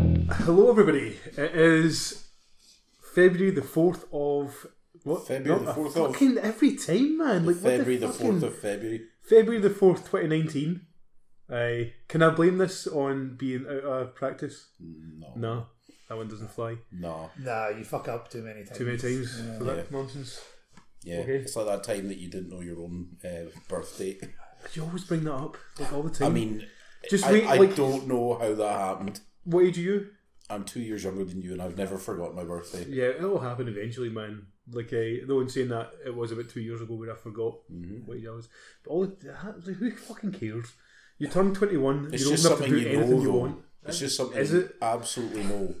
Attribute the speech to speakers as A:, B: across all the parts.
A: Hello, everybody. It is February the 4th of. What?
B: February
A: Not
B: the
A: a
B: 4th of-
A: fucking Every time, man. Like, what
B: February the
A: fucking-
B: fourth of February.
A: February the 4th, 2019. I can I blame this on being out of practice?
B: No, no,
A: No. That one doesn't fly
C: Nah, you fuck up too many times.
A: too many times for that
B: Yeah.
A: nonsense.
B: yeah.
A: Okay.
B: It's like that time that you didn't know your own uh, birth date.
A: You always bring that up, like all the time.
B: I mean,
A: Just
B: I,
A: wait,
B: I
A: like-
B: don't know how that happened.
A: what age are you?
B: I'm two years younger than you, and I've never forgotten my birthday.
A: Yeah, it'll happen eventually, man. Like, uh, though in saying that, it was about two years ago where I forgot
B: Mm-hmm.
A: what age I was. But all the, like, who fucking cares? You turn 21,
B: It's
A: you don't
B: just
A: have to
B: something
A: do
B: you know.
A: anything you
B: though.
A: want.
B: It's just something
A: Is
B: you
A: it?
B: absolutely know.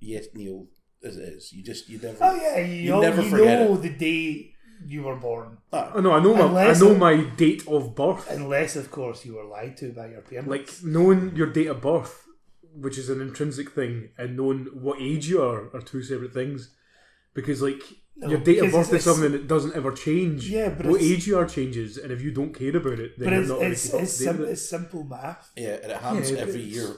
B: Yes, Neil, as it is. You just you never.
C: Oh yeah, you,
B: You
C: know,
B: never
C: you
B: forget
C: know the day you were born,
A: I know, I know, my, I
C: Unless
A: know
C: it-
A: my date of birth.
C: unless of course you were lied to by your parents.
A: like knowing your date of birth, which is an intrinsic thing, and knowing what age you are are two separate things. Because like your date of birth is
C: because it's-
A: something that doesn't ever change.
C: Yeah, but
A: what
C: it's-
A: age you are changes, and if you don't care about it, then
C: but
A: you're
C: it's
A: not really
C: it's,
A: keeping
C: it's,
A: up to date
C: sim-
A: with it.
C: it's simple math.
B: Yeah, and it happens
A: Yeah,
B: every
A: it's-
B: year.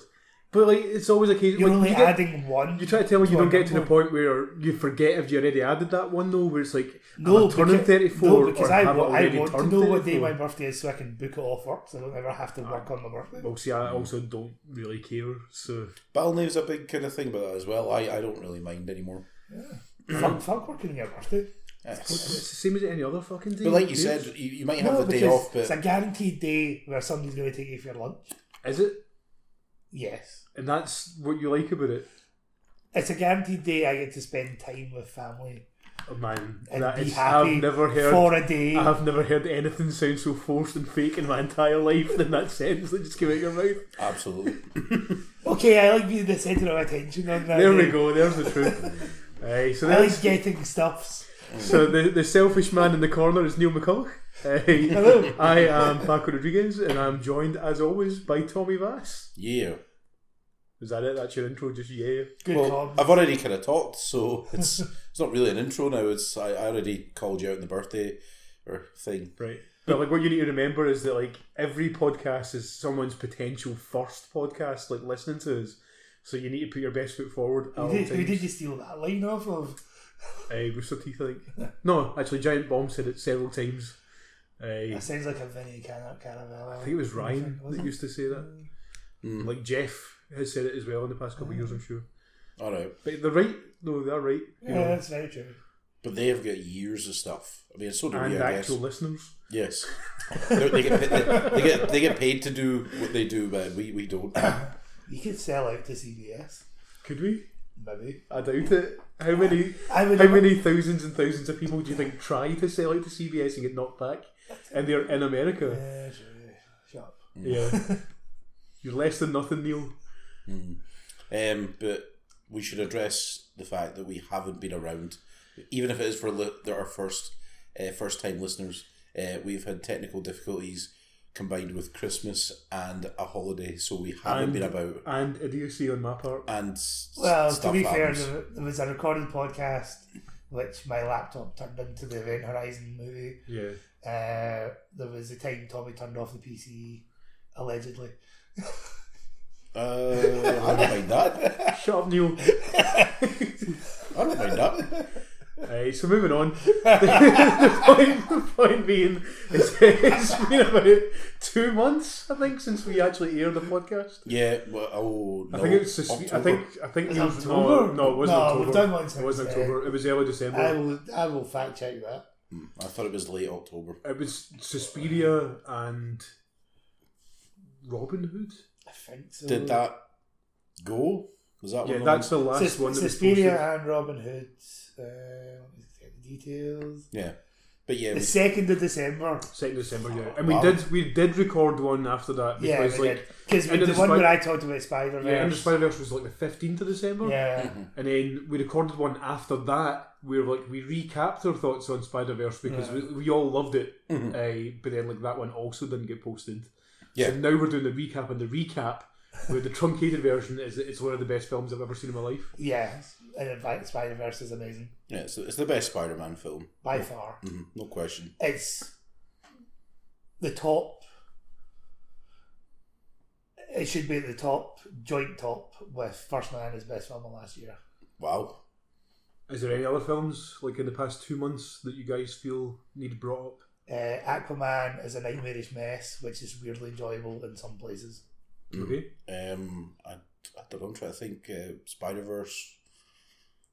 A: But like it's always a case.
C: You're
A: like,
C: only
A: you get-
C: adding one.
A: you try to tell me you
C: a
A: don't get to the
C: number.
A: point where you forget if you already added that one though, where it's like
C: No,
A: I'm turning
C: because-
A: thirty
C: No,
A: four,
C: because
A: or
C: I,
A: have
C: wa- I
A: already
C: want to
A: turned
C: know what day
A: 34.
C: my birthday is, so I can book it off work, so I don't ever have to work on my birthday.
A: Well, see, I also don't really care, so
B: But I'll there's a big kind of thing about that as well. I, I don't really mind anymore.
C: fuck, fuck working on your birthday.
B: Yes.
A: it's the same as any other fucking day.
B: But like
A: who
B: you
A: cares?
B: said, you, you might have
C: No,
B: the day
C: because
B: off, but
C: it's a guaranteed day where somebody's going to take you for your lunch.
A: is it?
C: Yes,
A: And that's what you like about it.
C: it's a guaranteed day I get to spend time with family
A: Oh, man,
C: and
A: that
C: be
A: is,
C: happy
A: I've never heard.
C: for a day.
A: I have never heard anything sound so forced and fake in my entire life than that sentence that just came out of your mouth.
B: absolutely.
C: Okay, I like being the centre of attention on that.
A: There
C: day.
A: we go. There's the truth. Aye, so
C: I
A: there's,
C: like getting stuffs.
A: so the the selfish man in the corner is Neil McCulloch. Aye.
C: Hello.
A: I am Paco Rodriguez, and I'm joined as always by Tommy Vass.
B: Yeah.
A: Is that it? That's your intro? Just yeah.
C: Good
B: Well,
C: comms.
B: I've already kind of talked, so it's it's not really an intro now. It's I, I already called you out in the birthday or thing.
A: Right. But like what you need to remember is that like every podcast is someone's potential first podcast, like listening to us. So you need to put your best foot forward at all
C: Who did, who did
A: times.
C: you steal that line off of?
A: Uh, Rooster Teeth, I think. No, actually, Giant Bomb said it several times. Uh,
C: That sounds like a Vinny Can- Caravella.
A: I think it was Ryan
C: Was
A: that
C: it? Mm.
A: used to say that. Like Jeff has said it as well in the past couple of years, I'm sure.
B: All right,
A: But they're right. No, they're right. You
C: Yeah,
A: know,
C: that's very true.
B: but they have got years of stuff. I mean, so do
A: and
B: we. I guess.
A: actual listeners.
B: Yes, They're- they get, pa- they, they get they get paid to do what they do, but we we don't.
C: You could sell out to CBS,
A: Could we?
C: maybe.
A: I doubt it. How many?
C: I would.
A: How many thousands and thousands of people do you think try to sell out to CBS and get knocked back? And they're in America.
C: Yeah, true. Shut up.
A: Yeah. You're less than nothing, Neil.
B: Um, but we should address the fact that we haven't been around, even if it is for li- that our first uh, first time listeners. Uh, we've had technical difficulties combined with Christmas and a holiday, so we haven't
A: And-
B: been about.
A: And idiocy on my part.
B: And s-
C: Well,
B: stuff
C: to be
B: happens.
C: fair, there was a recorded podcast which my laptop turned into the Event Horizon movie.
A: Yeah.
C: Uh, there was a time Tommy turned off the PC, allegedly.
B: uh, I don't mind that.
A: Shut up, Neil.
B: I don't mind that.
A: Aye, so moving on. the, point, the point being, is it's been about two months, I think, since we actually aired the podcast.
B: Yeah. Well, oh no.
A: I think it was. Just, I
B: October.
A: think. I think.
C: It's
A: It was, no,
C: October?
A: no, it wasn't
C: No,
A: October.
C: we've done one
A: it wasn't
C: since,
A: October. It was early December.
C: I will. I will fact check that.
B: Hmm, I thought it was late October.
A: It was Suspiria and Robin Hood.
C: I think so.
B: Did that go? Was that
A: Yeah,
B: one?
A: that's the last
C: Sus-
A: one that was posted.
C: Suspiria and Robin Hood. Uh, let me get the details.
B: Yeah. But yeah,
C: The
B: we,
C: second of December.
A: Second December, yeah. And
B: Wow.
A: we did we did record one after that
C: Yeah,
A: because like
C: because
A: End
C: the
A: of the
C: one
A: Spi-
C: where I talked about Spider
A: yeah, and
C: Man.
A: the Spider Verse was like the fifteenth of December.
C: yeah.
A: And then we recorded one after that where like we recapped our thoughts on Spider Verse because we, we all loved it. Uh, but then like that one also didn't get posted.
B: Mm. Yeah.
A: So now we're doing the recap and the recap where the truncated version is it's one of the best films I've ever seen in my life.
C: Yeah, and Spider Verse is amazing
B: yeah, so it's the best Spider-Man film,
C: by far.
B: Mhm, no question.
C: It's the top. It should be at the top, joint top with First Man and his best film of last year.
B: Wow.
A: Is there any other films like in the past two months that you guys feel need brought up?
C: Uh, Aquaman is a nightmarish mess, which is weirdly enjoyable in some places.
B: Mm.
A: Okay,
B: Um, I, I don't know. I'm trying to think. Uh, Spider Verse.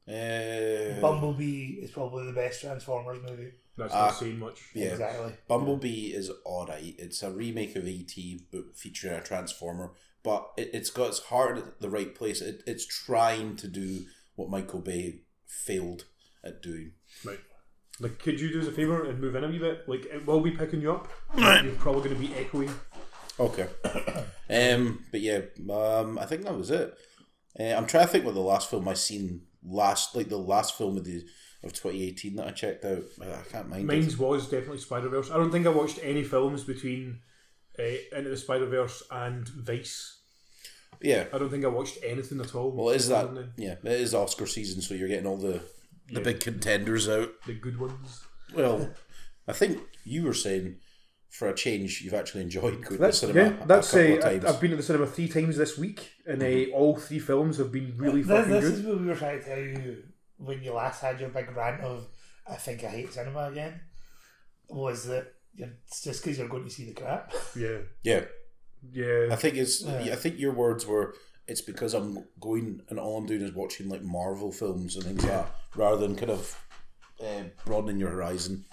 B: Uh,
C: Bumblebee is probably the best Transformers movie.
A: that's
B: Ah.
A: not saying much.
B: Yeah.
C: Exactly.
B: Bumblebee is alright. It's a remake of ET, but featuring a transformer. But it, it's got its heart at the right place. It, it's trying to do what Michael Bay failed at doing.
A: Right. Like, could you do us a favour and move in a wee bit? Like, eh, while we picking you up, you're probably going to be echoing.
B: Okay. um, but yeah, um, I think that was it. Uh, I'm trying to think what the last film I seen last, like the last film of the of 2018 that I checked out. Uh, I can't mind. it.
A: Mine's was definitely Spider Verse. I don't think I watched any films between uh, Into the Spider Verse and Vice.
B: Yeah.
A: I don't think I watched anything at all.
B: Well, it is
A: other
B: that?
A: than
B: Yeah, it is Oscar season, so you're getting all the the big contenders out.
A: the good ones?
B: Well, I think you were saying for a change, you've actually enjoyed going
A: That's,
B: to the
A: yeah,
B: cinema a
A: that's
B: couple
A: uh,
B: of
A: I-
B: times. Mm-hmm.
A: I've been at the cinema three times this week, and uh, all three films have been really
C: This,
A: fucking
C: this
A: good.
C: is what we were trying to tell you when you last had your big rant of "I think I hate cinema again." Was that you're, it's just because you're going to see the crap?
A: Yeah,
B: yeah, I
A: yeah,
B: think it's.
C: Yeah.
B: I think your words were. It's because I'm going and all I'm doing is watching like Marvel films and things like that, rather than kind of uh, broadening your horizon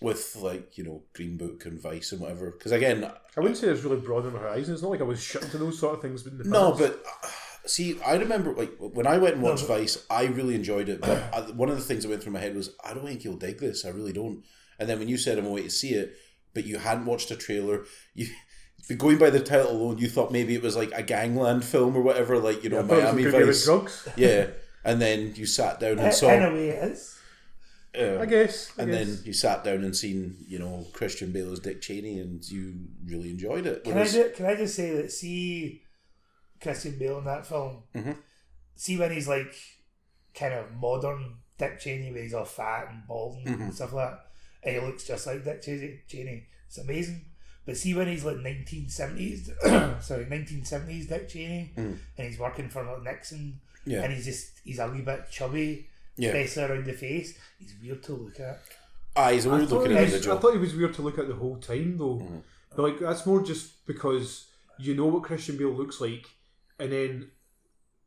B: with like you know Green Book and Vice and whatever. Because again,
A: I wouldn't say it's really broadened my horizon. It's not like I was shut to those sort of things. In the
B: No,
A: past.
B: but uh, see, I remember like when I went and watched Vice, I really enjoyed it. But I, one of the things that went through my head was, I don't think you'll dig this. I really don't. And then when you said I'm away to see it, but you hadn't watched a trailer, you. Going by the title alone, you thought maybe it was like a gangland film or whatever, like you know
A: I thought it was
B: Miami
A: gonna be about
B: Vice.
A: drugs.
B: Yeah, and then you sat down and saw,
C: in a way, it is.
B: uh,
A: I guess. I
B: and
A: guess.
B: then you sat down and seen you know Christian Bale as Dick Cheney, and you really enjoyed it.
C: Can I
B: Whereas-
C: just, can I just say that see Christian Bale in that film?
B: Mhm.
C: See when he's like kind of modern Dick Cheney, where he's all fat and bald and
B: Mhm.
C: stuff like that, and he looks just like Dick Cheney. Cheney. It's amazing. But see when he's like nineteen seventies, sorry, nineteen seventies Dick Cheney,
B: Mhm.
C: and he's working for like Nixon,
B: yeah,
C: and he's just he's a wee bit chubby,
B: yeah.
C: face around the face. He's weird to look at.
B: Ah, he's a
A: I
B: weird
A: thought,
B: looking
A: he was, Mm-hmm.
B: individual.
A: I thought he was weird to look at the whole time, though. But like that's more just because you know what Christian Bale looks like, and then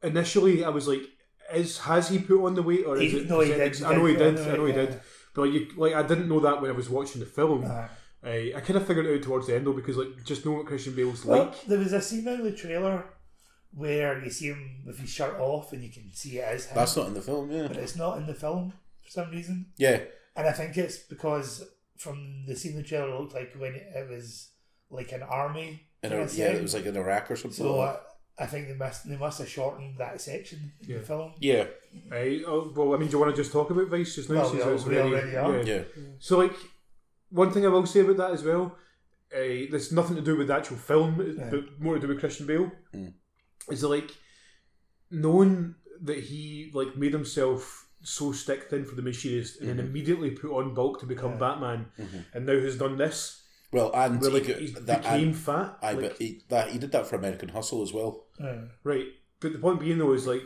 A: initially I was like, "Is has he put on the weight or is
C: He-
A: it?"
C: no, he
A: is it-
C: did, he
A: I know he
C: did put on
A: did.
C: the
A: I know he
C: weight,
A: did.
C: yeah.
A: But like, you, like I didn't know that when I was watching the film. Eh,
C: Uh,
A: I, I kind of figured it out towards the end though because like just knowing what Christian Bale's
C: Well,
A: like.
C: there was a scene in the trailer where you see him with his shirt off and you can see it is him,
B: That's not in the film, yeah.
C: but it's not in the film for some reason.
B: Yeah,
C: And I think it's because from the scene in the trailer, it looked like when it was like an army.
B: in
C: kinda
B: Iraq- yeah, it
C: thing.
B: was like in Iraq or something.
C: so
B: like
C: I,
A: uh,
B: that.
C: I think they must they must have shortened that section in
A: Yeah.
C: the film.
B: yeah,
A: I, oh, well, I mean, do you want to just talk about Vice just now?
C: Well,
A: since
C: we
A: it's
C: al- we already are.
B: yeah,
A: So, like, one thing I will say about that as well, uh, there's nothing to do with the actual film,
C: Yeah.
A: but more to do with Christian Bale,
B: Mm.
A: is that, like, knowing that he, like, made himself so stick thin for the machinist and
B: Mm-hmm.
A: then immediately put on bulk to become
C: Yeah.
A: Batman and now has done this,
B: Well, and
A: where, like,
B: he,
A: he
B: got- Mm-hmm. that,
A: became
B: and,
A: fat.
B: I
A: like-
B: but he, that he did that for American Hustle as well.
C: Uh,
A: Right. But the point being though is like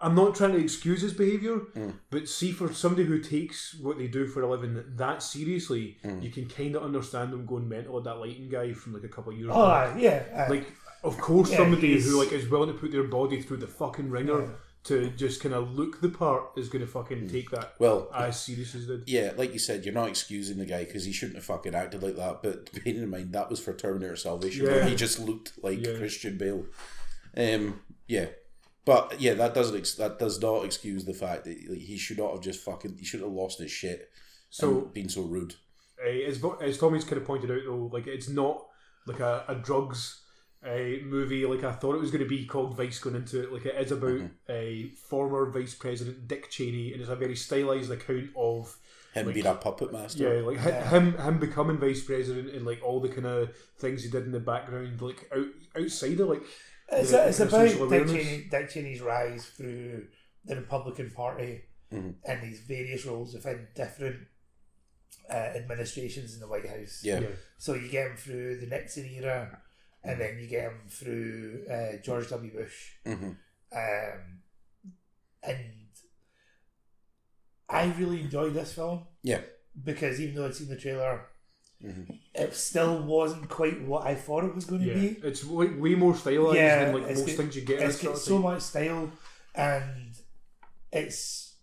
A: I'm not trying to excuse his behaviour, but see for somebody who takes what they do for a living that seriously, you can kinda understand them going mental at that lighting guy from like a couple of years
C: oh,
A: ago.
C: aye, yeah. aye.
A: Like of course
C: Yeah,
A: somebody
C: he's-
A: who like is willing to put their body through the fucking ringer to just kinda look the part is gonna fucking take that
B: Well,
A: as serious as they did.
B: yeah, like you said, you're not excusing the guy because he shouldn't have fucking acted like that. But bearing in mind that was for Terminator Salvation, where
A: Yeah.
B: he just looked like
A: Yeah.
B: Christian Bale. Um, yeah, but yeah, that doesn't ex- that does not excuse the fact that like, he should not have just fucking he should have lost his shit
A: So
B: and been so rude.
A: Uh, as, Bo- as Tommy's kind of pointed out, though, like it's not like a, a drugs uh, movie like I thought it was going to be called Vice going into it. Like it is about a former Vice President Dick Cheney, and it's a very stylized account of
B: Him being a puppet master.
A: yeah, like hi- him him becoming Vice President and like all the kind of things he did in the background, like out, outside of like
C: It's,
A: the-
C: it's
A: the
C: about
A: social
C: Dick,
A: awareness.
C: Cheney, Dick Cheney's rise through the Republican Party
B: Mm-hmm.
C: and his various roles within different uh, administrations in the White House.
B: yeah.
A: yeah,
C: So you get him through the Nixon era, and then you get him through uh, George W. Bush,
B: hmm
C: um, and I really enjoyed this film
B: Yeah.
C: because even though I'd seen the trailer,
B: Mhm.
C: it still wasn't quite what I thought it was going to
A: Yeah,
C: be.
A: it's way, way more stylized
C: Yeah,
A: than like
C: it's
A: most
C: got-
A: things you get. in
C: it's
A: that sort
C: got
A: of
C: so
A: thing.
C: much style, and it's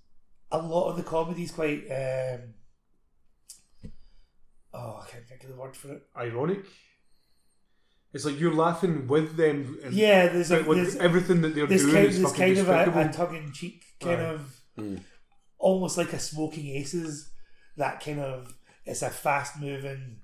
C: a lot of the comedy's quite. Um, oh, I can't think of the word for it.
A: ironic. It's like you're laughing with them. And
C: Yeah, there's a,
A: but with
C: there's,
A: everything that they're
C: there's
A: doing
C: kind,
A: is
C: there's
A: fucking
C: kind of
A: despicable.
C: a, a tug and cheek kind
A: Aye.
C: of
B: Mm.
C: almost like a smoking aces. That kind of it's a fast moving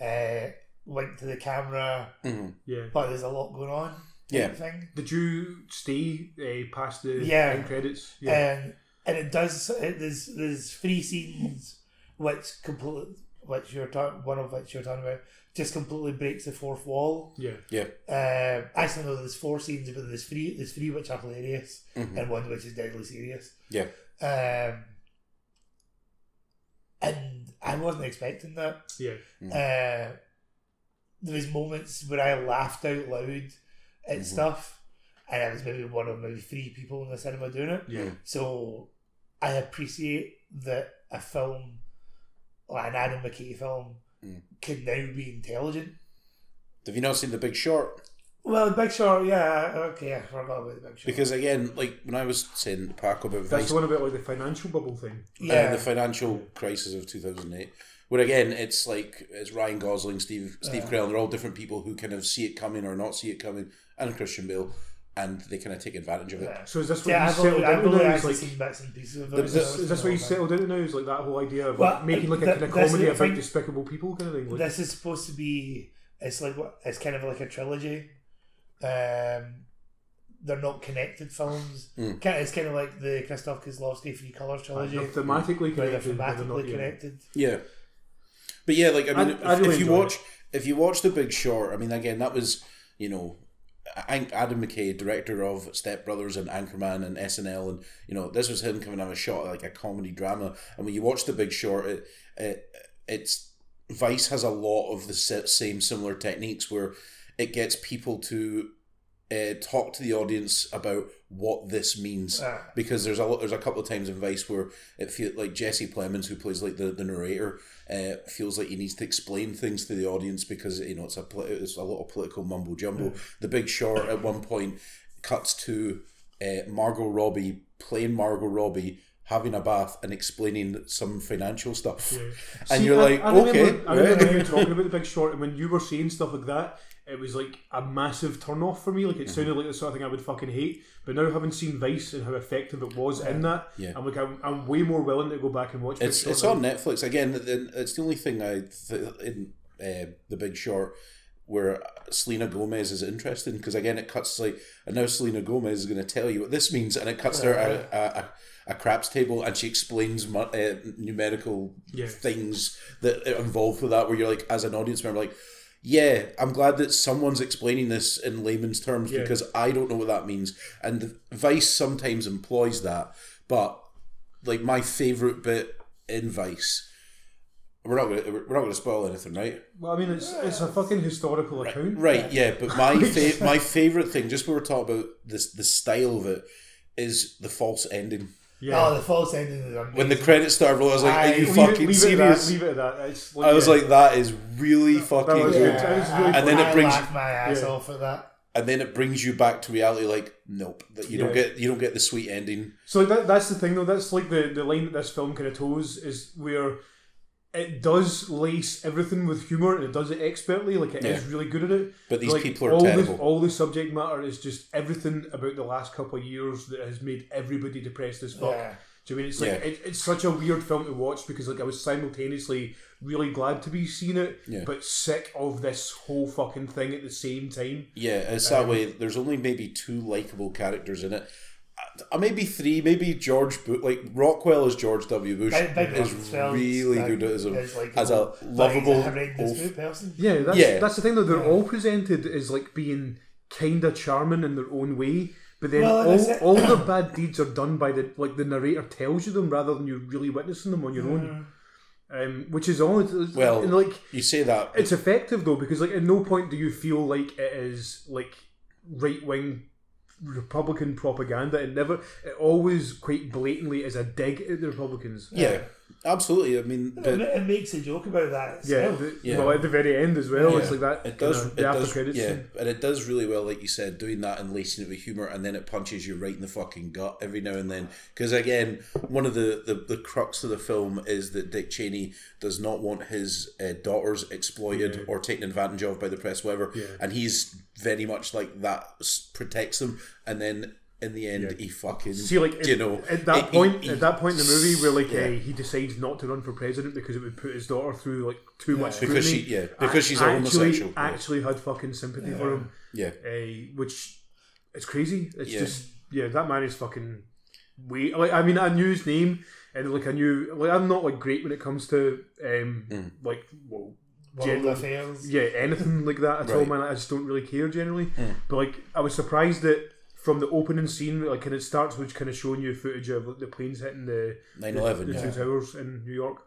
C: uh, wink to the camera,
B: hmm
A: yeah.
C: but there's a lot going on. type
B: Yeah.
C: thing.
A: Did you stay uh, past the
C: Yeah. Uh,
A: end credits? Yeah.
C: and Um, and it does. It, there's there's three scenes which complete which you're talking one of which you're talking about just completely breaks the fourth wall.
A: yeah.
B: Yeah.
C: Um, I still know there's four scenes, but there's three there's three which are hilarious
B: Mhm.
C: and one which is deadly serious.
B: Yeah.
C: Um, and I wasn't expecting that.
A: Yeah.
B: Mm.
C: Uh, there was moments where I laughed out loud at
B: Mhm.
C: stuff, and I was maybe one of maybe three people in the cinema doing it.
A: Yeah.
C: So I appreciate that a film, like an Adam McKay film,
B: Mm.
C: can now be intelligent.
B: Have you not seen The Big Short?
C: Well, Big Short, yeah, okay, I forgot about the Big Short.
B: Because again, like when I was saying to Paco about
A: That's
B: Vice
A: the one about like the financial bubble thing.
B: and
C: yeah,
B: uh, the financial crisis of 2008 where again it's like it's ryan gosling steve steve
C: Yeah.
B: carell they're all different people who kind of see it coming or not see it coming and christian bale and they kind of take advantage of it
C: yeah.
A: So is this what
C: yeah,
A: you
C: I've only,
A: settled
C: I've
A: into
C: only
A: now? Is
C: actually
A: like
C: seen bits and pieces of it.
A: is this, is this what you settled into now? Is like that whole idea of like,
C: Well,
A: making like a
C: th-
A: kind of
C: that's the
A: comedy about
C: thing.
A: despicable people kind of thing? Like,
C: This is supposed to be. It's like what? It's kind of like a trilogy. Um, they're not connected films.
B: Mm.
A: Hmm.
C: Ki- It's kind of like the Christoph Kozlowski Three Color
A: like,
C: trilogy.
A: they're thematically
C: where they're
A: connected. but they're not,
C: thematically
A: yeah.
C: connected.
B: yeah but yeah like i mean
A: I- I
B: if,
A: really
B: if you
A: enjoyed
B: watch if you watch the big short i mean again that was you know I think Adam McKay, director of Step Brothers and Anchorman and SNL, and you know this was him coming out of a shot at, like a comedy drama. And when you watch The Big Short, it, it it's Vice has a lot of the sa- same similar techniques where it gets people to uh, talk to the audience about what this means
C: Ah.
B: because there's a lot, there's a couple of times in Vice where it feels like Jesse Plemons who plays like the, the narrator uh, feels like he needs to explain things to the audience because you know it's a poli- it's a lot of political mumbo jumbo. The Big Short at one point cuts to uh, Margot Robbie playing Margot Robbie having a bath and explaining some financial stuff.
A: Yeah.
B: And
A: See,
B: you're
A: I-
B: like,
A: I remember,
B: okay,
A: I remember
B: right.
A: you talking about the Big Short, and when you were saying stuff like that, it was like a massive turn off for me. Like
B: Mm-hmm.
A: it sounded like the sort of thing I would fucking hate. But now having seen Vice and how effective it was in that,
B: Yeah.
A: I'm like, I'm, I'm way more willing to go back and watch. Big
B: It's
A: Short
B: it's
A: now.
B: on Netflix again. the- It's the only thing I th- in uh, the Big Short where Selena Gomez is interesting because again it cuts like and now Selena Gomez is going to tell you what this means and it cuts to her at a, a, a craps table and she explains mu- uh, numerical
A: Yeah.
B: things that are involved with that where you're like as an audience member like. Yeah, I'm glad that someone's explaining this in layman's terms
A: Yeah.
B: because I don't know what that means. And Vice sometimes employs that, but like my favorite bit in Vice. We're not gonna we're not gonna spoil anything, right?
A: Well, I mean, it's it's a fucking historical account.
B: Right, yeah. But my fa- my favorite thing, just when we're talking about this, the style of it, is the false ending
A: Yeah.
C: Oh, the false ending is amazing.
B: when the credits start rolling. I was like,
C: Aye.
B: "Are you
A: leave it, leave
B: fucking
A: it at that.
B: serious?"
A: Leave it at that. It's
B: I was
A: yeah.
B: like, "That is really
A: that
B: fucking
A: was
B: good."
A: good. That was really
C: I-
B: And then it
C: I
B: brings-
C: laughed my ass
A: yeah.
C: off at that.
B: And then it brings you back to reality. Like, nope, that you don't
A: Yeah.
B: get you don't get the sweet ending.
A: So like that, that's the thing though. That's like the, the line that this film kind of toes is where it does lace everything with humor and it does it expertly. Like it is
B: Yeah.
A: really good at it.
B: But these
A: like,
B: people are
A: all
B: terrible.
A: The, all the subject matter is just everything about the last couple of years that has made everybody depressed as fuck.
C: Yeah.
A: Do you mean it's like
B: Yeah.
A: it, it's such a weird film to watch because like I was simultaneously really glad to be seeing it,
B: Yeah.
A: but sick of this whole fucking thing at the same time.
B: Yeah, it's that way. There's only maybe two likable characters in it. Uh, maybe three, maybe George Bush. Like Rockwell as George W. Bush
C: Big, big
B: is
C: Rumsfeld
B: really
C: is
B: good as a
C: is like
B: as a
C: but he's
B: lovable.
C: horrendous
B: oaf.
C: good person.
A: Yeah, that's
B: Yeah.
A: that's the thing though. They're all presented as like being kind of charming in their own way, but then
C: Well, that's
A: all,
C: it.
A: all the bad deeds are done by the like the narrator tells you them rather than you really witnessing them on your own. um, which is all. it's-
B: Well-
A: and, like
B: You say that.
A: it's effective though because like at no point do you feel like it is like right wing Republican propaganda. It never. It always quite blatantly is a dig at the Republicans.
B: yeah, absolutely. I mean,
C: It,
B: but
C: it makes a joke about that.
A: Yeah,
C: itself.
A: the-
B: Yeah.
A: well, at the very end as well, Oh, it's
B: Yeah.
A: like that.
B: it does.
A: you know,
B: it
A: the after
B: does-
A: credits.
B: yeah,
A: scene.
B: and it does really well, like you said, doing that and lacing it with humor, and then it punches you right in the fucking gut every now and then. Because again, one of the, the the crux of the film is that Dick Cheney does not want his uh, daughters exploited or taken advantage of by the press, whatever, and he's very much like that s- protects them, and then. In the end, he fucking
A: See, like at,
B: you know
A: at that
B: he-
A: point,
B: he-
A: at that point in the movie, where like eh, he decides not to run for president because it would put his daughter through like too much scrutiny.
B: Because she- yeah, because she's a
A: actually,
B: homosexual, yeah.
A: Actually, had fucking sympathy for him,
B: yeah
A: eh, which it's crazy. It's
B: Yeah.
A: just yeah, that man is fucking weird. Like I mean, I knew his name, and like I knew like I'm not like great when it comes to um
B: Mm.
A: like well,
C: World
A: general
C: affairs.
A: yeah, anything like that at all,
B: Right.
A: man. I just don't really care generally. But like, I was surprised that from the opening scene, like, and it starts with kind of showing you footage of like, the planes hitting the
B: 9-11,
A: the
B: yeah.
A: two towers in New York,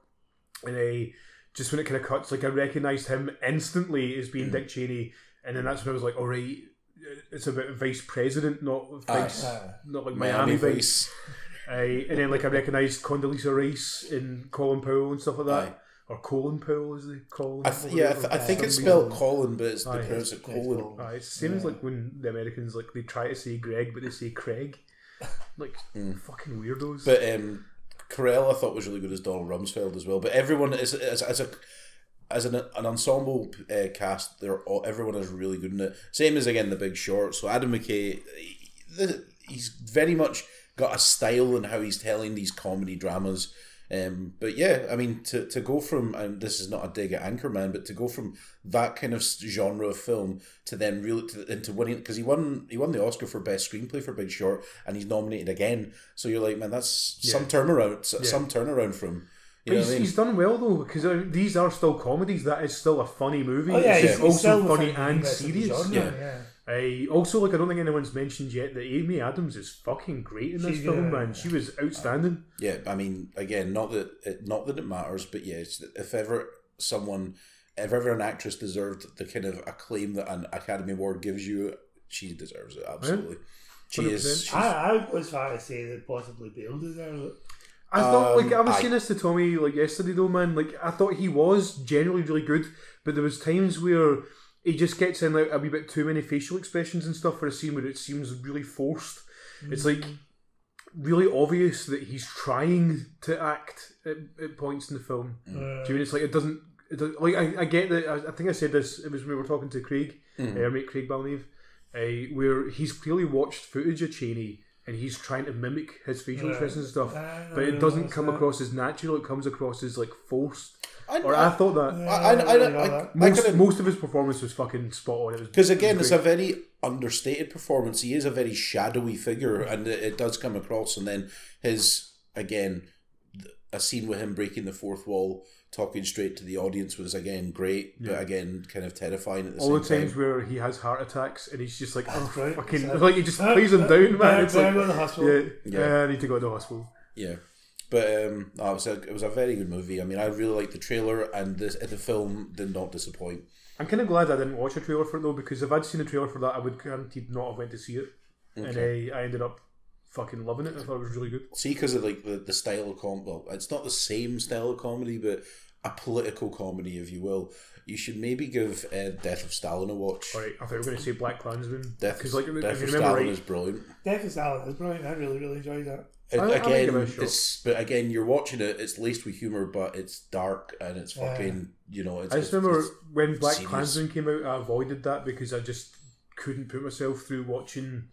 A: and uh, just when it kind of cuts, like, I recognised him instantly as
B: Mm.
A: being Dick Cheney, and then that's when I was like, all right, it's about vice president, not vice,
C: aye.
A: not like Miami,
B: Miami
A: vice.
B: Vice.
A: Aye, and then like I recognised Condoleezza Rice and Colin Powell and stuff like that.
B: Aye.
A: Or Colin Powell is the Colin.
B: I th- yeah, I, th- I think it's spelled Colin, but it's the
A: Aye.
B: parents of
C: Yeah,
B: Colin.
A: Aye, Oh, it's the same as like when the Americans like they try to say Greg but they say Craig. Like fucking weirdos.
B: Hmm. But um, Carell, I thought was really good as Donald Rumsfeld as well. But everyone is as, as a as an, an ensemble uh, cast, they're all everyone is really good in it. Same as again the Big Short. So Adam McKay, he- the, he's very much got a style in how he's telling these comedy dramas. Um, but yeah, I mean to, to go from and this is not a dig at Anchorman, but to go from that kind of genre of film to then really to, into winning because he won he won the Oscar for best screenplay for Big Short and he's nominated again. So you're like, man, that's some turnaround, s- some turnaround from.
A: But
B: You know
A: he's,
B: what I mean?
A: he's done well though because uh, these are still comedies. That is still a funny movie.
C: Oh, yeah,
A: it's
C: he's,
A: just
C: he's still
A: also
C: the
A: funny
C: fucking
A: and
C: best of the
A: serious.
C: genre,
B: Yeah.
C: yeah.
A: I also like I don't think anyone's mentioned yet that Amy Adams is fucking great in this
C: She's
A: film,
C: good,
A: man.
C: yeah.
A: She was outstanding.
B: Yeah, I mean, again, not that it, not that it matters, but yeah, it's, if ever someone, if ever an actress deserved the kind of acclaim that an Academy Award gives you, she deserves it absolutely. She is.
A: 100%.
B: She's,
C: I, I would go as far to say that possibly Bale deserves it.
A: I thought
B: Um,
A: like I was
B: I-
A: saying this to Tommy like yesterday though, man. Like I thought he was generally really good, but there was times where he just gets in like a wee bit too many facial expressions and stuff for a scene where it seems really forced. It's like really obvious that he's trying to act at, at points in the film.
C: Uh,
A: Do you mean it's like it doesn't? It doesn't like I, I get that. I, I think I said this. It was when we were talking to Craig,
B: Mm-hmm. Mm.
A: uh, our mate Craig Balneve, uh, where he's clearly watched footage of Cheney and he's trying to mimic his facial
C: Yeah.
A: expressions and stuff,
C: Ah,
A: but it
C: yeah,
A: doesn't
C: that's
A: come
C: it.
A: across as natural. It comes across as like forced.
B: I,
A: Or I, thought that
B: I, I, I, I, I,
A: most,
B: could've-
A: most of his performance was fucking spot on. It was
B: Because again, it's a very understated performance. He is a very shadowy figure, and it, it does come across. And then his again, th- a scene with him breaking the fourth wall, talking straight to the audience was again great, but again kind of terrifying at the
A: all the
B: same
A: times
B: time.
A: where he has heart attacks and he's just like, oh,
C: right.
A: fucking,
C: Exactly.
A: like he just
C: Ah,
A: plays him
C: ah,
A: down, man.
C: ah,
A: It's
C: ah,
A: like,
C: go to the hospital.
A: yeah,
B: Yeah.
A: yeah, I need to go to the hospital.
B: Yeah, but um, no, it was a it was a very good movie. I mean, I really liked the trailer, and this the film did not disappoint.
A: I'm kind of glad I didn't watch a trailer for it though, because if I'd seen a trailer for that, I would guaranteed not have went to see it. And I, I ended up fucking loving it. I thought it was really good.
B: See, because of like the, the style of com, well, it's not the same style of comedy, but a political comedy, if you will. You should maybe give uh, Death of Stalin a watch.
A: All right, I thought we were going to say Black Klansman
B: Death,
A: because, like, if
B: Death
A: you
B: of
A: remember
B: Stalin
A: right,
B: is brilliant.
C: Death is Salad is brilliant. I really, really enjoyed that.
B: It-
A: I- I'll give
B: again,
A: it a shot.
B: it's but again, you're watching it. It's laced with humor, but it's dark and it's
C: Yeah.
B: fucking. You know, it's,
A: I just
B: it's-
A: remember
B: it's-
A: when Black
B: serious.
A: Klansman came out, I avoided that because I just couldn't put myself through watching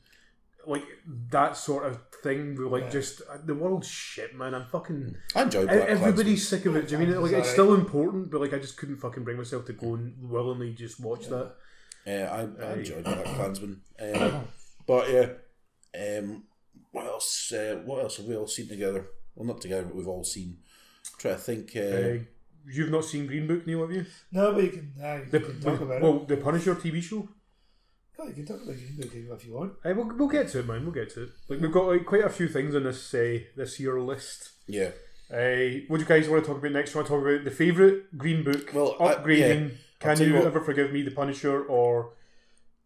A: like that sort of thing. With like just uh, the world's shit, man. I'm fucking e-
B: I enjoy Mm. Black Klansman.
A: everybody's sick of it. Do you mean like
C: Sorry.
A: it's still important, but like I just couldn't fucking bring myself to go and willingly just watch that.
B: Yeah, I, I enjoyed Black Klansman. Um, but yeah, um, what else? Uh, what else have we all seen together? Well, not together, but we've all seen. Try to think. Uh,
A: Uh, you've not seen Green Book, Neil, have you?
C: No, but you can, uh, you
A: The,
C: can talk about
A: well, the Punisher TV show.
C: it. No, you can talk about Green Book if you want.
A: Aye, we'll, we'll get to it, man. We'll get to it. Like we've got like, quite a few things on this uh, this uh, year list.
B: yeah.
A: Uh, what do you guys want to talk about next? Want to talk about the favourite Green Book,
B: Well, I-
A: upgrading,
B: I'll
A: Can
B: tell you
A: You
B: what-
A: Ever Forgive Me, The Punisher, or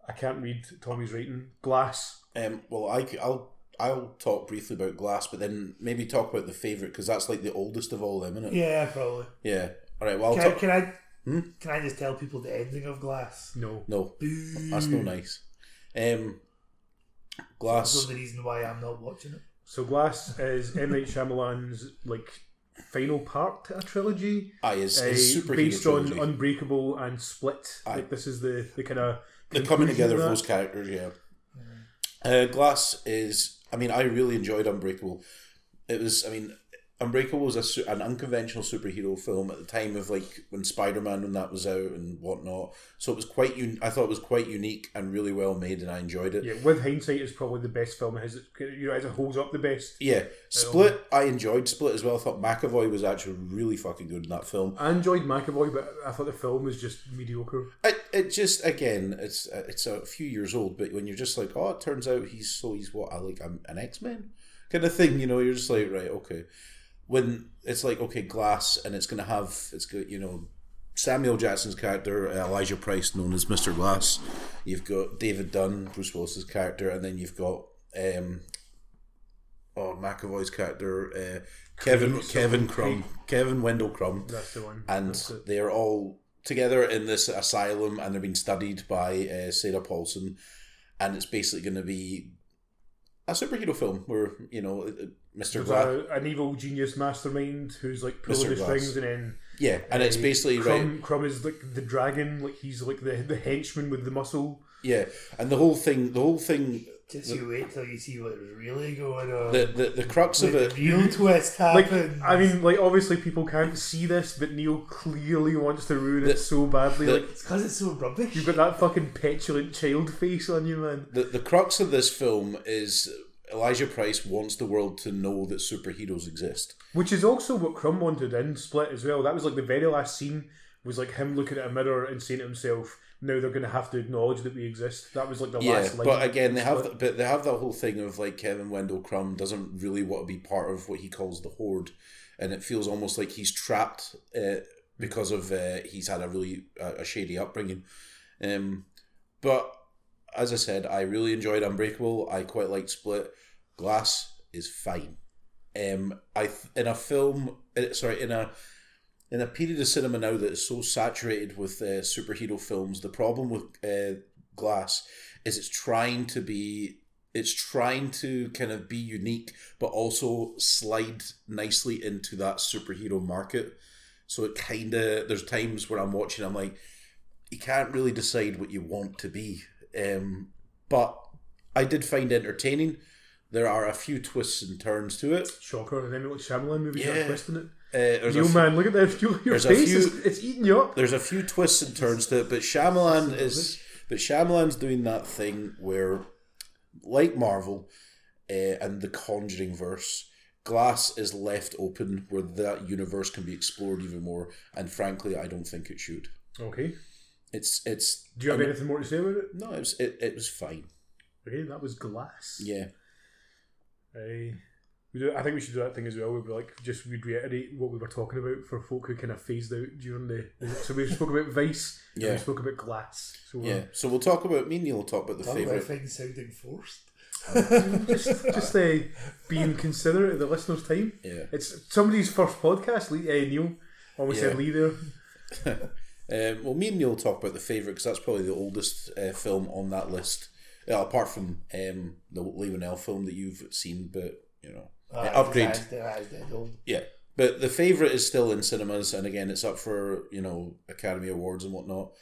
A: I can't read Tommy's writing, Glass.
B: Um, well, I, will I'll talk briefly about Glass, but then maybe talk about the favourite because that's like the oldest of all them, isn't it?
C: Yeah, probably.
B: Yeah. All right. Well, I'll
C: Can I,
B: talk.
C: can I
B: Hmm?
C: can I just tell people the ending of Glass?
A: No.
B: No,
C: Boo.
B: that's
A: Mm.
B: no nice. Um,
C: Also
B: Glass.
C: the reason why I'm not watching it.
A: So Glass is M. Night Shyamalan's like final part to a trilogy,
B: Aye, is,
A: uh,
B: is superhero
A: based on
B: trilogy.
A: Unbreakable and Split.
B: Aye.
A: Like this is the the kind of
B: the coming together of those characters. Yeah. Uh, Glass is. I mean, I really enjoyed Unbreakable. It was. I mean, Unbreakable was a, su- an unconventional superhero film at the time of like when Spider Man when that was out and whatnot. So it was quite. Un- I thought it was quite unique and really well made, and I enjoyed it.
A: Yeah, with hindsight, is probably the best film. It has it- you know, as it holds up the best.
B: Yeah, Split. I enjoyed Split as well. I thought McAvoy was actually really fucking good in that film.
A: I enjoyed McAvoy, but I thought the film was just mediocre.
B: It, it just again, it's uh, it's a few years old, but when you're just like, oh, it turns out he's so he's what I like, I'm an X Men kind of thing. You know, you're just like, right, okay. When it's like, okay, Glass, and it's gonna have it's got you know. Samuel Jackson's character, uh, Elijah Price, known as Mr. Glass. You've got David Dunn, Bruce Willis's character, and then you've got um, oh McAvoy's character, uh, Kevin Kevin Crumb, Kevin Wendell Crumb
A: That's the one.
B: and
A: That's it.
B: they are all together in this asylum and they're being studied by uh, Sarah Paulson and it's basically going to be a superhero film where you know uh, Mr.
A: There's
B: Glass
A: a, an evil genius mastermind who's like pulling
B: Mr.
A: the
B: Glass.
A: strings, and then
B: yeah and it's
A: uh,
B: basically
A: Crumb,
B: right
A: Crumb is like the dragon, like he's like the the henchman with the muscle.
B: yeah and the whole thing the whole thing
C: Just you wait till you see what's really going on.
B: the the, the crux
C: When
B: of
C: the
B: it
C: real twist
A: Like
C: happens.
A: I mean, like obviously people can't see this, but Neil clearly wants to ruin
B: The-
A: it so badly.
B: the-
A: like
C: it's because it's so rubbish.
A: you've got that fucking petulant child face on you, man.
B: the, the crux of this film is Elijah Price wants the world to know that superheroes exist
A: Which is also what Crumb wanted in Split as well. That was like the very last scene was like him looking at a mirror and saying to himself, "Now they're going to have to acknowledge that we exist." That was like the
B: yeah
A: last line.
B: but again they have
A: Split.
B: th- but they have that whole thing of like kevin wendell crumb doesn't really want to be part of what he calls the horde and it feels almost like he's trapped uh, because of uh, he's had a really uh, a shady upbringing um, but as i said i really enjoyed unbreakable i quite liked split glass is fine um, I th- in a film eh, sorry in a in a period of cinema now that is so saturated with uh, superhero films, the problem with uh, Glass is it's trying to be it's trying to kind of be unique but also slide nicely into that superhero market. So it kind of there's times where I'm watching I'm like you can't really decide what you want to be. Um but I did find entertaining. There are a few twists and turns to it.
A: shocker. And then like Shyamalan movies yeah.
B: Yeah.
A: are twisting it.
B: Uh, there's a
A: Neil,
B: f-
A: man, look at this. Your, your
B: there's a
A: face
B: few-
A: is it's eating you up.
B: there's a few twists and turns to it, but Shyamalan is but Shyamalan's doing that thing where, like Marvel, uh, and the Conjuring verse, Glass is left open where that universe can be explored even more. And frankly, I don't think it should.
A: Okay.
B: It's it's
A: Do you have
B: I'm-
A: anything more to say about it?
B: no, it was it, it was fine.
A: Okay, that was glass.
B: Yeah,
A: Aye. we do, I think we should do that thing as well. We'd be like just we'd reiterate what we were talking about for folk who kind of phased out during the. So we spoke about Vice. and
B: Yeah.
A: We spoke about Glass. So uh, we're-
B: yeah. So we'll talk about me and Neil will talk about the
C: Talk about
B: favorite.
C: things sounding forced.
A: just just uh, being considerate of the listeners' time.
B: Yeah.
A: It's somebody's first podcast. Lee, uh, Neil almost
B: Yeah.
A: said Lee there.
B: Um, well, me and Neil talk about the favorite because that's probably the oldest uh, film on that list, uh, apart from um, the Leonel film that you've seen. But you know,
C: Ah,
B: uh, upgrade.
C: that's dead, that's dead old.
B: Yeah, but the favorite is still in cinemas, and again, it's up for you know Academy Awards and whatnot.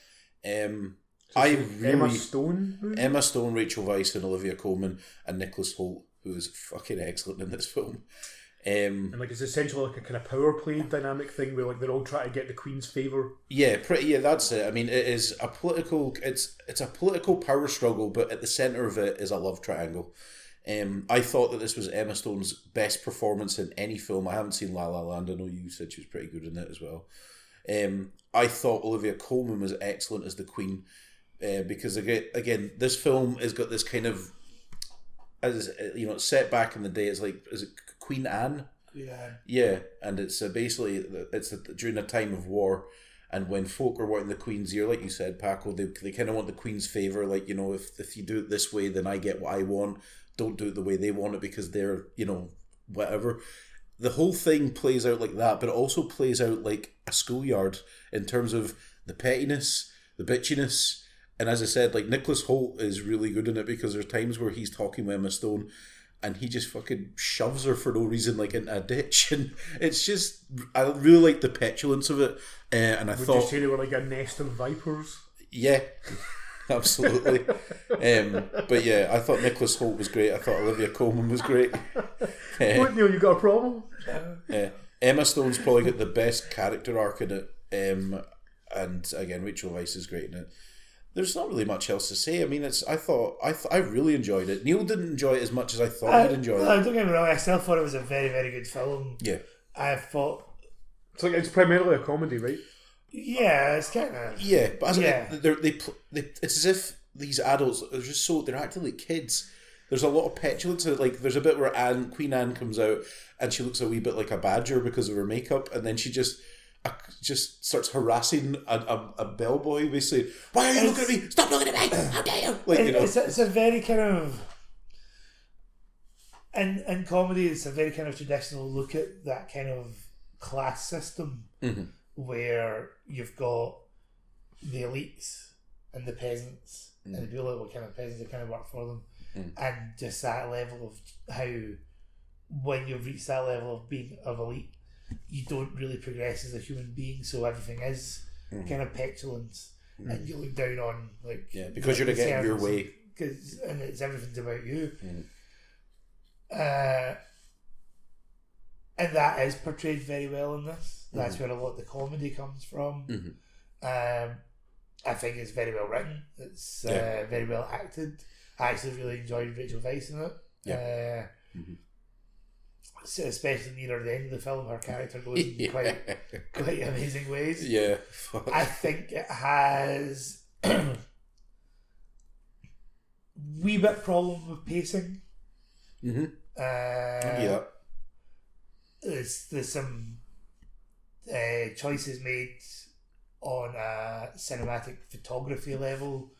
B: Um, I really
A: Emma Stone. movie?
B: Emma Stone, Rachel Weisz, and Olivia Coleman, and Nicholas Holt, who is fucking excellent in this film. Um,
A: And like it's essentially like a kind of power play dynamic thing where like they're all trying to get the Queen's favour.
B: Yeah, pretty. Yeah, that's it. I mean, it is a political. It's it's a political power struggle, but at the center of it is a love triangle. Um, I thought that this was Emma Stone's best performance in any film. I haven't seen La La Land. I know you said she was pretty good in it as well. Um, I thought Olivia Colman was excellent as the Queen, uh, because again, again, this film has got this kind of, as you know, it's set back in the day. It's like is it Queen Anne?
C: Yeah.
B: Yeah, and it's uh, basically it's a, during a time of war, and when folk are wanting the Queen's ear, like you said, Paco, they, they kind of want the Queen's favor. Like you know, if if you do it this way, then I get what I want. Don't do it the way they want it because they're you know whatever. The whole thing plays out like that, but it also plays out like a schoolyard in terms of the pettiness, the bitchiness, and as I said, like Nicholas Holt is really good in it because there's times where he's talking with Emma Stone and he just fucking shoves her for no reason, like into a ditch. And it's just, I really like the petulance of it. Uh, and I
A: Would you
B: thought,
A: say they were like a nest of vipers?
B: yeah, absolutely. um, but yeah, I thought Nicholas Holt was great. I thought Olivia Coleman was great. Eh.
A: What, Neil, you got a problem?
B: Uh, Emma Stone's probably got the best character arc in it. Um, and again, Rachel Weisz is great in it. There's not really much else to say. I mean, it's. I thought. I. Th- I really enjoyed it. Neil didn't enjoy it as much as I thought
C: I,
B: he'd enjoy
C: I
B: it.
C: don't get me wrong. I still thought it was a very, very good film.
B: Yeah.
C: I thought,
A: It's like it's primarily a comedy, right?
C: yeah, it's kind of
B: Yeah, but as
C: Yeah.
B: They're, they, pl- they, it's as if these adults are just so they're acting like kids. There's a lot of petulance. In it. Like there's a bit where Anne, Queen Anne, comes out and she looks a wee bit like a badger because of her makeup, and then she just uh, just starts harassing a, a, a bellboy, basically. Why are you looking at me? Stop looking at me! How dare you? Like you know,
C: it's, a, it's a very kind of in in comedy it's a very kind of traditional look at that kind of class system
B: Mhm.
C: where you've got the elites and the peasants
B: Mm.
C: and the people that were kind of peasants that kind of work for them and just that level of how when you've reached that level of being of elite you don't really progress as a human being so everything is kind of petulance and you look down on like
B: Mm-hmm. yeah, because you're getting your way.
C: because and it's everything's about you.
B: Mm.
C: Uh, and that is portrayed very well in this. That's
B: Mm-hmm.
C: where a lot of the comedy comes from.
B: Mhm.
C: Um, I think it's very well written. It's
B: Yeah.
C: uh, very well acted. I actually really enjoyed Rachel Weisz in it. Yeah. Uh,
B: Mhm.
C: so Especially near the end of the film, her character goes in quite quite amazing ways.
B: yeah, fuck.
C: I think it has wee bit problem with pacing.
B: hmm
C: Uh,
B: yeah,
C: There's, there's some uh, choices made on a cinematic photography level,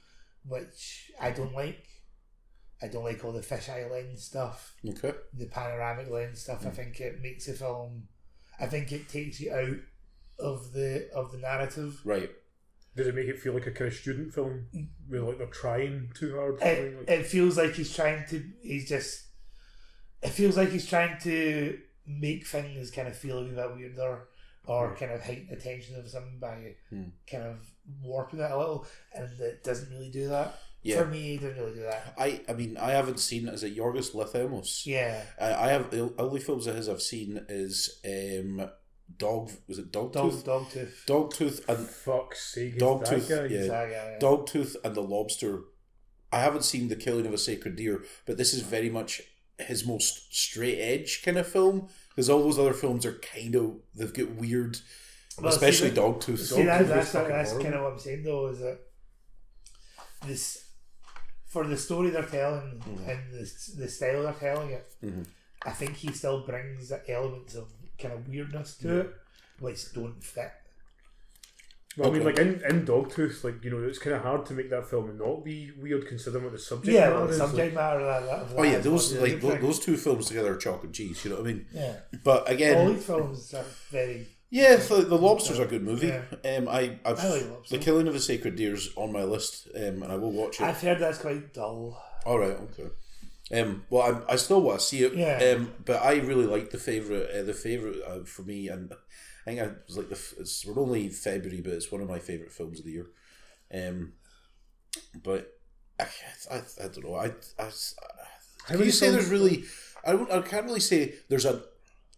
C: which I don't like. I don't like all the fisheye lens stuff,
B: okay,
C: the panoramic lens stuff. I think it makes the film. I think it takes you out of the of the narrative.
B: right.
A: Does it make it feel like a kind of student film where like they're trying too hard?
C: it, it feels like he's trying to he's just it feels like he's trying to make things kind of feel a wee bit weirder or kind of heighten the tension of something by
B: Hmm.
C: kind of warping it a little and it doesn't really do that
B: Yeah.
C: for me it doesn't really do that
B: I. I mean, I haven't seen. Is it Yorgos Lanthimos?
C: yeah
B: I I have the only films of his I've seen is um, Dog. Was it Dog
C: dog
B: Tooth?
C: dog tooth
B: Dog Tooth and
A: Fuck's sake, is
B: Dog
A: that
B: tooth,
A: guy?
B: yeah.
C: Sorry, yeah, yeah.
B: Dog Tooth and the Lobster. I haven't seen the Killing of a Sacred Deer, but this is very much his most straight edge kind of film. Because all those other films are kind of they've got weird,
C: Well, see,
B: especially
C: the-
B: Dog Tooth.
C: See, that,
A: Dog
C: that's
A: is
C: that,
A: fucking
C: that's
A: horrible.
C: kind of what I'm saying though is that this for the story they're telling
B: Mm-hmm.
C: and the, s- the style they're telling it, I think he still brings the elements of kind of weirdness to it, which don't fit.
A: Well, I mean,
B: Okay.
A: like in, in Dogtooth, like you know, it's kind of hard to make that film and not be weird considering what the subject
C: yeah,
A: matter
C: well, the
A: is. Like,
C: subject matter of that, of that
B: Oh yeah,
C: is
B: those
C: what-
B: like
C: the
B: those,
C: thing.
B: those two films together are chalk and cheese. You know what I mean?
C: Yeah,
B: But again,
C: all these films are very.
B: Yeah, the, the Lobster's a good movie.
C: Yeah.
B: Um, I, I've,
C: I like Lobster.
B: The Killing of a Sacred Deer's on my list, um, and I will watch it.
C: I've heard that's quite dull.
B: All right, okay. Um, well, I, I still want to see it.
C: Yeah.
B: Um, but I really like the favorite. Uh, the favorite uh, for me, and I think I was like the. f- It's, we're only February, but it's one of my favorite films of the year. Um, but I, I, I don't know. I, I, I can
A: many
B: you say
A: films-
B: there's really. I don't. I can't really say there's a.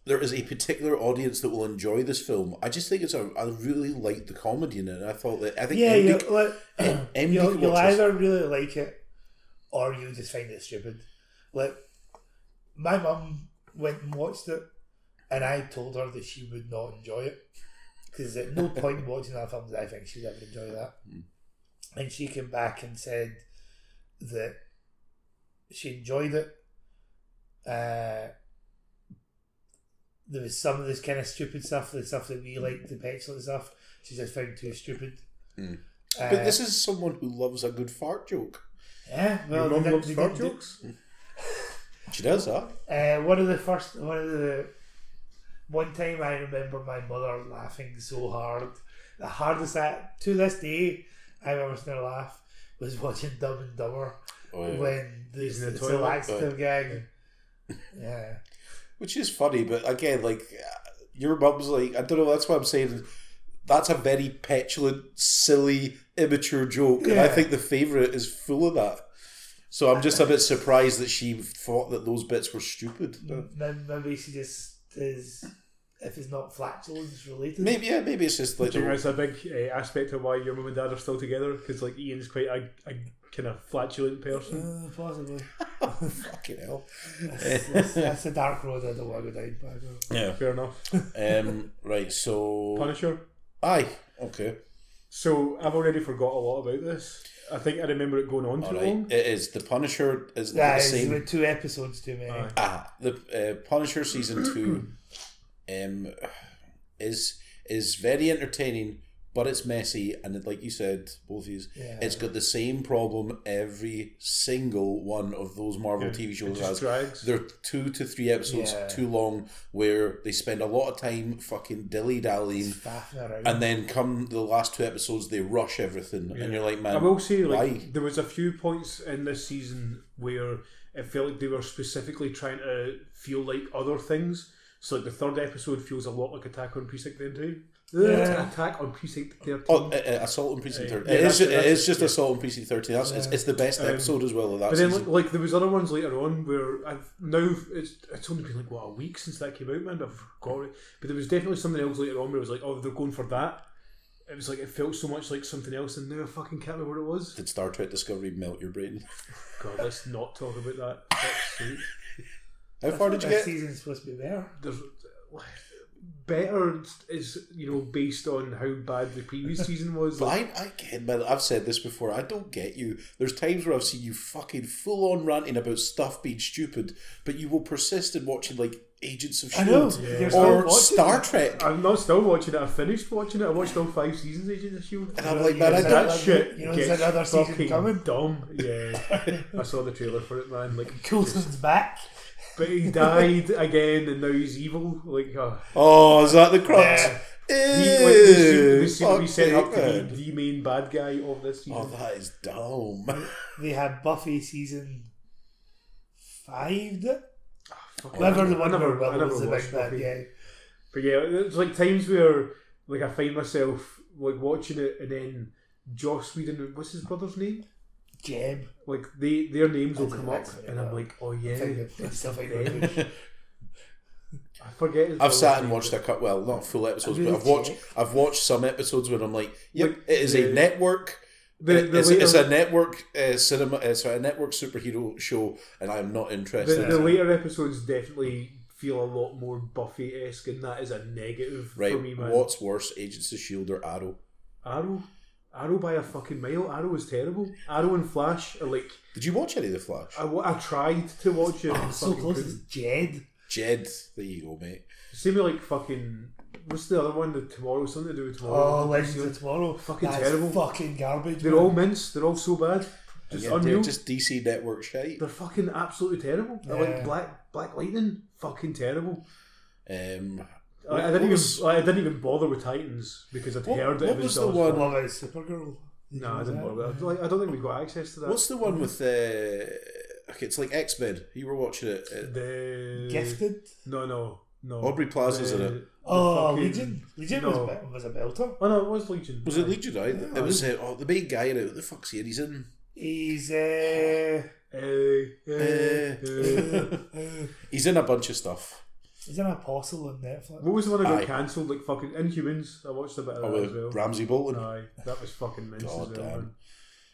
B: There is a particular audience that will enjoy this film. I just think it's a. I really like the comedy in it. And I thought that I think
C: Yeah,
B: Andy-
C: you like,
B: Em- Em
C: you'll,
B: Dick
C: you'll
B: watches-
C: either really like it or you just find it stupid. Like, my mum went and watched it, and I told her that she would not enjoy it because at no point in watching that film did I think she'd ever enjoy that. And she came back and said that she enjoyed it, uh, there was some of this kind of stupid stuff, the stuff that we like, the petulant stuff. She just found too stupid.
B: Mm.
C: Uh,
B: But this is someone who loves a good fart joke.
C: yeah,
A: Your
C: well, they
A: mum
C: did-
A: loves
C: they
A: fart
C: did-
A: jokes?
B: She does, huh?
C: Uh, one of the first, one of the, one time I remember my mother laughing so hard. The hardest I, to this day, I've ever seen her laugh was watching Dumb and Dumber
B: Oh, yeah.
C: when the,
A: He's in the
C: it's
A: toilet,
C: a laxative gag. Yeah.
B: Which is funny, but again, like uh, your mum's like I don't know. That's what I'm saying. That's a very petulant, silly, immature joke, and I
C: Yeah.
B: think the favorite is full of that. So I'm just a bit surprised that she thought that those bits were stupid.
C: M- Maybe she just is, if it's not flatulence related.
B: Maybe yeah, maybe it's just like
A: Do you think
B: the,
A: that's a big uh, aspect of why your mum and dad are still together? Because like Ian's quite a, a kind of flatulent person.
B: Mm.
C: Uh, possibly.
B: fucking hell.
C: That's, that's, that's a dark road I don't want to go down. But I will.
B: Yeah.
A: Fair enough.
B: Um. Right. So.
A: Punisher.
B: Aye. Okay.
A: So I've already forgot a lot about this. I think I remember it going on
B: All
A: too
B: right.
A: long.
B: It is the Punisher is
C: That
B: the
C: is
B: same.
C: with two episodes too many.
A: Aye.
B: Ah, the uh, Punisher season two, um, is is very entertaining, but it's messy, and it, like you said, both of you,
C: Yeah.
B: it's got the same problem every single one of those Marvel TV
A: It
B: shows
A: just
B: has.
A: drags.
B: They're two to three episodes
C: Yeah.
B: too long, where they spend a lot of time fucking dilly dallying,
C: Faffing around.
B: and then come the last two episodes, they rush everything, and you're like, man,
A: I will say, like,
B: why?
A: there was a few points in this season where it felt like they were specifically trying to feel like other things. So, like, the third episode feels a lot like Attack on Precinct 13.
C: Yeah.
A: Attack on Precinct 13.
B: Oh, uh, uh, Assault on Precinct
A: Uh,
B: 13.
A: yeah,
B: it, is,
A: that's-
B: it
A: that's-
B: is just
A: yeah. Um,
B: Assault on Precinct 13. That's, it's,
C: Yeah.
B: it's the best episode as well of that
A: but then,
B: season.
A: like, like, there was other ones later on where I've now it's it's only been like what a week since that came out, man. I've forgot it. But there was definitely something else later on where it was like, oh, they're going for that. It was like it felt so much like something else, and now I fucking can't remember what it was.
B: Did Star Trek Discovery melt your brain?
A: God, let's not talk about that. That's sweet.
B: How
C: I
B: far
C: thought
B: did you get?
C: this season's supposed to be better.
A: there's better is you know based on how bad the previous season was. Like,
B: I, I get, man, I've said this before. I don't get you. There's times where I've seen you fucking full on ranting about stuff being stupid, but you will persist in watching like Agents of
C: I know.
B: Shield
C: Yeah. You're
B: E
C: still
B: or
A: watching
B: Star
A: it.
B: Trek.
A: I'm not still watching it. I finished watching it. I watched all five seasons. of Agents of Shield.
B: And I'm
C: know,
B: like,
C: you
B: man, I
C: guys-
B: don't.
A: That shit
C: You know, there's
A: gets
C: another season
A: fucking
C: coming.
A: dumb. Yeah, I saw the trailer for it, man. Like,
C: Coulson's back.
A: but he died again, and now he's evil. Like, oh.
B: Oh, is that the crux?
C: Yeah.
A: he, like they seem, they
B: Ew,
A: seem to be
B: fuck
A: set up to
B: man.
A: be the main bad guy of this season.
B: Oh, that is dumb.
C: They had Buffy season five.
A: Fuck,
C: Whatever
A: I
C: the one
A: never-
C: where
A: I
C: Will
A: never
C: was the
A: watched
C: big bad
A: Buffy.
C: guy.
A: But yeah, it's like times where like I find myself like watching it, and then Joss Whedon, what's his brother's name?
C: Jeb.
A: Like they their names will
C: That's
A: come
C: an
A: up,
C: excellent
A: and I'm
C: one.
A: like, oh yeah,
C: Yeah. Stuff like that.
A: I forget. his
B: I've
A: brother's
B: sat and
A: name.
B: watched a couple. Well, not full episodes,
C: I
B: but
C: really
B: I've watched.
C: check.
B: I've watched some episodes where I'm like, "Yep,
A: Like,
B: it is
A: the-
B: a network.
A: the-
B: it-
A: the
B: it's, it's
A: later-
B: a network uh, cinema. Uh, sorry, a network superhero show, and I'm not
A: The,
B: interested."
A: the later episodes definitely feel a lot more Buffy esque, and that is a negative
B: right?
A: for me, man.
B: What's worse, Agents of Shield E or Arrow?
A: Arrow, Arrow by a fucking mile. Arrow is terrible. Arrow and Flash are like
B: Did you watch any of the Flash?
A: I, wa- I tried to watch it. and
C: Oh, so
A: fucking
C: close.
A: couldn't.
C: It's Jed.
B: Jed, there you go, mate.
A: Same with like fucking what's the other one? The tomorrow something to do with tomorrow.
C: Oh, Legends of Tomorrow.
A: Fucking
C: That's
A: terrible.
C: Fucking garbage.
A: They're
C: man.
A: all mints. They're all so bad. Just
B: Yeah,
A: unreal.
B: they're
A: They're,
B: just DC network shite.
A: fucking absolutely terrible. I
C: Yeah.
A: Like Black Black Lightning, fucking terrible.
B: Um,
A: I, I
B: what
A: didn't even
B: was-
A: I didn't even bother with Titans because I'd
B: What-
A: heard that
B: what
A: it
B: was
A: was,
B: the
A: dog
B: one-
A: shit.
C: Love it, Supergirl.
A: No, I didn't bother. With it. Like, I don't think we got access to that.
B: what's the one with the? okay, it's like X Men. You were watching it. Uh,
A: the
C: Gifted.
A: No, no, no.
B: Aubrey Plaza's in
A: The-
B: it.
A: the
C: Oh,
A: fucking-
C: Legion. Legion was,
A: no.
C: a bit- was a belter.
A: Oh no, it was Legion.
B: was it Legion? I,
A: Yeah,
B: it was uh, oh, the main guy in it. What the fuck's he in? He's in.
C: He's uh,
A: Uh, uh, uh.
B: He's in a bunch of stuff.
C: he's an apostle on Netflix.
A: What was the one that
B: Aye.
A: got cancelled? Like fucking Inhumans. I watched a bit of
B: Oh,
A: that
B: with
A: as well. Uh,
B: Ramsey Bolton.
A: Aye, that was fucking mince as well.
B: God damn.
A: man.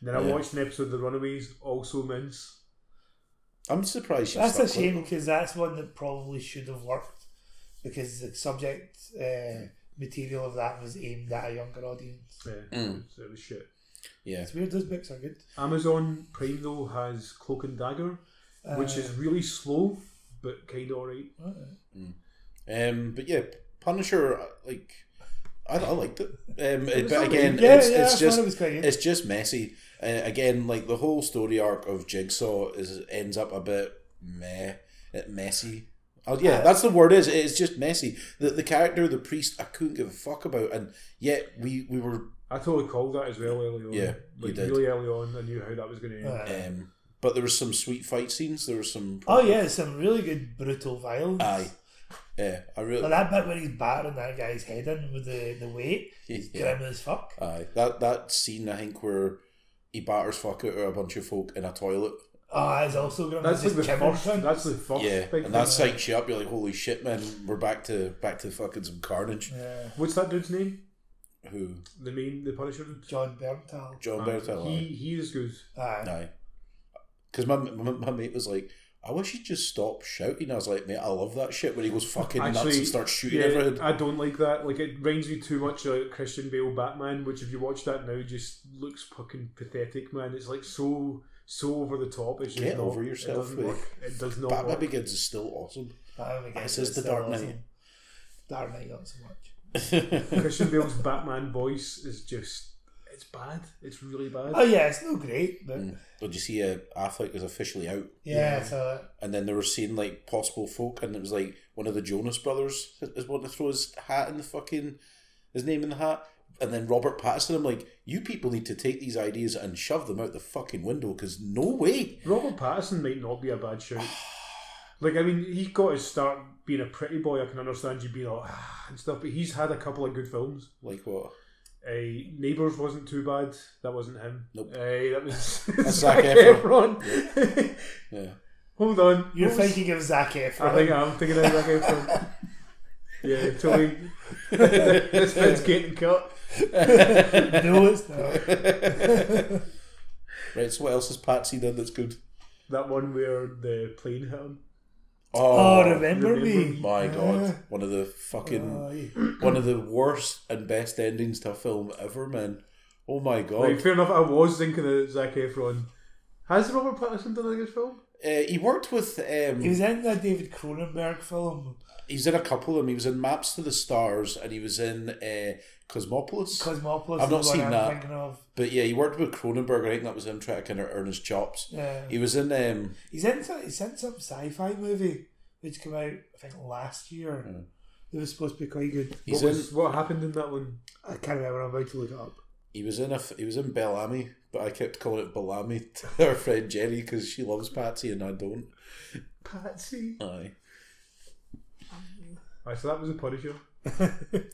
A: Then I
B: Yeah.
A: watched an episode of The Runaways, also mince.
B: I'm surprised. you
C: That's a
B: stuck with
C: shame because that's one that probably should have worked because the subject uh, material of that was aimed at a younger audience.
A: Yeah,
B: Mm.
A: so it was shit.
B: it. Yeah.
C: It's weird, those books are good.
A: Amazon Prime though has Cloak and Dagger, which
C: Uh,
A: is really slow but kind of alright.
C: alright.
B: Um, but yeah, Punisher, uh, like I, I liked it. Um,
C: It was
B: but
C: not
B: again,
C: bad. yeah,
B: it's,
C: yeah, I
B: it's
C: thought
B: just
C: it was quite good.
B: it's just messy. Uh, again, like the whole story arc of Jigsaw is ends up a bit meh, it messy. Oh yeah, that's the word. Is it's just messy. The the character, the priest, I couldn't give a fuck about, and yet we we were
A: I totally called that as well early on.
B: Yeah, you
A: like,
B: did.
A: really early on, I knew how that was going to end.
C: Uh,
B: Um, but there was some sweet fight scenes. There was some.
C: oh yeah, some really good brutal violence.
B: Aye. Yeah, I
C: Like
B: really.
C: that bit where he's battering that guy's head in with the, the weight,
B: Yeah.
C: grim as fuck.
B: Aye. That that scene, I think, where he batters fuck out of a bunch of folk in a toilet.
C: Oh, it's also grim.
A: That's like
C: That's
A: the
C: just Kim
A: first.
C: Orton.
A: That's the first.
B: Yeah,
A: big
B: and that
A: thing.
B: psychs you up. You're like, holy shit, man, we're back to back to fucking some carnage.
C: Yeah.
A: What's that dude's name?
B: Who
A: The main, the Punisher. dude?
C: John Berntal.
B: John Bertel?
A: He
B: Aye.
A: he is good.
C: Aye.
B: Aye. Because my, my my mate was like. I wish he'd just stop shouting. I was like, mate, I love that shit when he goes fucking nuts
A: Actually,
B: and starts shooting
A: Yeah,
B: everything.
A: I don't like that. Like it reminds me too much of Christian Bale Batman, which if you watch that now, just looks fucking pathetic, man. It's like so so over the top. It's just
B: Get
A: not-
B: over yourself
A: It doesn't
B: with-
A: work. It does not
B: Batman
A: work.
B: Begins is still awesome.
C: That one again,
B: This is
C: it's
B: the
C: still
B: Dark Knight.
C: awesome. Dark Knight, not so much.
A: Christian Bale's Batman voice is just it's bad. It's really bad.
C: Oh yeah, it's not great, but
B: Did Mm. you see uh, Affleck was officially out?
C: yeah, uh, so
B: and then they were seeing like possible folk, and it was like one of the Jonas brothers is wanting to throw his hat in the fucking his name in the hat, and then Robert Pattinson. I'm like, you people need to take these ideas and shove them out the fucking window because no way.
A: Robert Pattinson might not be a bad shout. like, I mean, he got his start being a pretty boy. I can understand you being like, ah, and stuff, but he's had a couple of good films.
B: Like what?
A: Uh, Neighbours wasn't too bad. That wasn't him.
B: Nope.
A: Eh, that was
B: That's
A: Zac
B: Zac Efron.
A: Efron.
B: Yeah,
A: Hold on.
C: you're
A: What was-
C: thinking of Zac Efron.
A: I think I'm thinking of Zac Efron. yeah, totally. this bit's getting cut.
C: no, it's not.
B: right. So what else has Patsy done that's good?
A: That one where the plane hit him.
C: Oh, remember,
A: remember
C: me?
A: me.
B: my
C: Yeah. Oh,
B: god! One of the fucking
C: Aye.
B: one of the worst and best endings to a film ever, man. Oh my
A: Right,
B: god!
A: fair enough. I was thinking of Zac Efron. Has Robert Pattinson done a good film?
B: Uh, he worked with um,
C: He was in that David Cronenberg film,
B: He's in a couple of them. He was in Maps to the Stars and he was in uh, Cosmopolis.
C: Cosmopolis.
B: I've not
C: is the one
B: seen
C: I'm
B: that.
C: Thinking of.
B: but yeah, he worked with Cronenberg. I think that was him trying to kind of earn his chops.
C: Yeah.
B: He was in. Um,
C: He's in some, he's in some sci-fi movie which came out I think last year.
B: Hmm.
C: It was supposed to be quite good.
B: he's
A: what,
B: in.
A: was, what happened in that one?
C: I can't remember. I'm about to look it up.
B: He was in. A, f- he was in Bellamy, but I kept calling it Bellamy to our friend Jenny because she loves Patsy and I don't.
C: Patsy.
B: Aye,
A: Right, so that was the Punisher.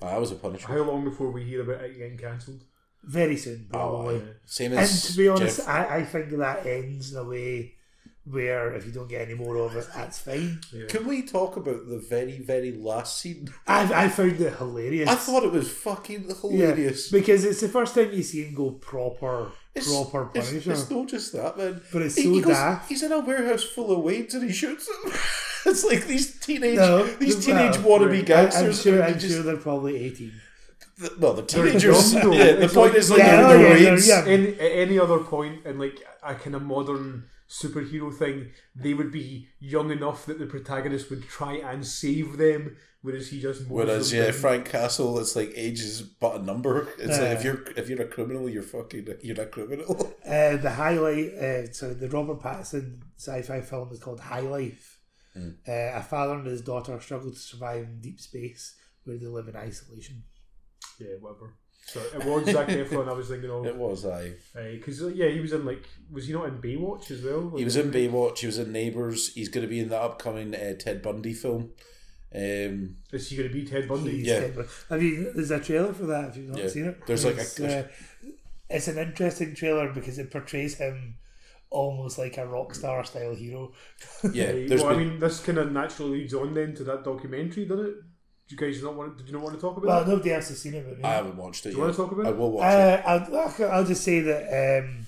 B: I was a Punisher.
A: How long before we hear about it getting cancelled?
C: Very soon,
B: Oh,
C: probably.
B: aye. Same
C: and
B: as
C: to be honest,
B: Jeff-
C: I, I think that ends in a way where if you don't get any more of it, that's fine.
B: can we talk about the very very last scene?
C: I I found it hilarious.
B: I thought it was fucking
C: Yeah,
B: hilarious.
C: because it's the first time you see him go proper, proper
B: it's-
C: Punisher.
B: It's, not just that, man.
C: But it's
B: He-
C: so
B: he goes-
C: daft.
B: He's in a warehouse full of Wades and he shoots them. it's like these teenage,
C: No,
B: these
C: no,
B: teenage wannabe
A: right.
C: I,
B: gangsters.
C: am sure.
B: and they
C: I'm
B: just-
C: sure they're probably eighteen.
B: th- well, the
A: young,
B: teenagers.
A: though.
B: yeah, the
A: It's
B: point
A: like-
B: is like
C: Yeah,
B: they're
C: oh, yeah, they're
B: Wades.
C: young.
A: Any, at any other point in like a kind of modern superhero thing, they would be young enough that the protagonist would try and save them, whereas he just mows
B: Whereas
A: them
B: yeah,
A: down.
B: Frank Castle, it's like age is but a number. It's like if
C: Yeah.
B: you're if you're a criminal, you're fucking you're a criminal.
C: Uh, the highlight. Uh, so the Robert Pattinson sci-fi film is called High Life.
B: Hmm.
C: Uh, a father and his daughter struggle to survive in deep space where they live in isolation.
A: yeah, whatever. So it was Zac Efron I was thinking
B: it
A: of
B: was I.
A: because yeah, he was in like was he not in Baywatch as well?
B: He
A: Like,
B: was in Baywatch. He was in Neighbours. He's going to be in the upcoming uh, Ted Bundy film. Um,
A: Is he going to be Ted Bundy?
C: He's
B: Yeah.
C: dead. I mean, there's a trailer for that if you've not
B: Yeah.
C: seen it.
B: There's like a-
C: it's, uh, it's an interesting trailer because it portrays him almost like a rock star style hero.
B: yeah,
A: Uh,
B: there's
A: well, I
B: been-
A: mean, this kind of naturally leads on then to that documentary, doesn't it? Do you guys not want? Did you not want to talk about?
C: Well,
A: that?
C: nobody else has seen it but me.
B: I haven't watched it.
A: you wanna
B: yet.
A: talk about
B: I
A: it?
B: will watch it.
C: Uh, I'll, I'll just say that. Um,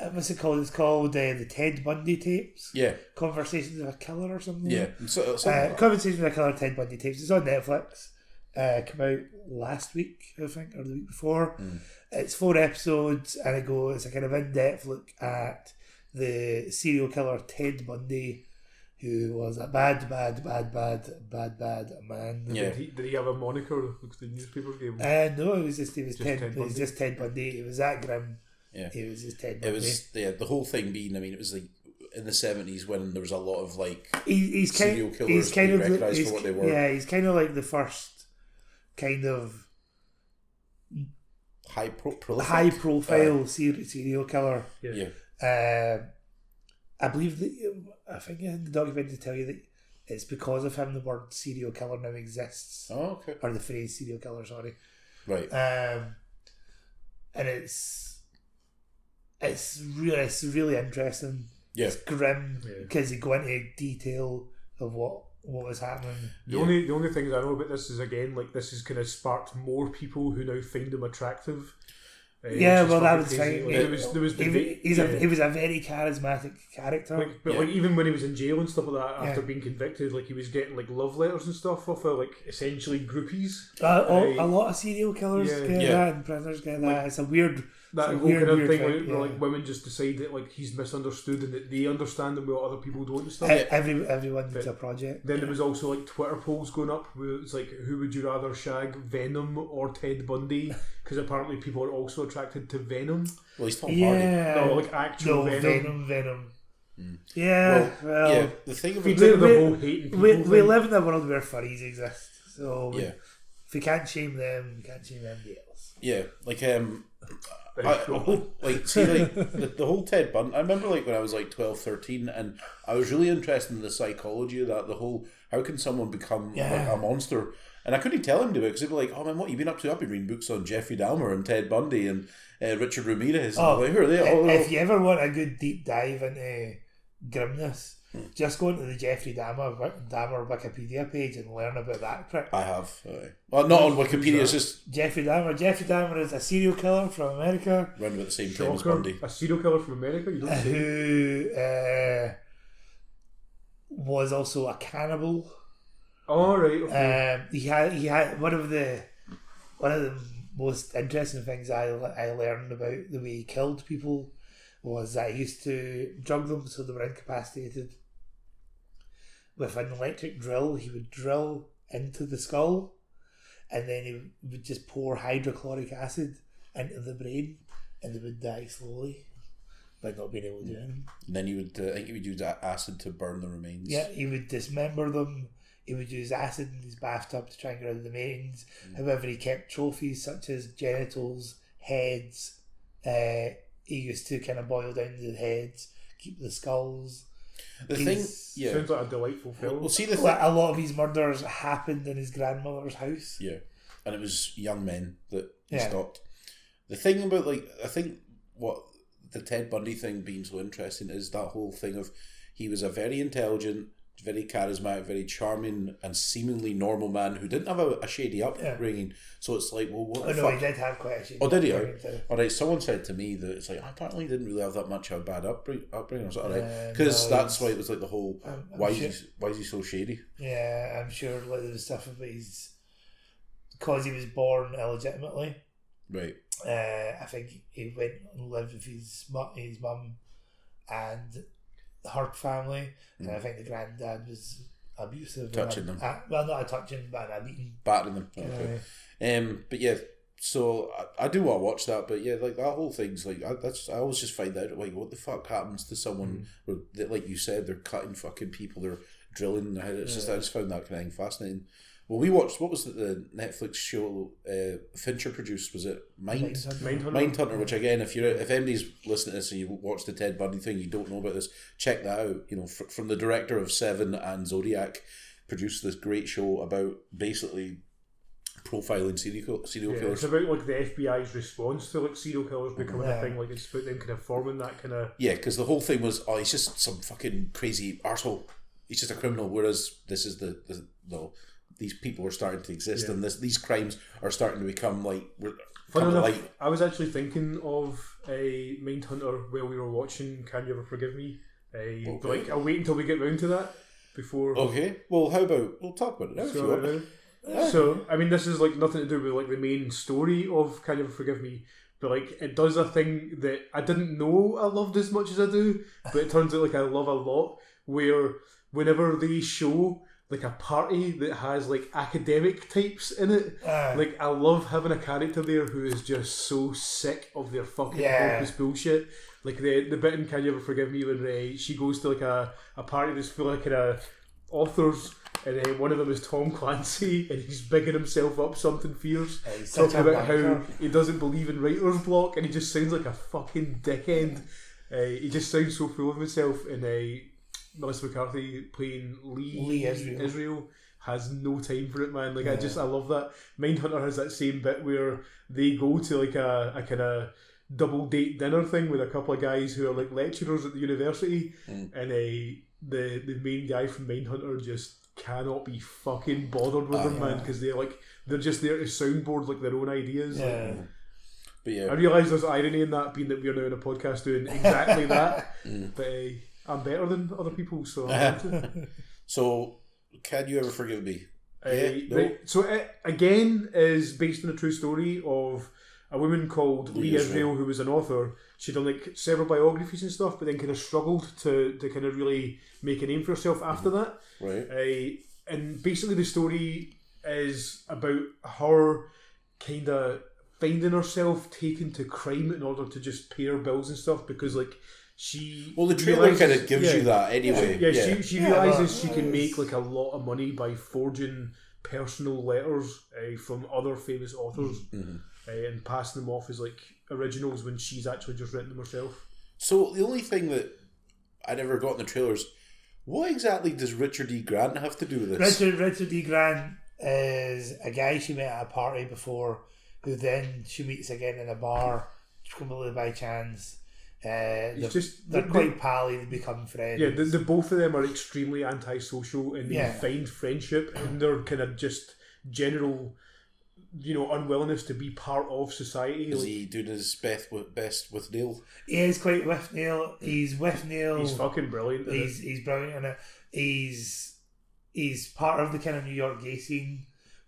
C: uh, what's it called? It's called uh, the Ted Bundy tapes.
B: Yeah,
C: Conversations with a Killer or something.
B: yeah. So, so
C: Uh, Conversations with a Killer Ted Bundy tapes. It's on Netflix. Uh, come out last week, I think, or the week before.
B: Hmm.
C: It's four episodes, and it goes. It's a kind of in-depth look at the serial killer Ted Bundy who was a bad, bad, bad, bad, bad, bad man.
B: Yeah.
A: Did, he, did he have a moniker? Because the newspapers gave him.
C: Uh, no, it was just he was
A: Just
C: Ted.
A: Ted
C: It was
A: Bundy.
C: just Ted Bundy. It was that grim.
B: Yeah.
C: It was just Ted
B: It
C: Bundy.
B: was yeah, the whole thing being. I mean, it was like in the seventies when there was a lot of like
C: he, he's
B: serial
C: kind.
B: killers
C: He's kind
B: being
C: of. the-
B: recognised for
C: he's-
B: what they were.
C: Yeah, he's kind of like the first kind of
B: high pro- prolific,
C: high profile serial, serial killer.
A: Yeah.
B: yeah,
C: Um I believe that I think in the documentary they tell you that it's because of him the word serial killer now exists,
B: oh okay,
C: or the phrase serial killer. Sorry,
B: right,
C: um, and it's it's really it's really interesting.
B: yeah,
C: It's grim
A: Yeah.
C: because you go into detail of what what was happening.
A: The
B: Yeah.
A: only the only things I know about this is again like this has kind of sparked more people who now find him attractive. Uh,
C: Yeah,
A: which is
C: well, that
A: fucking
C: was
A: crazy.
C: fine.
A: Like,
B: Yeah.
A: there was there was
C: He,
A: debate-
C: he's
A: yeah.
C: a, he was a very charismatic character.
A: Like, but
B: Yeah.
A: like even when he was in jail and stuff like that, after
C: Yeah.
A: being convicted, like he was getting like love letters and stuff off of like essentially groupies.
C: Uh,
A: Right.
C: all, a lot of serial killers
A: Yeah.
C: get
B: Yeah.
C: that, and prisoners get that. it's a weird,
A: That
C: it's a
A: whole
C: weird,
A: kind of
C: weird
A: thing
C: thing,
A: where, where,
C: yeah.
A: like women just decide that like he's misunderstood and that they understand him where other people don't and stuff.
C: E- Every everyone needs
A: But
C: a project.
A: Then there was also like Twitter polls going up where it's like, who would you rather shag, Venom or Ted Bundy? Because apparently people are also attracted to Venom.
B: well, he's Tom Hardy.
C: yeah,
A: No, like actual
C: no
A: Venom.
C: venom, venom. Yeah, well,
B: Mm. yeah, the thing about
A: If you take
C: We-
A: the whole hating people
C: we, we
A: thing-
C: live in a world where furries exist, so we-
B: yeah,
C: if we can't shame them, we can't shame anybody else.
B: yeah, like um,
A: Very
B: I,
A: cool.
B: I hope- like see like the, the whole Ted Bundy I remember like when I was like 12 13 and I was really interested in the psychology of that the whole how can someone become
C: Yeah.
B: like, a monster and I couldn't tell him to it because he'd be like oh man what you been up to I've been reading books on Jeffrey Dahmer and Ted Bundy and uh, Richard Ramirez and
C: Oh,
B: I'm like, who are they oh,
C: If-
B: no.
C: if you ever want a good deep dive into grimness,
B: Hmm.
C: just go into the Jeffrey Dahmer Dahmer Wikipedia page and learn about that prick.
B: I have uh, well not on Wikipedia it's just
C: Jeffrey Dahmer. Jeffrey Dahmer is a serial killer from America
B: around about the same time as
A: Shocker,
B: Bundy
A: a serial killer from America. You don't say.
C: who uh, was also a cannibal.
A: All right,
B: Uh,
A: okay.
C: Um, he had he had one of the one of the most interesting things I I learned about the way he killed people was that he used to drug them so they were incapacitated. With an electric drill, he would drill into the skull, and then he would just pour hydrochloric acid into the brain, and they would die slowly by not being able to do anything.
B: and then you would uh, I think you would use a- acid to burn the remains
C: Yeah, he would dismember them. He would use acid in his bathtub to try and get rid of the remains.
B: Mm.
C: However, he kept trophies such as genitals, heads. Uh, he used to kind of boil down the heads, keep the skulls.
B: the thing
C: He's-
B: yeah
A: Sounds like a delightful film.
B: well see the thing
C: Like, a lot of his murders happened in his grandmother's house.
B: Yeah, and it was young men that he
C: Yeah.
B: stopped. The thing about like I think what the Ted Bundy thing being so interesting is that whole thing of he was a very intelligent, very charismatic, very charming, and seemingly normal man who didn't have a, a shady upbringing. So it's like, well, what
C: Oh
B: the
C: no,
B: fuck?
C: he did have quite a shit.
B: Oh, did he?
C: upbringing,
B: All right. Someone said to me that it's like I apparently didn't really have that much of a bad upbringing. upbringing. I was like, all right,
C: Uh,
B: because
C: no, Oh,
B: that's
C: he's-
B: why it was like the whole
C: I'm- I'm
B: why
C: sure-
B: is he, why is he so shady?
C: so- Yeah, I'm sure like there was stuff about his because he was born illegitimately.
B: Right.
C: uh, I think he went and lived with his mu- his mum and her family, and I think the granddad was abusive, and
B: Mm. Touching
C: a-
B: them.
C: a- well, not a touching, but uh, a beating.
B: Battering them.
C: you know.
B: Okay. Um, but yeah, so I, I do want to watch that. But yeah, like that whole thing's like I, that's I always just find out like what the fuck happens to someone where that like you said they're cutting fucking people, they're drilling. And how it's just I just found that kind of thing fascinating. Well, we watched what was the, the Netflix show uh, Fincher produced? Was it Mind?
C: Mindhunter.
A: Mindhunter.
B: Mindhunter, which again, if you're if anybody's listening to this and you watch the Ted Bundy thing, you don't know about this. Check that out. You know, fr- from the director of Seven and Zodiac, produced this great show about basically profiling serial kill- serial
A: Yeah, it's
B: killers.
A: about like the FBI's response to like serial killers becoming a
C: Yeah.
A: thing. Like it's about them kind of forming that kind of
B: Yeah, because the whole thing was, oh, he's just some fucking crazy arsehole. He's just a criminal. Whereas this is the the, the these people are starting to exist,
A: Yeah.
B: and this these crimes are starting to become like we're
A: Fun
B: come to
A: enough,
B: light.
A: I was actually thinking of a Mindhunter while we were watching Can You Ever Forgive Me? Uh, but, Like, I'll wait until we get round to that before.
B: Okay, well, how about we'll talk about it now Oh, if you want.
A: So, uh, so, I mean, this is like nothing to do with like the main story of Can You Ever Forgive Me? But like, it does a thing that I didn't know I loved as much as I do, but it turns out like I love a lot. Where whenever they show like a party that has like academic types in it,
C: Aye.
A: like I love having a character there who is just so sick of their fucking
C: Yeah.
A: hopeless bullshit. Like the the bit in Can You Ever Forgive Me when uh, she goes to like a, a party that's full of kind of authors and uh, one of them is Tom Clancy and he's bigging himself up something fierce.
C: Yeah, he's such
A: talking
C: a
A: about how
C: wanker.
A: he doesn't believe in writer's block and he just sounds like a fucking dickhead. Uh, he just sounds so full of himself and uh, Melissa McCarthy playing Lee,
C: Lee Israel.
A: has no time for it, man. Like I just I love that. Mindhunter has that same bit where they go to like a, a kind of double date dinner thing with a couple of guys who are like lecturers at the university,
C: Hmm.
A: and uh, the the main guy from Mindhunter just cannot be fucking bothered with
B: Oh,
A: them, man, because they're like they're just there to soundboard like their own ideas. Like,
B: Mm.
C: Yeah.
B: But
A: I
B: yeah,
A: realise there's irony in that, being that we're now in a podcast doing exactly that.
B: Mm.
A: But uh, I'm better than other people, so. I'm to.
B: so can you ever forgive me?
A: Uh,
B: Yeah, no.
A: right, So it again is based on a true story of a woman called Lee
B: Lee Israel.
A: Israel who was an author. She'd done like several biographies and stuff, but then kind of struggled to to kind of really make a name for herself after that.
B: Right.
A: Uh, and basically, the story is about her kind of finding herself taken to crime in order to just pay her bills and stuff because, like, she.
B: Well, the trailer
A: realises-
B: kind of gives
A: yeah.
B: you that anyway.
A: Yeah, she, she
C: Yeah,
A: realizes
C: but-
A: she can make like a lot of money by forging personal letters uh, from other famous authors
B: Mm-hmm.
A: uh, and passing them off as like originals when she's actually just written them herself.
B: So the only thing that I never got in the trailers, what exactly does Richard E. Grant have to do with this?
C: Richard Richard E. Grant is a guy she met at a party before, who then she meets again in a bar completely by chance. Uh,
A: It's
C: they're,
A: just-
C: they're
A: they-
C: quite pally. They become friends.
A: Yeah, the, the both of them are extremely antisocial and they
C: Yeah.
A: find friendship and their kind of just general, you know, unwillingness to be part of society.
B: Is
A: Like,
B: he doing his best with, best with Neil?
C: he is quite with Neil. He's with Neil.
A: he's fucking brilliant. in it.
C: he's he's brilliant in it. He's he's part of the kind of New York gay scene,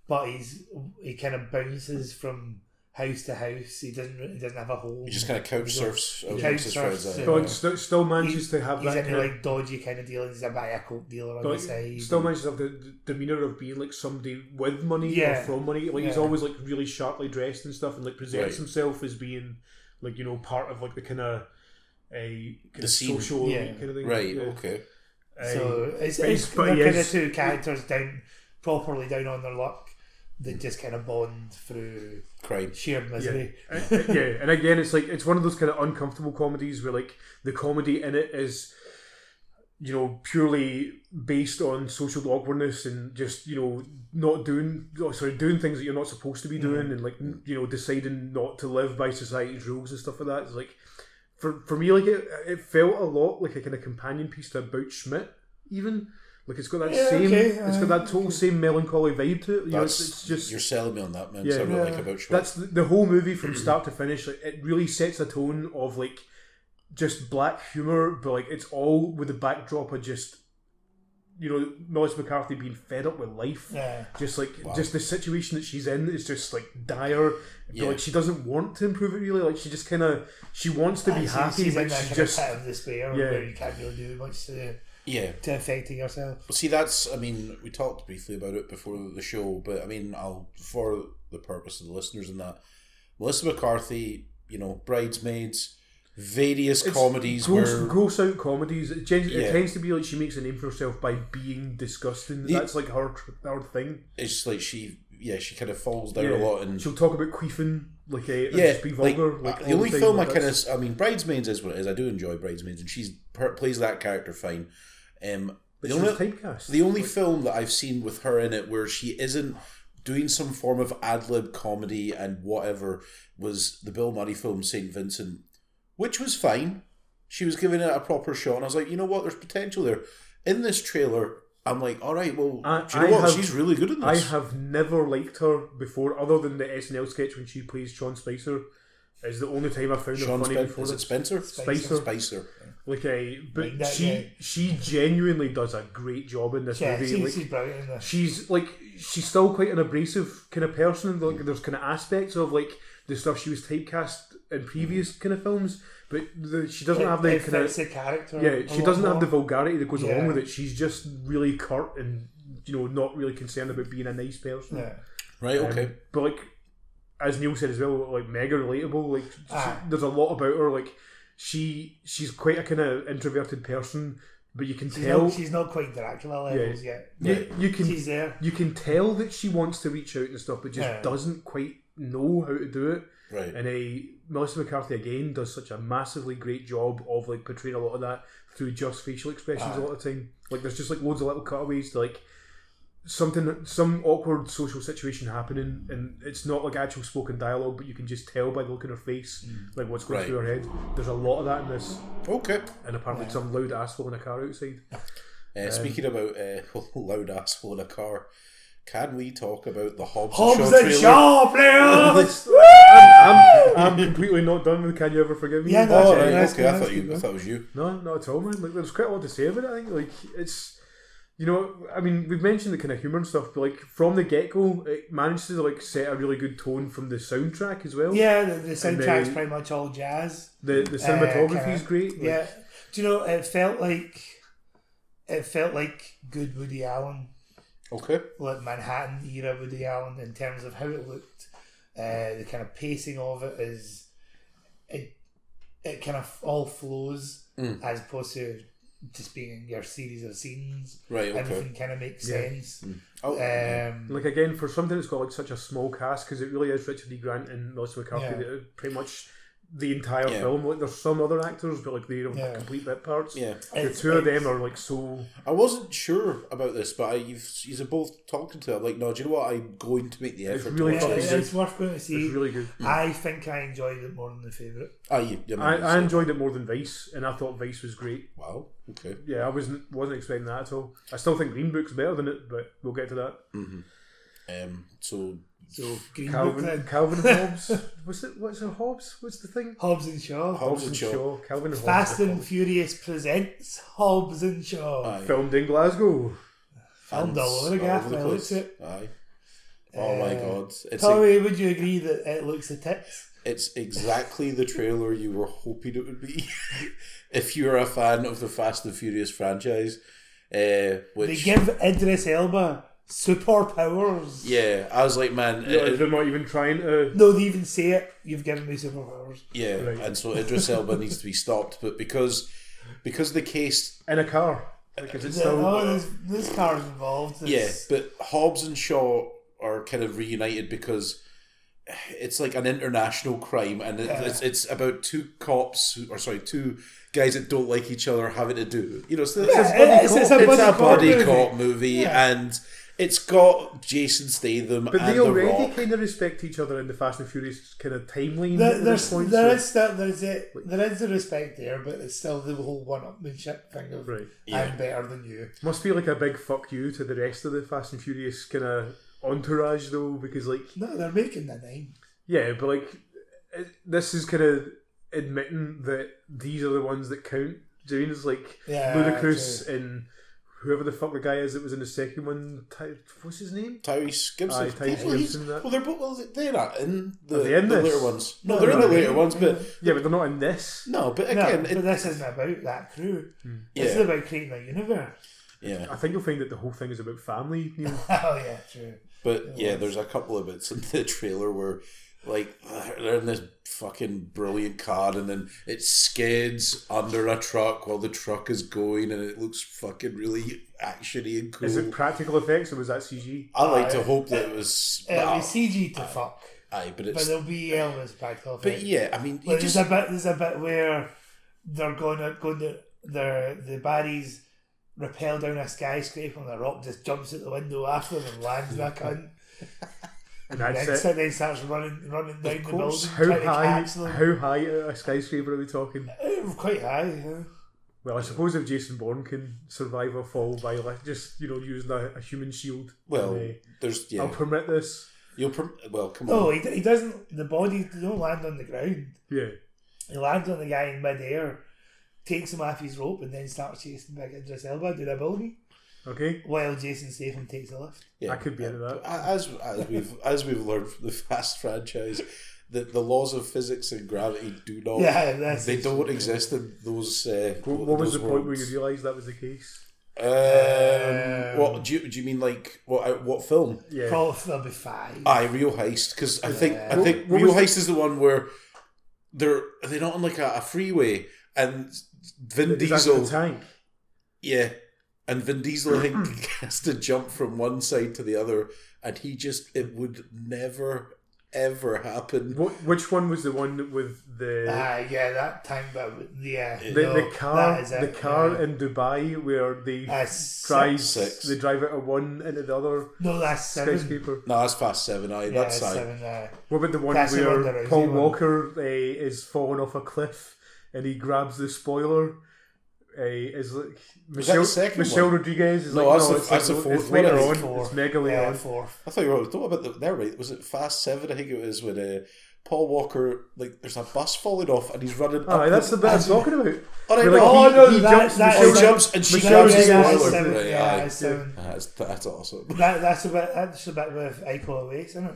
C: but he's he kind of bounces from house to house. He doesn't he doesn't have a home.
B: He just kind of couch surfs amongst his
C: surfs,
B: friends. eh?
C: yeah.
A: God, st- still
C: he's,
A: manages to have
C: he's
A: that
C: into
A: kind of
C: like dodgy kind of dealings. He's a bit of a coke dealer on
A: But
C: the side.
A: still manages to have the the demeanor of being like somebody with money
C: Yeah.
A: or from money. Like he's
C: Yeah.
A: always like really sharply dressed and stuff, and like presents
B: Right.
A: himself as being like you know part of like the kind of a
B: The scene.
A: social
C: Yeah.
A: elite kind of thing.
B: Right.
A: Yeah. Um,
B: Okay.
A: Aye.
C: so it's,
A: but
C: it's
A: he's- but
C: they're
A: he
C: kind of
A: is-
C: two characters down properly down on their luck that just kind of bond through
B: Crime.
C: sheer misery.
A: Uh, yeah, and again, it's like it's one of those kind of uncomfortable comedies where like the comedy in it is, you know, purely based on social awkwardness and just you know not doing, oh, sorry, doing things that you're not supposed to be
C: Mm-hmm.
A: doing and like n- you know deciding not to live by society's rules and stuff like that. It's like for for me, like it it felt a lot like a kind of companion piece to About Schmidt, even. Like it's got that
C: Yeah,
A: same,
C: okay,
A: it's got
C: aye,
A: that total same melancholy vibe to it. You know,
B: That's
A: it's, it's just
B: you're selling me on that man.
A: Yeah.
B: so I really
C: Yeah.
B: like about Schwartz.
A: that's the, the whole movie from start to finish. Like, it really sets the tone of like just black humor, but like it's all with the backdrop of just you know Melissa McCarthy being fed up with life.
C: Yeah.
A: Just like
B: Wow.
A: just the situation that she's in is just like dire.
B: Yeah.
A: But like she doesn't want to improve it really. Like she just kind of she wants to
C: Aye,
A: be
C: so
A: happy,
C: she's in
A: but
C: that
A: she
C: kind of
A: just
C: pit of despair
A: Yeah.
C: where you can't really do much to,
B: yeah.
C: to affecting yourself.
B: Well, see, that's, I mean, we talked briefly about it before the show, but I mean, I'll, for the purpose of the listeners and that, Melissa McCarthy, you know, Bridesmaids, various
A: It's
B: comedies
A: gross,
B: where.
A: gross out comedies. It, gen-
B: Yeah.
A: it tends to be like she makes a name for herself by being disgusting.
B: The-
A: That's like her tr- her thing.
B: it's just like she, yeah, she kind of falls down a
A: Yeah.
B: lot and.
A: She'll talk about queefing, like uh, and
B: yeah,
A: just be
B: like,
A: vulgar. Like,
B: uh,
A: all
B: the only
A: time,
B: film I
A: like,
B: kind
A: that's-
B: of, I mean, Bridesmaids is what it is. I do enjoy Bridesmaids, and she's per, plays that character fine. Um,
A: But she's
B: the only
A: typecast.
B: the only film that I've seen with her in it where she isn't doing some form of ad lib comedy and whatever was the Bill Murray film Saint Vincent, which was fine. She was giving it a proper shot, and I was like, you know what, there's potential there. In this trailer, I'm like, all right, well,
A: I-
B: do you know
A: I
B: what?
A: have-
B: She's really good in
A: I
B: this.
A: have never liked her before, other than the SNL sketch when she plays Sean Spicer. Is the only time I found
B: Sean
A: her funny
B: Spen-
A: before
B: is it
A: this.
B: Spencer?
A: Spicer.
B: Spicer.
A: Like, uh, but
C: Like that,
A: she
C: yeah.
A: she genuinely does a great job in this
C: Yeah,
A: movie.
C: she's,
A: like,
C: she's brilliant in this.
A: she's like she's still quite an abrasive kind of person. Like, there's kind of aspects of like the stuff she was typecast in previous kind of films, but the, she doesn't have the
C: it
A: kind
C: fits
A: of
C: the character.
A: yeah.
C: a
A: She
C: lot
A: doesn't have the
C: more.
A: vulgarity that goes
C: Yeah.
A: along with it. She's just really curt and you know not really concerned about being a nice person.
C: Yeah.
B: Right,
A: Um,
B: okay.
A: but like as Neil said as well, like mega relatable. Like she-
C: Ah.
A: there's a lot about her. Like she she's quite a kind of introverted person, but you can
C: She's,
A: tell
C: not, she's not quite Dracula levels yet.
A: you, you can
C: She's there.
A: you can tell that she wants to reach out and stuff, but just
C: Yeah.
A: doesn't quite know how to do it.
B: Right.
A: And a Melissa McCarthy again does such a massively great job of like portraying a lot of that through just facial expressions a lot of the time. Like there's just like loads of little cutaways to like something some awkward social situation happening and it's not like actual spoken dialogue but you can just tell by the look in her face
C: Mm.
A: like what's going
B: Right.
A: through her head. There's a lot of that in this
B: Okay.
A: and apparently some loud asshole in a car outside.
B: Uh,
A: um,
B: speaking about uh, loud asshole in a car, can we talk about the Hobbs,
C: Hobbs
B: and
C: and
B: Shaw?
C: Shaw, players!
A: I'm, I'm completely not done with Can You Ever Forgive Me? uh,
C: Yeah, no,
B: Oh,
C: That's
B: right,
C: it, that's
B: okay. I
C: good,
B: thought
C: that's
B: you.
C: good,
B: I thought it was you.
A: No, not at all, man. Like, there's quite a lot to say about it. I think, like, it's, you know, I mean, we've mentioned the kind of humour and stuff, but like from the get go, it managed to like set a really good tone from the soundtrack as well.
C: yeah, the, the soundtrack's
A: they-
C: pretty much all jazz.
A: The the
C: Uh,
A: cinematography is
C: kinda-
A: great. like,
C: Yeah. Do you know, it felt like. It felt like good Woody Allen
B: Okay.
C: like Manhattan era Woody Allen in terms of how it looked, uh, the kind of pacing of it is, it, it kind of all flows
B: Mm.
C: as opposed to just being in your series of scenes.
B: Right. Okay.
C: Everything kind of makes
A: Yeah.
C: sense.
B: Oh, yeah.
C: Um,
A: Like again, for something that's got like such a small cast, because it really is Richard E. Grant and Melissa McCarthy
C: Yeah.
A: that are pretty much the entire
B: Yeah.
A: film. Like there's some other actors, but like they are
C: Yeah.
A: complete bit parts.
B: yeah.
A: The
C: it's-
A: two of
C: it's-
A: them are like so.
B: I wasn't sure about this, but I, you've you've both talking to. It. I'm like, no, do you know what? I'm going to make the
A: It's
B: effort.
A: really
B: to watch
A: fucking
B: this.
C: it's,
A: good.
C: it's worth going to see.
A: It's really good.
C: I think I enjoyed it more than the favorite.
B: Ah, you, you
A: I,
B: mean,
A: I
B: so-
A: enjoyed it more than Vice, and I thought Vice was great.
B: Wow. Okay.
A: Yeah, I wasn't wasn't expecting that at all. I still think Green Book's better than it, but we'll get to that.
B: Um. So
C: So Green Book
A: Calvin
C: then.
A: Calvin and Hobbes. What's it? What's it? Hobbes? What's the thing?
C: Hobbs and Shaw.
B: Hobbs and Shaw.
A: Calvin and
C: Fast
A: Hobbes.
C: and Furious presents Hobbs and Shaw.
B: Aye.
A: Filmed in Glasgow.
C: Filmed all over the gaff when I looked at it.
B: Aye. Oh my
C: Uh,
B: god. It's
C: Tommy,
B: a,
C: would you agree that it looks the tits?
B: it's exactly the trailer you were hoping it would be. if you're a fan of the Fast and Furious franchise, uh,
C: They
B: which
C: give Idris Elba superpowers.
B: yeah, I was like, man, it-
A: Yeah, they're not even uh, trying to.
C: No, they even say it. You've given me superpowers.
B: yeah,
A: Right.
B: and so Idris Elba needs to be stopped, but because because the case,
A: In a car. Like, is it
C: Yeah,
A: still?
C: oh, this, this car's involved.
B: uh, yeah,
C: It's-
B: but Hobbs and Shaw are kind of reunited because. It's like an international crime, and it, it's it's about two cops, who, or sorry, two guys that don't like each other having to do. You know, so it's,
C: Yeah,
B: it's,
C: it is, it's a
B: it's a
C: buddy cop
B: buddy
C: movie.
B: cop movie, and it's got Jason Statham
A: But
B: and
A: they
B: The
A: already
B: Rock.
A: kind of respect each other in the Fast and Furious kind of timeline.
C: There,
A: at
C: there's,
A: this point,
C: there
A: so-
C: is still there's a, there is the respect there, but it's still the whole one-upmanship thing of
A: Right.
B: Yeah.
C: I'm better than you.
A: Must be like a big fuck you to the rest of the Fast and Furious kind of entourage, though, because like
C: No, they're making the name.
A: Yeah, but like it, this is kind of admitting that these are the ones that count. Do you mean it's like
C: Yeah,
A: Ludacris and whoever the fuck the guy is that was in the second one? Ty- what's his name?
B: Tyrese Gibson.
A: Aye, Tyrese
B: Well, he's-
A: Gibson, that.
B: Well, they're both. Well, they're not in the,
A: Are they in
B: the
A: this?
B: later ones. No,
C: No,
B: they're in the
C: no,
B: later
C: no.
B: ones, but
A: Yeah, but they're not in this.
B: no. But
C: No,
B: again,
C: but
B: it, Hmm.
C: this isn't about that crew. This
B: Yeah.
C: is about creating a universe.
B: yeah.
A: I think you'll find that the whole thing is about family. Neil.
C: oh yeah, true.
B: But yeah, there's a couple of bits in the trailer where, like, they're in this fucking brilliant car, and then it skids under a truck while the truck is going, and it looks fucking really actiony and cool.
A: is it practical effects or was that CG?
B: I like to hope that it was.
C: It'll be
B: well,
C: CG to fuck,
B: aye, but
C: but
B: it's.
C: there'll be Elvis back off.
B: But yeah, I mean, you
C: Well,
B: just
C: there's a bit. There's a bit where they're going out, going to their the baddies rappel down a skyscraper and the rock just jumps out the window after them and lands back on.
A: And
C: And
A: that's it.
C: then, then starts running, running down the
B: course.
C: building,
A: How
C: trying
A: high?
C: to catch them.
A: How high at a skyscraper are we talking?
C: Uh, Quite high. Yeah.
A: Well, I suppose if Jason Bourne can survive a fall by like, just you know using a, a human shield,
B: well,
A: then, eh,
B: there's
A: I'll Oh,
B: yeah.
A: permit this.
B: You'll prom- well, come on.
C: No, he, d- he doesn't. The body they don't land on the ground.
A: Yeah.
C: He lands on the guy in midair, takes him off his rope, and then starts chasing back Idris Elba down a building
A: Okay.
C: while Jason Statham takes a lift.
B: Yeah,
A: I could be into that.
B: As as we've as we've learned from the Fast franchise, the, the laws of physics and gravity do not.
C: yeah, that's
B: They don't exist in those. Uh,
A: What, what was
B: those
A: the point where you
B: worlds.
A: realised that was the case?
B: Um, what do you, do you mean? Like what? uh, What film?
A: Yeah.
C: Call of There'll be five.
B: Aye, Real Heist. Because I think I
A: What-
B: think
A: what
B: Real
A: was the-
B: Heist is the one where they're are they not on like a, a freeway and Vin
A: Is that
B: Diesel.
A: the tank?
B: Yeah. And Vin Diesel I think, has to jump from one side to the other, and he just it would never ever happen.
A: What, which one was the one with the
C: Ah, yeah, that time, but yeah,
A: the,
C: no,
A: the car
C: that is it,
A: the car
C: yeah. Uh,
A: in Dubai where they
C: That's
A: drive
B: Six.
A: they drive out of one into the other
C: No, that's seven.
A: skyscraper?
B: No, that's past seven. I
C: Yeah,
B: that's side.
C: seven. Uh,
A: What about the one
C: That's the one that
A: where
C: I
A: Paul
C: see one.
A: Walker uh, is falling off a cliff and he grabs the spoiler? Uh, is like
B: that the
A: Michelle,
B: second
A: Michelle
B: one?
A: Rodriguez is
B: No,
A: like
B: that's
A: no,
B: the-
A: it's,
B: that's
A: like,
B: the
A: it's
B: fourth one,
A: later
B: I
A: on,
B: think.
A: it's mega later
C: yeah,
A: on.
C: four.
B: I thought you were talking about the, they're right. Was it fast seven? I think it was when uh, Paul Walker like there's a bus falling off and he's running.
A: Aye,
B: up
A: that's the bit I'm
B: as-
A: talking about.
B: All right,
A: Where, like,
B: no,
C: Oh,
A: he,
C: no,
A: he
C: that-
A: jumps,
C: that
B: she
A: Michelle,
C: is-
A: Rodriguez-
B: jumps and she
A: Michelle
B: grabs
A: Rodriguez
B: his
A: is
B: spoiler.
C: yeah,
A: spoiler.
C: seven.
B: Right,
C: yeah,
B: aye.
C: it's seven.
B: That's, that's awesome.
C: That, that's about that's about with April Away, isn't it?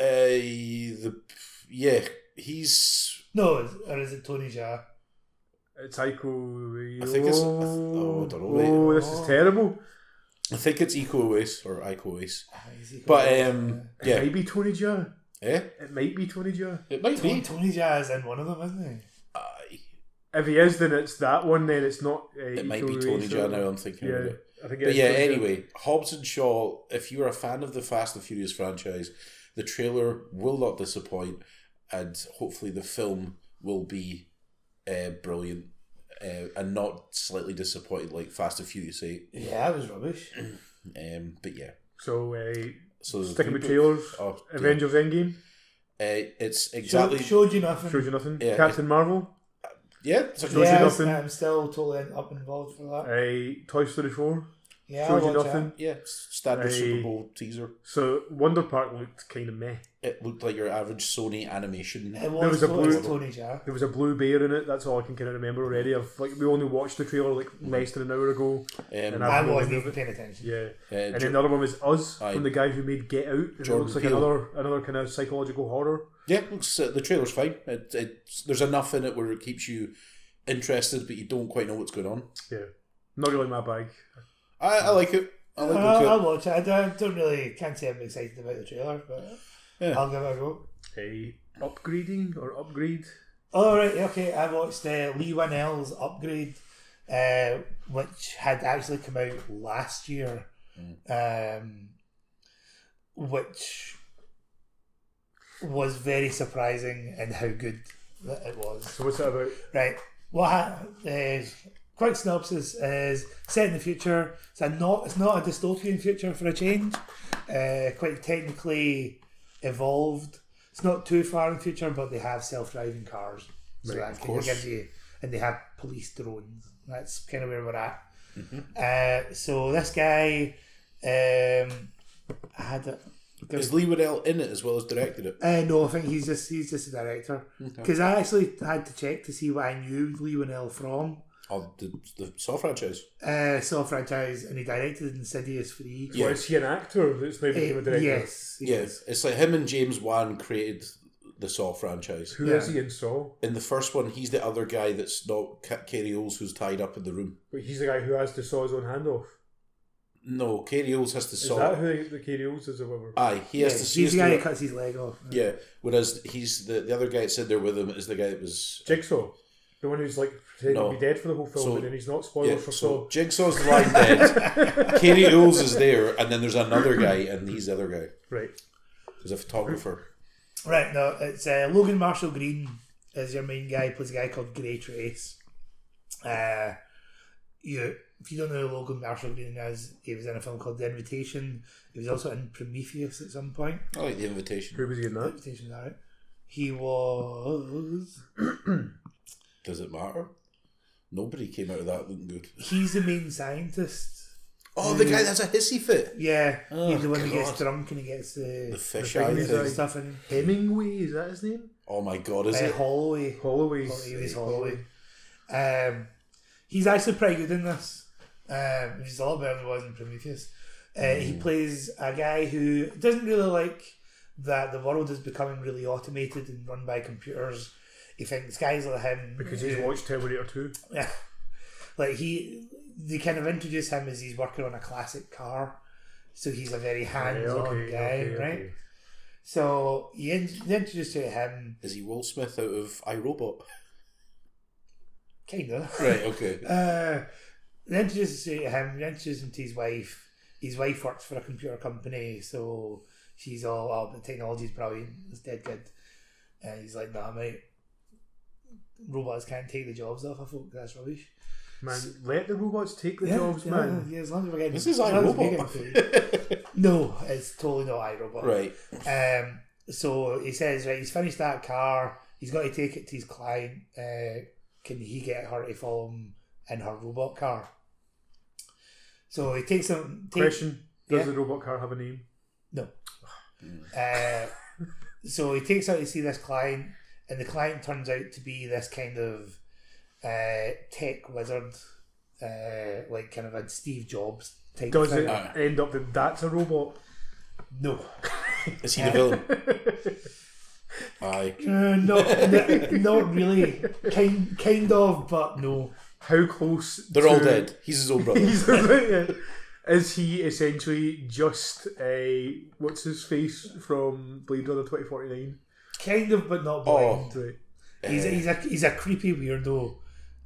B: Uh, the yeah, he's.
C: No, is- or is it Tony Jaa?
A: It's Ico.
B: I think it's- I th- oh, I don't know, mate.
A: Oh, this is terrible.
B: I think it's Eco Ace or Ico Ace,
C: Ah, is he
B: but
C: called?
B: um,
A: It
B: yeah,
A: might be Tony Jaa.
B: yeah,
A: It might be Tony Jaa.
B: it might
C: Tony,
B: be.
C: Tony Jaa is in one of them, isn't
B: Aye.
A: If he is, then it's that one. Then it's not. Uh,
B: It might
A: Eco
B: be Tony
A: Racer.
B: Jaa now. I'm thinking about
A: Yeah,
B: it.
A: I think. it
B: But
A: is
B: yeah,
A: Tony Jaa.
B: anyway, Hobbs and Shaw. If you are a fan of the Fast and Furious franchise, the trailer will not disappoint, and hopefully the film will be uh, brilliant uh, and not slightly disappointed like Fast and Furious Eight.
C: he? Yeah, it was rubbish.
B: Um, but yeah,
A: So uh,
B: so there's
A: sticking with
B: people-
A: trailers,
B: Oh, dear.
A: Avengers Endgame
B: Uh, it's
C: Show,
B: exactly
C: showed you nothing.
A: shows you nothing.
B: Yeah.
A: Captain Marvel,
B: yeah. It's like
A: Shows you
C: yeah,
A: nothing.
C: I'm still totally up involved for that.
A: uh, Toy Story Four
C: Yeah,
A: shows
C: I'll
A: you
C: watch
A: nothing.
C: that.
B: yeah, standard
A: Aye.
B: Super Bowl teaser.
A: So Wonder Park looked kind of meh.
B: It looked like your average Sony animation.
C: It was,
A: was a
C: totally
A: blue-
C: Tony Jaa.
A: There was a blue bear in it. That's all I can kind of remember already. I've like we only watched the trailer like less than an hour ago.
B: Um, eh,
A: And
B: uh,
A: I-
C: I
A: really
C: wasn't
A: love
C: even
A: it.
C: paying attention.
A: Yeah, and
B: Jo-
A: then the other one was Us
B: Aye.
A: from the guy who made Get Out. And it
B: Jordan
A: looks like
B: Peele.
A: another another kind of psychological horror.
B: yeah, looks uh, the trailer's fine. It, it's there's enough in it where it keeps you interested, but you don't quite know what's going on.
A: Yeah, not really my bag.
B: I, I like it. I like
C: I'll,
B: it.
C: I'll watch it. I don't, I don't really can't say I'm excited about the trailer, but
B: Yeah.
C: I'll give it a go.
A: A upgrading or upgrade.
C: All right, okay. I watched uh, Lee Winnell's Upgrade, uh, which had actually come out last year, um, which was very surprising in how good that it was.
A: So what's that about?
C: Right. What ha- uh, quick synopsis is set in the future. It's a not. It's not a dystopian future for a change. Uh, quite technically evolved. It's not too far in the future, but they have self-driving cars, so
A: Right,
C: that
A: of
C: kind
B: course.
C: of gives you. And they have police drones. That's kind of where we're at.
A: Mm-hmm.
C: Uh, so this guy um, had. A,
B: Is Lee Whannell in it as well as directed it?
C: uh, no, I think he's just he's just a director. Because I actually had to check to see what I knew Lee Winnell from.
B: Oh, the the Saw franchise.
C: Uh, Saw franchise, and he directed Insidious Three.
A: Well, is he an actor that's now became
C: Uh,
A: a director?
C: yes, he
B: Yeah,
C: is.
B: it's like him and James Wan created the Saw franchise.
A: Who is
C: Yeah.
A: he in Saw?
B: In the first one, he's the other guy that's not Ca- Cary Oles who's tied up in the room.
A: But he's the guy who has to saw his own hand off.
B: No, Cary Oles has to
A: Is
B: saw.
A: that who the Katie Olds is or whatever?
B: Aye, he has
C: Yeah,
B: to see.
C: he's the guy who cuts his leg off.
B: Yeah, whereas he's the the other guy that's in there with him is the guy that was.
A: Jigsaw. The one who's like pretending
B: No.
A: to be dead for the whole film
B: So-
A: and then he's not spoilers
B: Yeah,
A: for
B: so
A: Saw.
B: Jigsaw's lying dead. Cary Oles is there, and then there's another guy, and he's the other guy.
A: Right.
B: He's a photographer.
C: Right, no, it's uh, Logan Marshall Green is your main guy. Plays a guy called Grey Trace. Uh, you, if you don't know who Logan Marshall Green is, he was in a film called The Invitation. He was also in Prometheus at some point.
B: I like the invitation.
A: Who was he in that?
C: Invitation, all right. He was.
B: Does it matter? Nobody came out of that looking good.
C: He's the main scientist.
B: Oh, the guy that's a hissy fit.
C: Yeah, he's the one that
B: Oh, God.
C: gets drunk and he gets the,
B: The fish
A: The
B: eye
A: thing is
B: thing.
A: that-
C: stuff in.
A: Hemingway, is that his name?
B: Oh my god, is
C: Uh,
B: it?
C: Holloway.
A: Holloway.
C: Holloway, he's Holloway. Um, he's actually pretty good in this. Um, he's a
A: Mm.
C: lot better than he was in Prometheus. Uh, He plays a guy who doesn't really like that the world is becoming really automated and run by computers. He thinks guys like him
A: because
C: who-
A: he's watched Terminator 2.
C: yeah. Like he, they kind of introduce him as he's working on a classic car, so he's a very hands-on guy, right? So you in, they introduce you to him,
B: Is he Will Smith out of iRobot?
C: kind of.
B: Right, okay.
C: Uh, they introduce you to him. They introduce him to um, his wife. His wife works for a computer company, so she's all, "Oh, the technology's brilliant. It's dead good." And he's like, "Nah, mate, robots can't take the jobs off of folk. That's rubbish."
A: Man, let the robots take the jobs,
C: yeah,
A: man.
C: Yeah, as long as we're getting
B: This is
C: as long as we're getting food.
B: iRobot.
C: no, it's totally not iRobot.
B: right.
C: Um, so he says, right, he's finished that car. He's got to take it to his client. Uh, can he get her to follow him in her robot car? So he takes him. Takes,
A: Question Does
C: Yeah.
A: the robot car have a name?
C: no. Uh, so he takes her to see this client, and the client turns out to be this kind of uh, tech wizard, uh, like kind of a Steve Jobs type.
A: Does
C: thing.
A: it
B: Uh.
A: end up that that's a robot?
C: No.
B: Is he the villain? Aye.
C: Uh, not, not, not really. Kind, kind of, but no.
A: How close?
B: They're all
A: to-
B: dead. He's his own brother.
A: He's the- Is he essentially just a what's his face from Blade Runner twenty forty nine?
C: Kind of, but not
B: Oh.
C: blind.
A: Right.
C: He's, he's a he's a creepy weirdo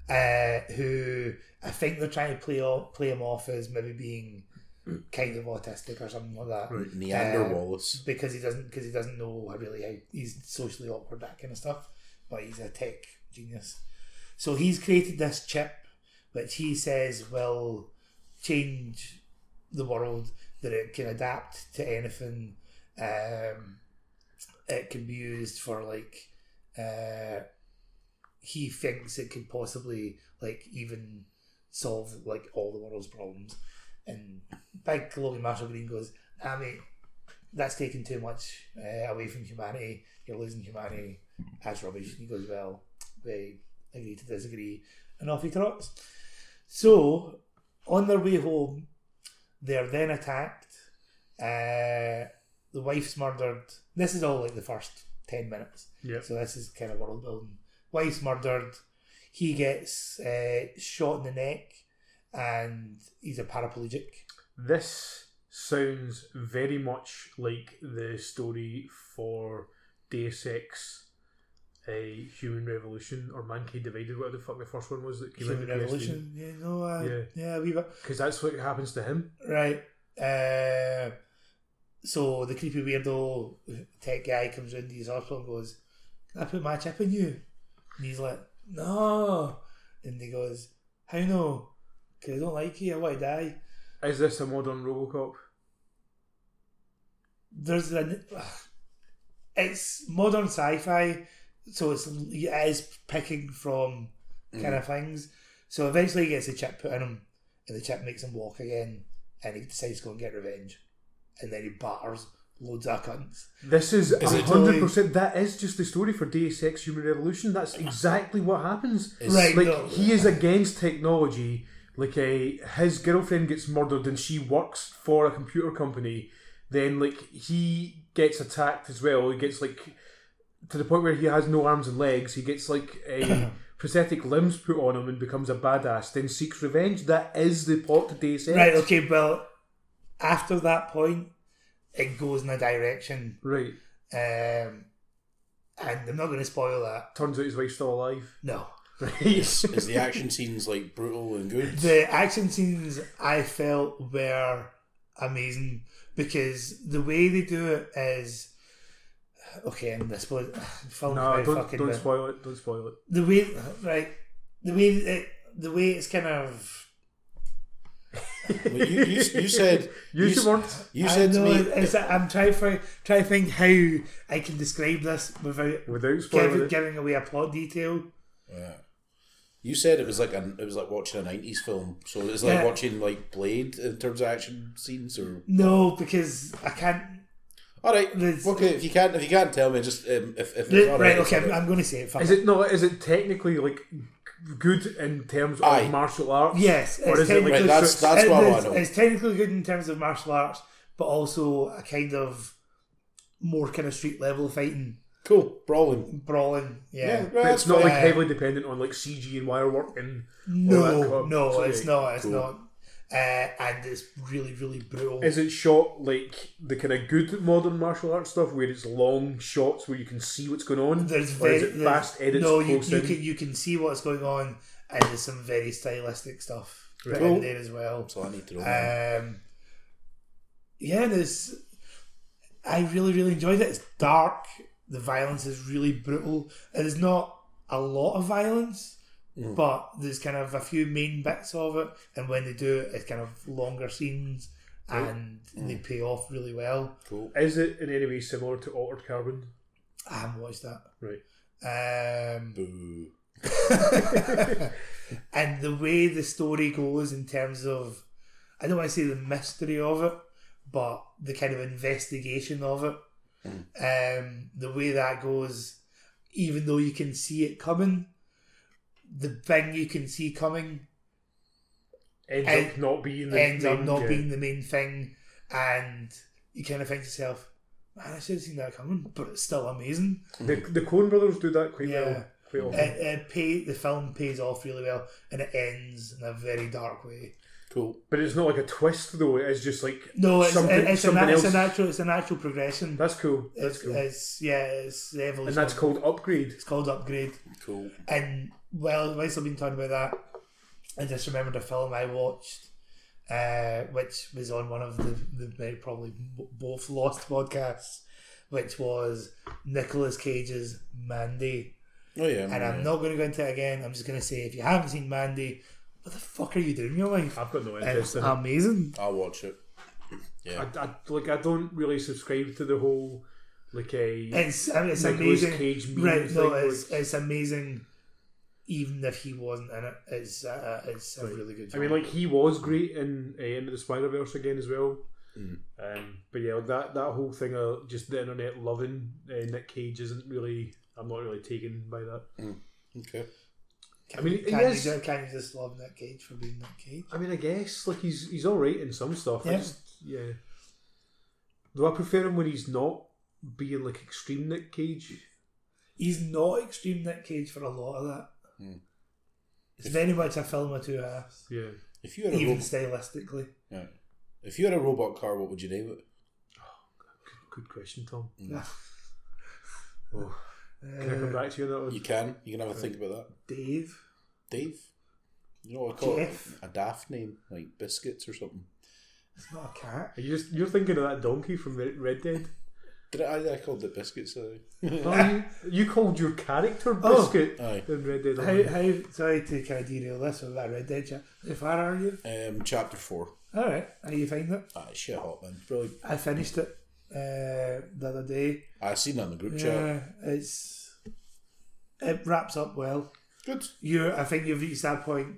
C: uh, who I think they're trying to play off, play him off as maybe being kind of autistic or something like that.
B: Neander
C: Um,
B: Wallace.
C: because he doesn't because he doesn't know how really how he's socially awkward that kind of stuff. But he's a tech genius, so he's created this chip, which he says will change the world. That it can adapt to anything. Um, it can be used for like. Uh, he thinks it could possibly like even solve like all the world's problems, and big glowy Marshall Green goes, "Ah mate, that's taking too much uh, away from humanity. You're losing humanity. That's rubbish. And he goes, well, they agree to disagree, and off he trots. So, on their way home, they're then attacked. Uh, the wife's murdered. This is all like the first ten minutes.
A: Yeah.
C: So this is kind of world building. Wife's murdered. He gets uh, shot in the neck, and he's a paraplegic.
A: This sounds very much like the story for Deus Ex, a Human Revolution or Mankind Divided, whatever the fuck the first one was that came
C: Human
A: out.
C: revolution. Yeah, no, uh, yeah,
A: Yeah.
C: yeah, we were
A: Because that's what happens to him.
C: Right. Uh, so the creepy weirdo tech guy comes round to his hospital and goes, Can I put my chip in you? And he's like, No. And he goes, How no? Because I don't like you. I want to die.
A: Is this a modern RoboCop?
C: There's an. It's modern sci fi, so it's, it is picking from kind of things. So eventually he gets the chip put in him, and the chip makes him walk again, and he decides to go and get revenge. And then he batters loads of cunts.
A: This is
B: Is it-
A: hundred percent. That is just the story for Deus Ex: Human Revolution. That's exactly what happens.
B: Is-
C: Right,
A: like
C: no.
A: he is against technology. Like a his girlfriend gets murdered and she works for a computer company. Then like he gets attacked as well. He gets like to the point where he has no arms and legs. He gets like a prosthetic limbs put on him and becomes a badass. Then seeks revenge. That is the plot to Deus Ex.
C: Right, okay, well, after that point, it goes in a direction.
A: Right.
C: Um, and I'm not going to spoil that.
A: Turns out his wife's still alive.
C: No.
A: Right.
B: Is the action scenes like brutal and good?
C: The action scenes I felt were amazing because the way they do it is. Okay, I'm this spoil. Film's
A: no,
C: very
A: don't
C: fucking
A: don't
C: bad.
A: spoil it. Don't spoil it.
C: the way right the way it, the way it's kind of
B: Well, you, you, you said
A: You
B: you,
A: should
B: s-
A: want.
B: you
C: I
B: said to
C: know
B: me
C: it's, that I'm trying for trying to think how I can describe this without
A: Without spoiling
C: giving,
A: it.
C: giving away a plot detail.
B: Yeah. You said it was like an it was like watching a nineties film. So it's like
C: Yeah.
B: watching like Blade in terms of action scenes or
C: No, because I can't.
B: Alright.
C: There's-
B: Okay, if you can't if you can't tell me just um, if, if it's
C: Right,
B: all
C: okay, I'm,
B: it's all
C: I'm going to say it. First.
A: Is it no? Is it technically like good in terms of
B: Aye.
A: martial arts?
C: Yes,
A: Or
C: it's
A: is it like
C: technically-
B: Right, that's-
A: so-
B: that's-
C: It-
B: what I
C: it's,
B: know.
C: it's technically good in terms of martial arts, but also a kind of more kind of street level fighting,
B: Cool. Brawling.
C: brawling.
B: Yeah,
C: Yeah.
A: But
B: that's
A: it's not like
C: fair.
A: heavily dependent on like CG and wire work and Oh, that
C: No,
A: club.
C: no,
A: Sorry.
C: it's not. It's
B: Cool.
C: not. Uh, and it's really, really brutal.
A: Is it shot like the kind of good modern martial arts stuff where it's long shots where you can see what's going on?
C: there's
A: or
C: very
A: is it
C: there's-
A: fast edits
C: No, you,
A: close
C: you
A: in?
C: can you can see what's going on, and there's some very stylistic stuff put
B: Cool.
C: in there as well.
B: So I need to know. that.
C: Um, yeah, there's. I really, really enjoyed it. It's dark. The violence is really brutal. And there's not a lot of violence,
B: Mm.
C: but there's kind of a few main bits of it. And when they do it, it's kind of longer scenes, and they pay off really well.
B: cool.
A: Is it in any way similar to Altered Carbon?
C: I haven't watched that.
A: Right.
C: Um,
B: Boo.
C: and the way the story goes in terms of I don't want to say the mystery of it, but the kind of investigation of it. Um, the way that goes, even though you can see it coming, the thing you can see coming
A: Ends
C: End-
A: up not being the
C: ends up
A: main-
C: not
A: yeah.
C: being the main thing, and you kind of think to yourself, "Man, I should have seen that coming," but it's still amazing.
A: The, the Coen brothers do that quite
C: Yeah. Uh,
A: well. Quite often.
C: It, it pay the film pays off really well, and it ends in a very dark way.
B: Cool.
A: But it's not like a twist though, it's just like
C: No, it's,
A: something,
C: it's, a,
A: something
C: na- it's
A: else.
C: a natural it's a natural progression.
A: that's cool. That's
C: It's, uh,
A: cool.
C: it's yeah, it's the evolution.
A: and that's called Upgrade.
C: it's called upgrade.
B: Cool.
C: And well, whilst I've been talking about that, I just remembered a film I watched, uh, which was on one of the, the very probably b- both lost podcasts, which was Nicolas Cage's Mandy.
B: Oh yeah.
C: And
A: Mm.
C: I'm not going to go into it again. I'm just going to say if you haven't seen Mandy, what the fuck are you doing in your life?
A: I've got no
C: It's um,
A: interest in it.
C: amazing.
B: I'll watch it.
A: I, I, like I don't really subscribe to the whole like a
C: It's I mean, it's
A: Nicolas
C: amazing.
A: Cage meme
C: right?
A: thing,
C: No,
A: like-
C: it's it's amazing. Even if he wasn't in it, it's uh, it's a really good.
A: I
C: Film.
A: mean, like he was great in uh, Into the Spider Verse again as well. Um, but yeah, like that that whole thing of just the internet loving uh, Nick Cage isn't really. I'm not really taken by that.
B: Okay.
A: I mean,
C: can
A: yes.
C: you, ju- can you just love Nick Cage for being Nick Cage?
A: I mean, I guess like he's he's all right in some stuff. I
C: Yeah.
A: just yeah. Though I prefer him when he's not being like extreme Nick Cage.
C: He's not extreme Nick Cage for a lot of that.
A: Hmm.
C: It's very much a film of two halves,
A: Yeah.
B: If you had a
C: even
B: ro-
C: stylistically.
B: yeah. if you had a robot car, what would you name it?
A: Good question, Tom.
C: Yeah.
A: Oh, can I come
C: Uh,
A: back to you on that
B: You
A: one?
B: can. You can have a think about that.
C: Dave,
B: Dave. You know what I call
C: Jeff.
B: it? A daft name, like biscuits or something.
C: it's not a cat.
A: Are you just you're thinking of that donkey from Red Red Dead?
B: Did I? I called it biscuits. uh, I think.
A: Oh, you, you called your character biscuit
B: Aye.
A: in Red Dead.
C: How,
A: Online.
C: how sorry to kind of derail this with that Red Dead chat. How far are you?
B: um, chapter four.
C: All right, how you find it?
B: Ah, it's shit hot man. Probably.
C: I finished it uh, the other day.
B: I seen that in the group chat.
C: Yeah, it's it wraps up well.
B: Good.
C: You, I think you've reached that point.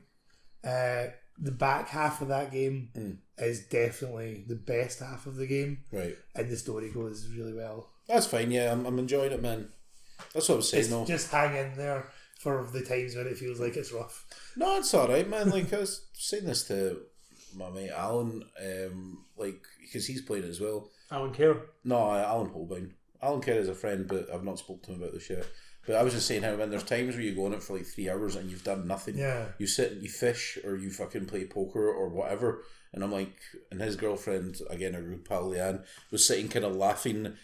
C: Uh, the back half of that game
B: Hmm.
C: is definitely the best half of the game,
B: Right.
C: and the story goes really well.
B: That's fine. Yeah, I'm, I'm enjoying it, man. That's what I was saying.
C: Just,
B: though.
C: just hang in there for the times when it feels like it's rough.
B: No, it's all right, man. Like I was saying this to my mate Alan, um, like because he's playing it as well.
A: Alan Kerr.
B: No, I- Alan Holbein. Alan Kerr is a friend, but I've not spoken to him about this yet. But I was just saying how when there's times where you go on it for like three hours and you've done nothing.
C: Yeah.
B: You sit and you fish or you fucking play poker or whatever. And I'm like, and his girlfriend, again, our good pal Leanne, was sitting kind of laughing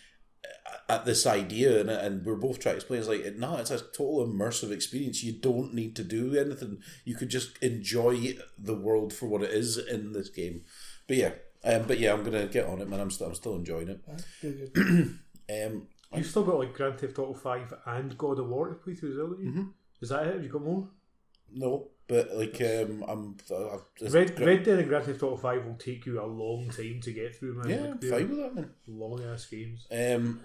B: at this idea and, and we're both trying to explain it's like it- no it's a total immersive experience you don't need to do anything you could just enjoy the world for what it is in this game but yeah um, but yeah I'm gonna get on it man I'm still I'm still enjoying it
C: Good, good.
B: um,
A: You've still got like Grand Theft Auto Five and God of War to play through as well. haven't you?
B: Mm-hmm.
A: Is that it? Have you got more?
B: no but like um, I'm I- I've, it's
A: Red
B: gr-
A: Red Dead and Grand Theft Auto Five will take you a long time to get through, man.
B: yeah I'm
A: Like, they're
B: fine with that man
A: Long ass games.
B: um,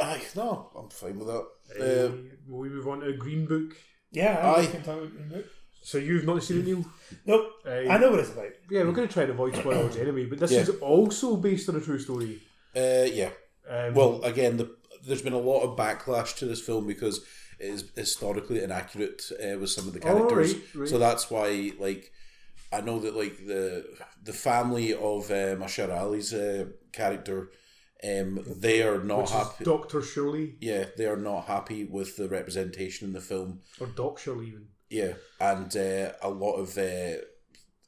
B: aye, no I'm fine with
A: Uh,
B: that
A: will we move on to Green Book?
C: Yeah,
B: Aye.
C: I can talk about Green Book.
A: So you've not seen it, Neil?
C: Nope,
A: Aye.
C: I know what it's about.
A: Yeah, we're going to try and avoid spoilers anyway. But this
B: Yeah.
A: is also based on a true story.
B: uh, uh, yeah
A: Um,
B: Well, again, the, there's been a lot of backlash to this film because it is historically inaccurate uh, with some of the
A: Oh,
B: characters.
A: right, right.
B: So that's why, like, I know that like the the family of uh, Mashar Ali's uh, character Um, they are not
A: Which
B: happy.
A: is Doctor Shirley
B: yeah, they are not happy with the representation in the film.
A: or Doc Shirley even.
B: Yeah, and uh, a lot of uh,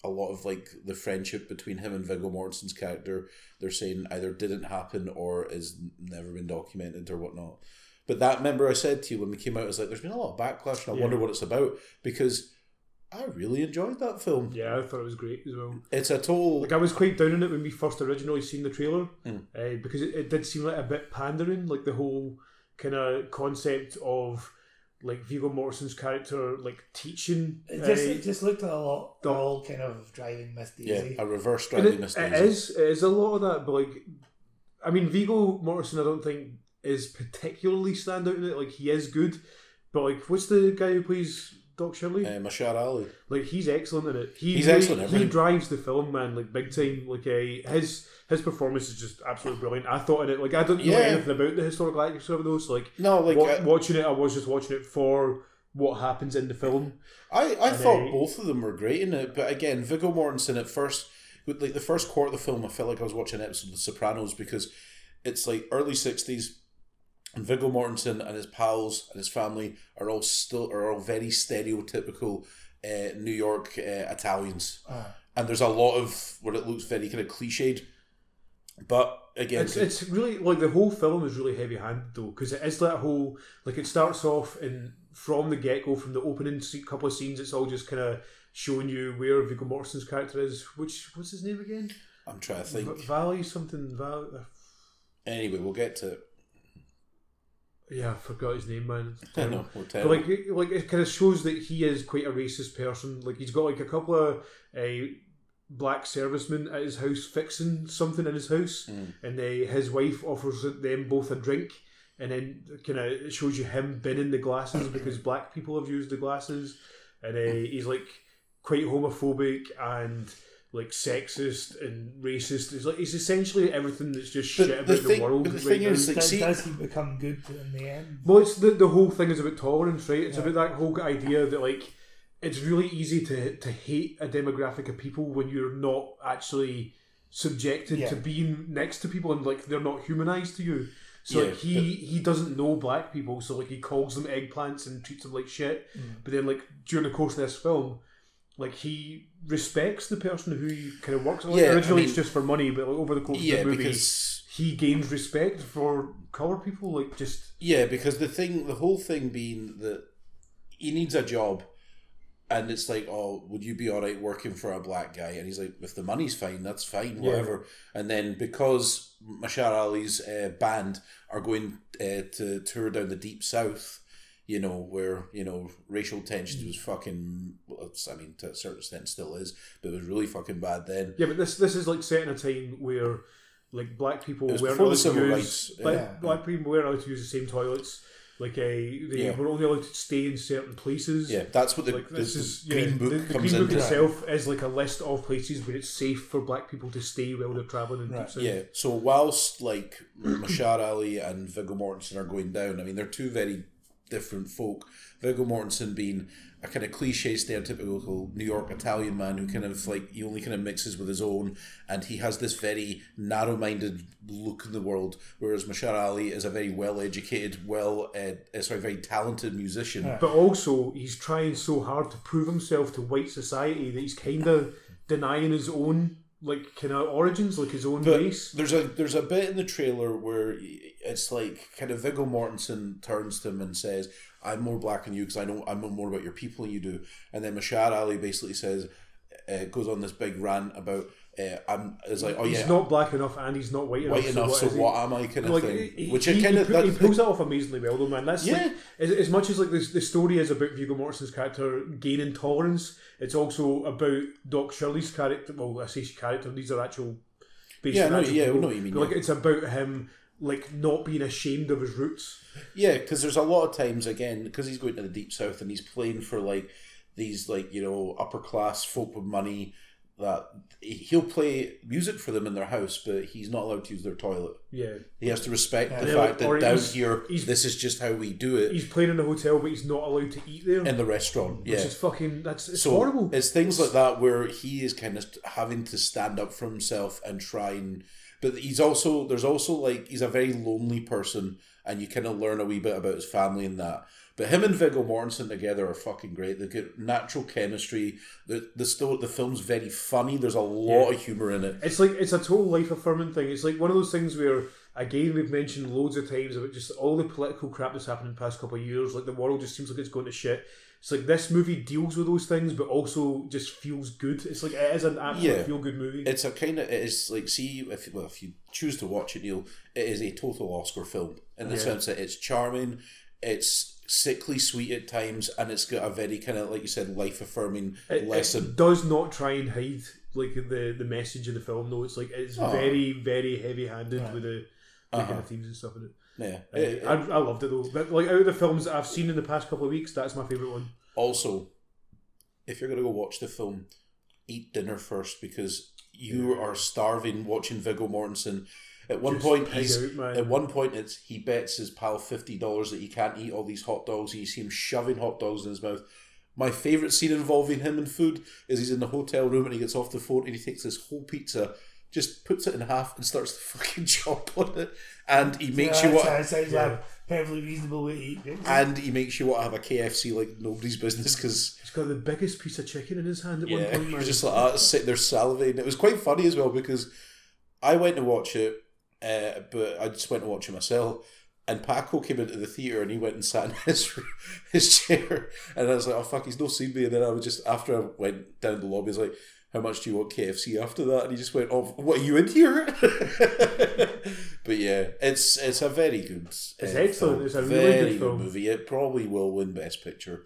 B: a lot of like the friendship between him and Viggo Mortensen's character, they're saying either didn't happen or is never been documented or whatnot. But that member I said to you when we came out is like, there's been a lot of backlash, and I
A: Yeah.
B: wonder what it's about because I really enjoyed that film.
A: Yeah, I thought it was great as well.
B: It's a total.
A: Like I was quite down on it when we first originally seen the trailer,
B: Mm.
A: uh, because it, it did seem like a bit pandering, like the whole kind of concept of like Viggo Mortensen's character like teaching.
C: It just,
A: uh,
C: it just looked a lot. They're
A: Don't-
C: all kind of driving Miss
B: yeah,
C: Daisy.
B: a reverse
A: and
B: Driving
A: it-
B: Miss
A: it
B: Daisy.
A: is, it is a lot of that, but like, I mean, Viggo Mortensen, I don't think is particularly standout in it. Like he is good, but like, what's the guy who plays Doc Shirley?
B: Uh, Mashar Ali.
A: Like he's excellent in it. He
B: He's
A: really-
B: excellent in
A: He
B: everything.
A: drives the film, man, like big time. Like uh, his his performance is just absolutely brilliant. I thought in it, like I don't know
B: Yeah.
A: anything about the historical accuracy of those. Like,
B: No, like uh,
A: wa-
B: I-
A: watching it, I was just watching it for what happens in the film.
B: I, I
A: And
B: thought
A: they-
B: both of them were great in it, but again, Viggo Mortensen at first, with like the first quarter of the film, I felt like I was watching an episode of The Sopranos because it's like early sixties, and Viggo Mortensen and his pals and his family are all still are all very stereotypical uh, New York uh, Italians,
C: Uh,
B: and there's a lot of where it looks very kind of cliched, but again,
A: It's it's really like the whole film is really heavy handed though, because it is that whole like it starts off and from the get go, from the opening se- couple of scenes, it's all just kind of showing you where Viggo Mortensen's character is. Which what's his name again?
B: I'm trying to
A: V-
B: think.
A: Valley something. uh, Valley.
B: Anyway, we'll get to. it.
A: Yeah, I forgot his name, man. It's
B: I
A: terrible.
B: know, we'll
A: But like, it- like it kind of shows that he is quite a racist person. Like he's got like a couple of uh, black servicemen at his house fixing something in his house,
B: Mm.
A: and uh, his wife offers them both a drink, and then kind of it shows you him binning the glasses because black people have used the glasses, and uh, he's like quite homophobic and. Like sexist and racist. He's like he's essentially everything that's just
B: But
A: shit about
B: the
A: the,
B: thing-
A: world.
B: but the
A: right
B: thing
A: now.
B: is, like,
C: does,
B: see-
C: does he become good in the end?
A: Well, it's the, the whole thing is about tolerance, right? It's
C: Yeah.
A: about that whole idea that like it's really easy to to hate a demographic of people when you're not actually subjected
C: Yeah.
A: to being next to people and like they're not humanized to you. So
B: Yeah,
A: like, he he doesn't know black people, so like he calls them eggplants and treats them like shit.
C: Hmm.
A: But then like during the course of this film, like he respects the person who he kind of works with. Like,
B: Yeah, I
A: originally
B: mean-
A: it's just for money, but like, over the course
B: yeah,
A: of the movie,
B: because
A: he gains respect for colored people. Like just
B: Yeah, because the thing, the whole thing being that he needs a job, and it's like, oh, would you be all right working for a black guy? And he's like, if the money's fine, that's fine,
A: Yeah.
B: whatever. And then because Mashar Ali's uh, band are going uh, to tour down the deep south, you know, where you know racial tension was fucking, well, it's, I mean, to a certain extent, still is, but it was really fucking bad then.
A: Yeah, but this this is like set in a time where like black people
B: It was
A: weren't
B: before the
A: allowed
B: civil
A: to
B: rights,
A: use black,
C: yeah.
A: black people weren't allowed to use the same toilets. Like uh, they
B: Yeah.
A: were only allowed to stay in certain places.
B: Yeah, that's what the,
A: Like
B: the-
A: this
B: the
A: is yeah,
B: Green Book
A: the, the
B: comes
A: Green Book
B: into.
A: itself is like a list of places where it's safe for black people to stay while they're traveling in
C: Right,
A: deep south.
B: Yeah. So whilst like Mashar Ali and Viggo Mortensen are going down, I mean they're two very different folk. Viggo Mortensen being a kind of cliche, stereotypical New York Italian man who kind of like he only kind of mixes with his own, and he has this very narrow-minded look in the world. Whereas Mashar Ali is a very well-educated, well uh, uh, sorry, very talented musician.
C: Yeah.
A: But also he's trying so hard to prove himself to white society that he's kinda denying his own like kind of origins, like his own
B: But
A: race.
B: There's a there's a bit in the trailer where it's like kind of Viggo Mortensen turns to him and says, "I'm more black than you because I know I know more about your people than you do." And then Mashar Ali basically says, uh, goes on this big rant about, uh, "I'm." It's like, "Oh
A: he's
B: yeah,
A: not black enough and he's not white enough.
B: white enough, so
A: is he?
B: what am I?" kind of
A: like
B: thing.
A: he,
B: Which
A: he,
B: it kind
A: he
B: of
A: pu- he pulls that off amazingly well though man that's
B: Yeah.
A: like, as, as much as like this, the story is about Viggo Mortensen's character gaining tolerance it's also about Doc Shirley's character well I say she's character these are actual based
B: Yeah,
A: on
B: no,
A: actual
B: yeah, I
A: people.
B: know what you mean,
A: But, like
B: yeah.
A: it's about him like not being ashamed of his roots
B: Yeah, because there's a lot of times again because he's going to the deep south and he's playing for like these like you know upper class folk with money that he'll play music for them in their house, but he's not allowed to use their toilet.
A: Yeah,
B: He has to respect the
A: Yeah,
B: fact
A: or
B: that down
A: he's-
B: here,
A: he's-
B: this is just how we do it
A: he's playing in a hotel, but he's not allowed to eat there,
B: in the restaurant.
A: which
B: Yeah.
A: is fucking that's it's
B: So
A: horrible.
B: it's things like that where he is kind of having to stand up for himself and try and. But he's also there's also like he's a very lonely person, and you kind of learn a wee bit about his family and that. But him and Viggo Mortensen together are fucking great. They get natural chemistry. The the sto- the film's very funny. There's a lot of humor in it.
A: It's like it's a total life affirming thing. It's like one of those things where again we've mentioned loads of times about just all the political crap that's happened in the past couple of years. Like the world just seems like it's going to shit. It's like this movie deals with those things, but also just feels good. It's like it is an actual
B: Yeah.
A: feel good movie.
B: It's a kind of it is like see if well, if you choose to watch it, Neil, it is a total Oscar film in the
A: Yeah.
B: sense that it's charming, it's sickly sweet at times, and it's got a very kind of like you said life affirming
A: It-
B: lesson.
A: it does not try and hide like the the message of the film though. It's like it's
B: Oh.
A: very very heavy handed with the. the
B: Uh-huh.
A: kind of themes and stuff in it.
B: yeah.
A: Uh,
B: It-
A: I, I loved it though. But like out of the films that I've seen in the past couple of weeks, that's my favourite one.
B: also, if you're gonna go watch the film, eat dinner first because you are starving watching Viggo Mortensen. At one
A: Just
B: point,
A: pig
B: he's
A: out, man.
B: At one point, it's he bets his pal fifty dollars that he can't eat all these hot dogs. You see him shoving hot dogs in his mouth. My favorite scene involving him and food is he's in the hotel room and he gets off the phone and he takes this whole pizza, just puts it in half and starts to fucking chop on it, and he makes you
C: That
B: want
C: sounds
A: Yeah.
C: like a perfectly reasonable way to eat it.
B: and he makes you want to have a KFC like nobody's business because
A: He's got the biggest piece of chicken in his hand at one
B: yeah,
A: point.
B: you
A: Man.
B: just like ah, sit there salivating. It was quite funny as well because I went to watch it, uh, but I just went to watch it myself. And Paco came into the theater and he went and sat in his his chair, and I was like, "Oh fuck, he's not seen me." And then I was just after I went down the lobby, I was like, "How much do you want KFC after that?" And he just went, "Oh, what are you in here?" but yeah, it's it's a very good. It's
A: excellent. It's a really
B: very
A: good film.
B: movie. It probably will win Best Picture.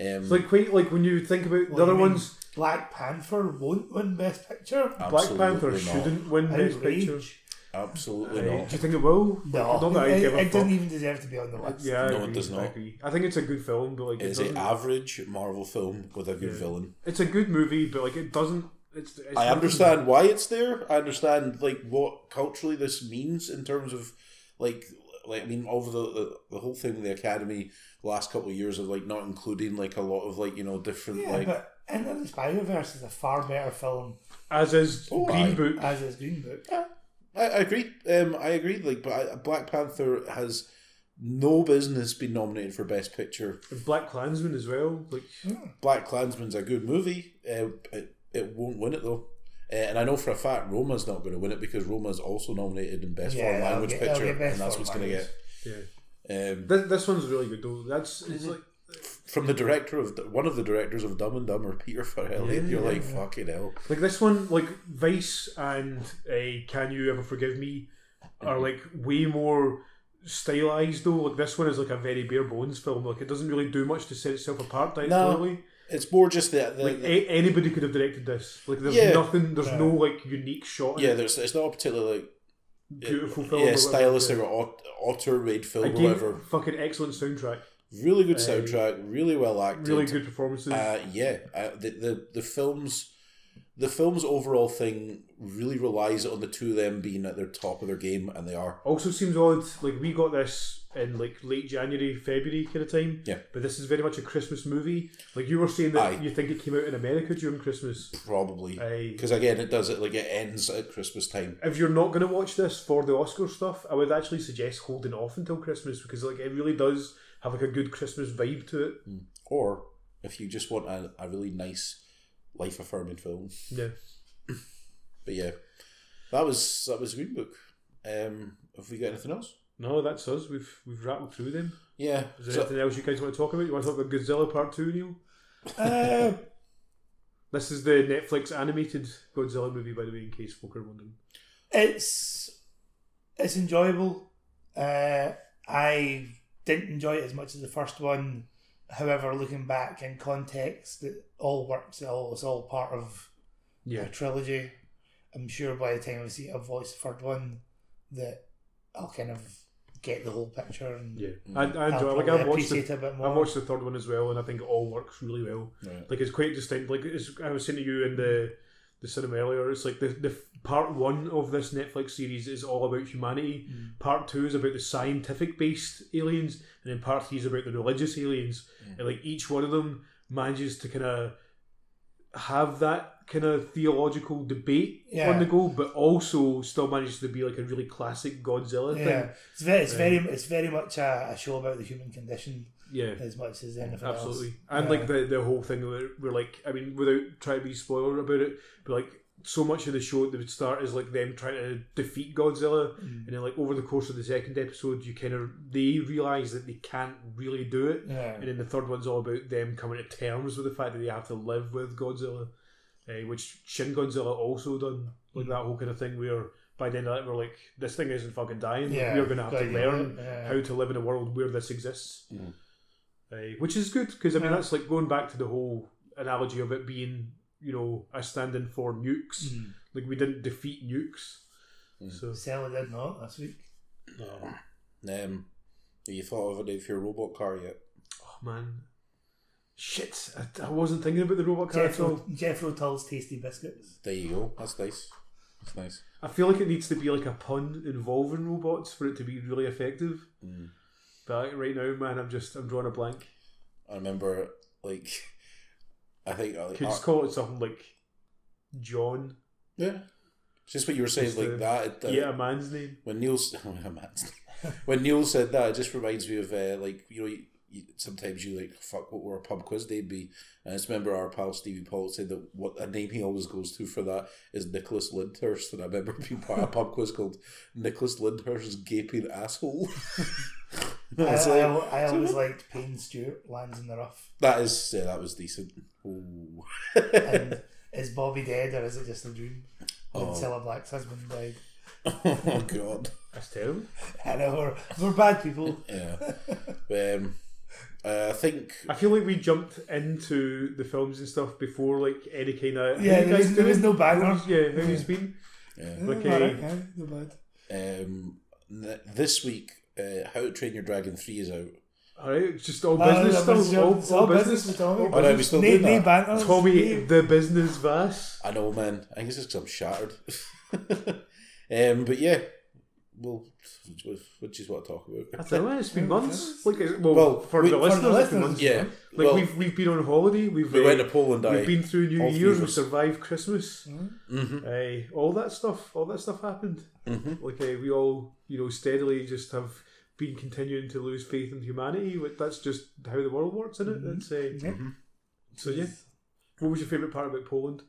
B: Um,
A: It's like quite like when you think about
C: What
A: the
C: do
A: other
C: you mean?
A: ones.
C: Black Panther won't win Best Picture.
A: Black
B: absolutely
A: Panther
B: not.
A: shouldn't win Best
C: Outrage.
A: Picture.
B: Absolutely
A: Uh,
B: not.
A: do you think it will?
C: No,
A: Not that I
C: it,
A: give a
C: it doesn't
A: fuck.
C: even deserve to be on the list.
A: Yeah, I
B: No, it
A: agree,
B: does
A: I
B: not.
A: agree. I think it's a good film, but like
B: It
A: it
B: is an
A: doesn't,
B: average Marvel film with a good
A: Yeah.
B: villain.
A: it's a good movie, but like it doesn't. It's, it's
B: I
A: not-
B: understand why it's there. I understand like what culturally this means in terms of like like I mean over the the, the whole thing with the Academy last couple of years of like not including like a lot of like you know different
C: Yeah,
B: like
C: but Into the Spider Verse is a far better film
A: As is
B: Oh,
A: Green
B: aye.
A: Book.
C: as is Green Book.
B: I, I agree. Um, I agree. Like, but I, Black Panther has no business being nominated for Best Picture.
A: and Black Klansman as well. Like
B: Hmm. Black Klansman's a good movie. Uh, it, it won't win it though. Uh, and I know for a fact Roma's not going to win it because Roma's also nominated in Best
C: Yeah,
B: Foreign
C: they'll
B: Language
C: get- they'll
B: Picture,
C: get Best
B: and that's
C: Foreign
B: what's going to
C: Language.
B: get.
A: yeah,
B: Um,
A: this, this one's really good though. That's it's like
B: from the director of one of the directors of Dumb and Dumber, Peter Farrelly,
A: Yeah.
B: you're like fucking hell.
A: like this one. Like Vice and uh, Can You Ever Forgive Me are like way more stylized though. Like this one is like a very bare bones film. Like it doesn't really do much to set itself apart. That
B: No.
A: clearly.
B: It's more just that the,
A: Like a- anybody could have directed this. Like there's
B: Yeah.
A: nothing. There's no like unique shot. in
B: yeah,
A: it.
B: there's it's not a particularly like
A: beautiful film.
B: yeah
A: or whatever.
B: stylistic or auteur made film, or
A: Again,
B: whatever.
A: fucking excellent soundtrack.
B: Really good soundtrack, really well acted,
A: Really good performances.
B: Uh, yeah, uh, the, the the films, the films overall thing really relies on the two of them being at their top of their game, and they are.
A: also seems odd. Like we got this in like late January, February kind of time.
B: Yeah.
A: But this is very much a Christmas movie. Like you were saying that
B: Aye.
A: you think it came out in America during Christmas.
B: Probably
A: Aye.
B: because again, it does it like it ends at Christmas time.
A: If you're not going to watch this for the Oscar stuff, I would actually suggest holding off until Christmas because like it really does have like a good Christmas vibe to it.
B: Or if you just want a, a really nice, life affirming film,
A: Yeah.
B: but yeah, that was that was Green Book. Um, have we got anything else?
A: No, that's us. We've we've rattled through them.
B: Yeah,
A: Is there
B: so-
A: anything else you guys want to talk about? You want to talk about Godzilla Part Two, Neil?
C: Uh,
A: This is the Netflix animated Godzilla movie, by the way, in case folk are wondering.
C: it's it's enjoyable. Uh, I didn't enjoy it as much as the first one. However, looking back in context, it all works. It all it's all part of a
A: Yeah,
C: trilogy. I'm sure by the time I see a voice third one, that I'll kind of get the whole picture and
A: yeah. I, I
C: Mm. I'll
A: enjoy. Like
C: probably
A: I've watched
C: appreciate
A: the,
C: it a bit more.
A: I watched the third one as well, and I think it all works really well.
B: Right.
A: Like it's quite distinct. Like it's, I was saying to you in the the cinema earlier. It's like the, the part one of this Netflix series is all about humanity. Part two is about the scientific based aliens, and then part three is about the religious aliens.
B: Mm.
A: And like each one of them manages to kind of have that kind of theological debate
C: Yeah.
A: on the go, but also still manages to be like a really classic Godzilla
C: Yeah,
A: thing.
C: it's very, it's
A: Um,
C: very, it's very much a, a show about the human condition
A: Yeah.
C: as much as anything else.
A: Absolutely, and
C: Yeah.
A: like the the whole thing where, where like I mean, without trying to be spoiler about it, but like so much of the show at the start is like them trying to defeat Godzilla,
C: Mm.
A: and then like over the course of the second episode, you kind of they realize that they can't really do it,
C: Yeah.
A: and then the third one's all about them coming to terms with the fact that they have to live with Godzilla, eh, which Shin Godzilla also done like that whole kind of thing where by the end of that we're like this thing isn't fucking dying,
C: Yeah,
A: we're gonna have
C: gotta
A: to
C: do
A: learn
C: it, yeah.
A: how to live in a world where this exists.
B: Mm.
A: Uh, which is good because I mean
C: Yeah.
A: that's like going back to the whole analogy of it being you know a stand-in for nukes.
C: Mm.
A: Like we didn't defeat nukes,
B: Mm.
A: so
C: Sally did not last week.
B: Um, have you thought of it if your robot car yet?
A: oh man, shit! I, I wasn't thinking about the robot car at all.
C: Jeffro, Jeffro Tull's tasty biscuits.
B: There you go. That's nice. That's nice.
A: I feel like it needs to be like a pun involving robots for it to be really effective.
B: Mm.
A: But like, right now, man, I'm just I'm drawing a blank.
B: I remember, like, I think. uh,
A: Could you just
B: uh,
A: call it something like John?
B: yeah. Just what you were saying,
A: Just
B: like
A: the-
B: that. It, uh,
A: yeah, a man's name.
B: When Neil, s- Matt's- when Neil said that, it just reminds me of uh, like you know you, you, sometimes you like fuck what were a pub quiz they'd be, and I just remember our pal Stevie Paul said that what a name he always goes to for that is Nicholas Lyndhurst, and I remember being part of a pub quiz called Nicholas Lyndhurst's gaping asshole.
C: I,
B: It's
C: I,
B: like-
C: I always liked Payne Stewart, Lands in the Rough.
B: that is yeah, that was decent. Oh, Ooh.
C: And is Bobby dead or is it just a dream? When
B: Oh.
C: Cilla Black's husband died.
B: oh god.
A: That's terrible.
C: I know, we're, we're bad people.
B: Yeah. Um, I think
A: I feel like we jumped into the films and stuff before like any kind of
C: Yeah, there was, there was no banner.
A: yeah how he's been
B: yeah.
A: Okay.
C: Okay, no bad.
B: Um, th- this week, uh, How to Train Your Dragon three is out.
A: all right it's just all
C: No, no,
A: business still
C: no, it's all-
A: all,
C: it's
A: all
C: all
A: business,
C: business, Tommy.
A: all
B: Oh, no, we
A: business.
B: still
C: Nay,
B: doing
C: nay
B: that.
C: banners.
A: Tommy
C: nay-
A: the business vass
B: I know, man. I guess it's 'cause I'm shattered. um, but yeah, well, what do you want to talk about?
A: that's it man, it's been months like it's- well,
B: Well,
A: for,
B: we-
A: the
B: for the
A: listeners, it's been
C: listeners,
A: months
B: Yeah,
A: like
B: well,
A: we've, we've been on holiday we've
B: we
A: uh,
B: went to Poland. I
A: we've been through New
B: off New
A: Year's we
B: Year's.
A: survived Christmas
B: hmm
A: Aye, all that stuff all that stuff happened
B: hmm
A: like uh, we all you know steadily just have been continuing to lose faith in humanity Like, that's just how the world works isn't it that's uh,
C: Yeah.
B: Mm-hmm.
A: So yeah, what was your favourite part about Poland?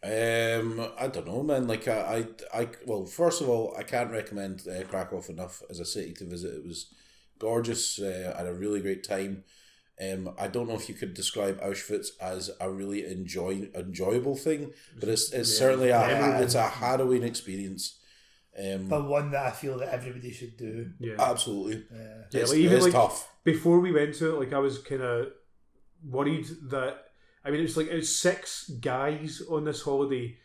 B: Um, I don't know, man. Like I, I, I well, first of all, I can't recommend uh, Krakow enough as a city to visit. It was gorgeous. Uh, I had a really great time. Um, I don't know if you could describe Auschwitz as a really enjoy enjoyable thing, but it's it's
A: Yeah.
B: certainly a
A: Memorable.
B: it's a harrowing experience. Um,
C: But one that I feel that everybody should do. Uh,
A: Yeah,
B: absolutely,
C: Yeah.
A: yeah.
B: it's,
A: Like, even
B: it's
A: like
B: tough.
A: before we went to it, like I was kind of worried that I mean it's like it's six guys on this holiday,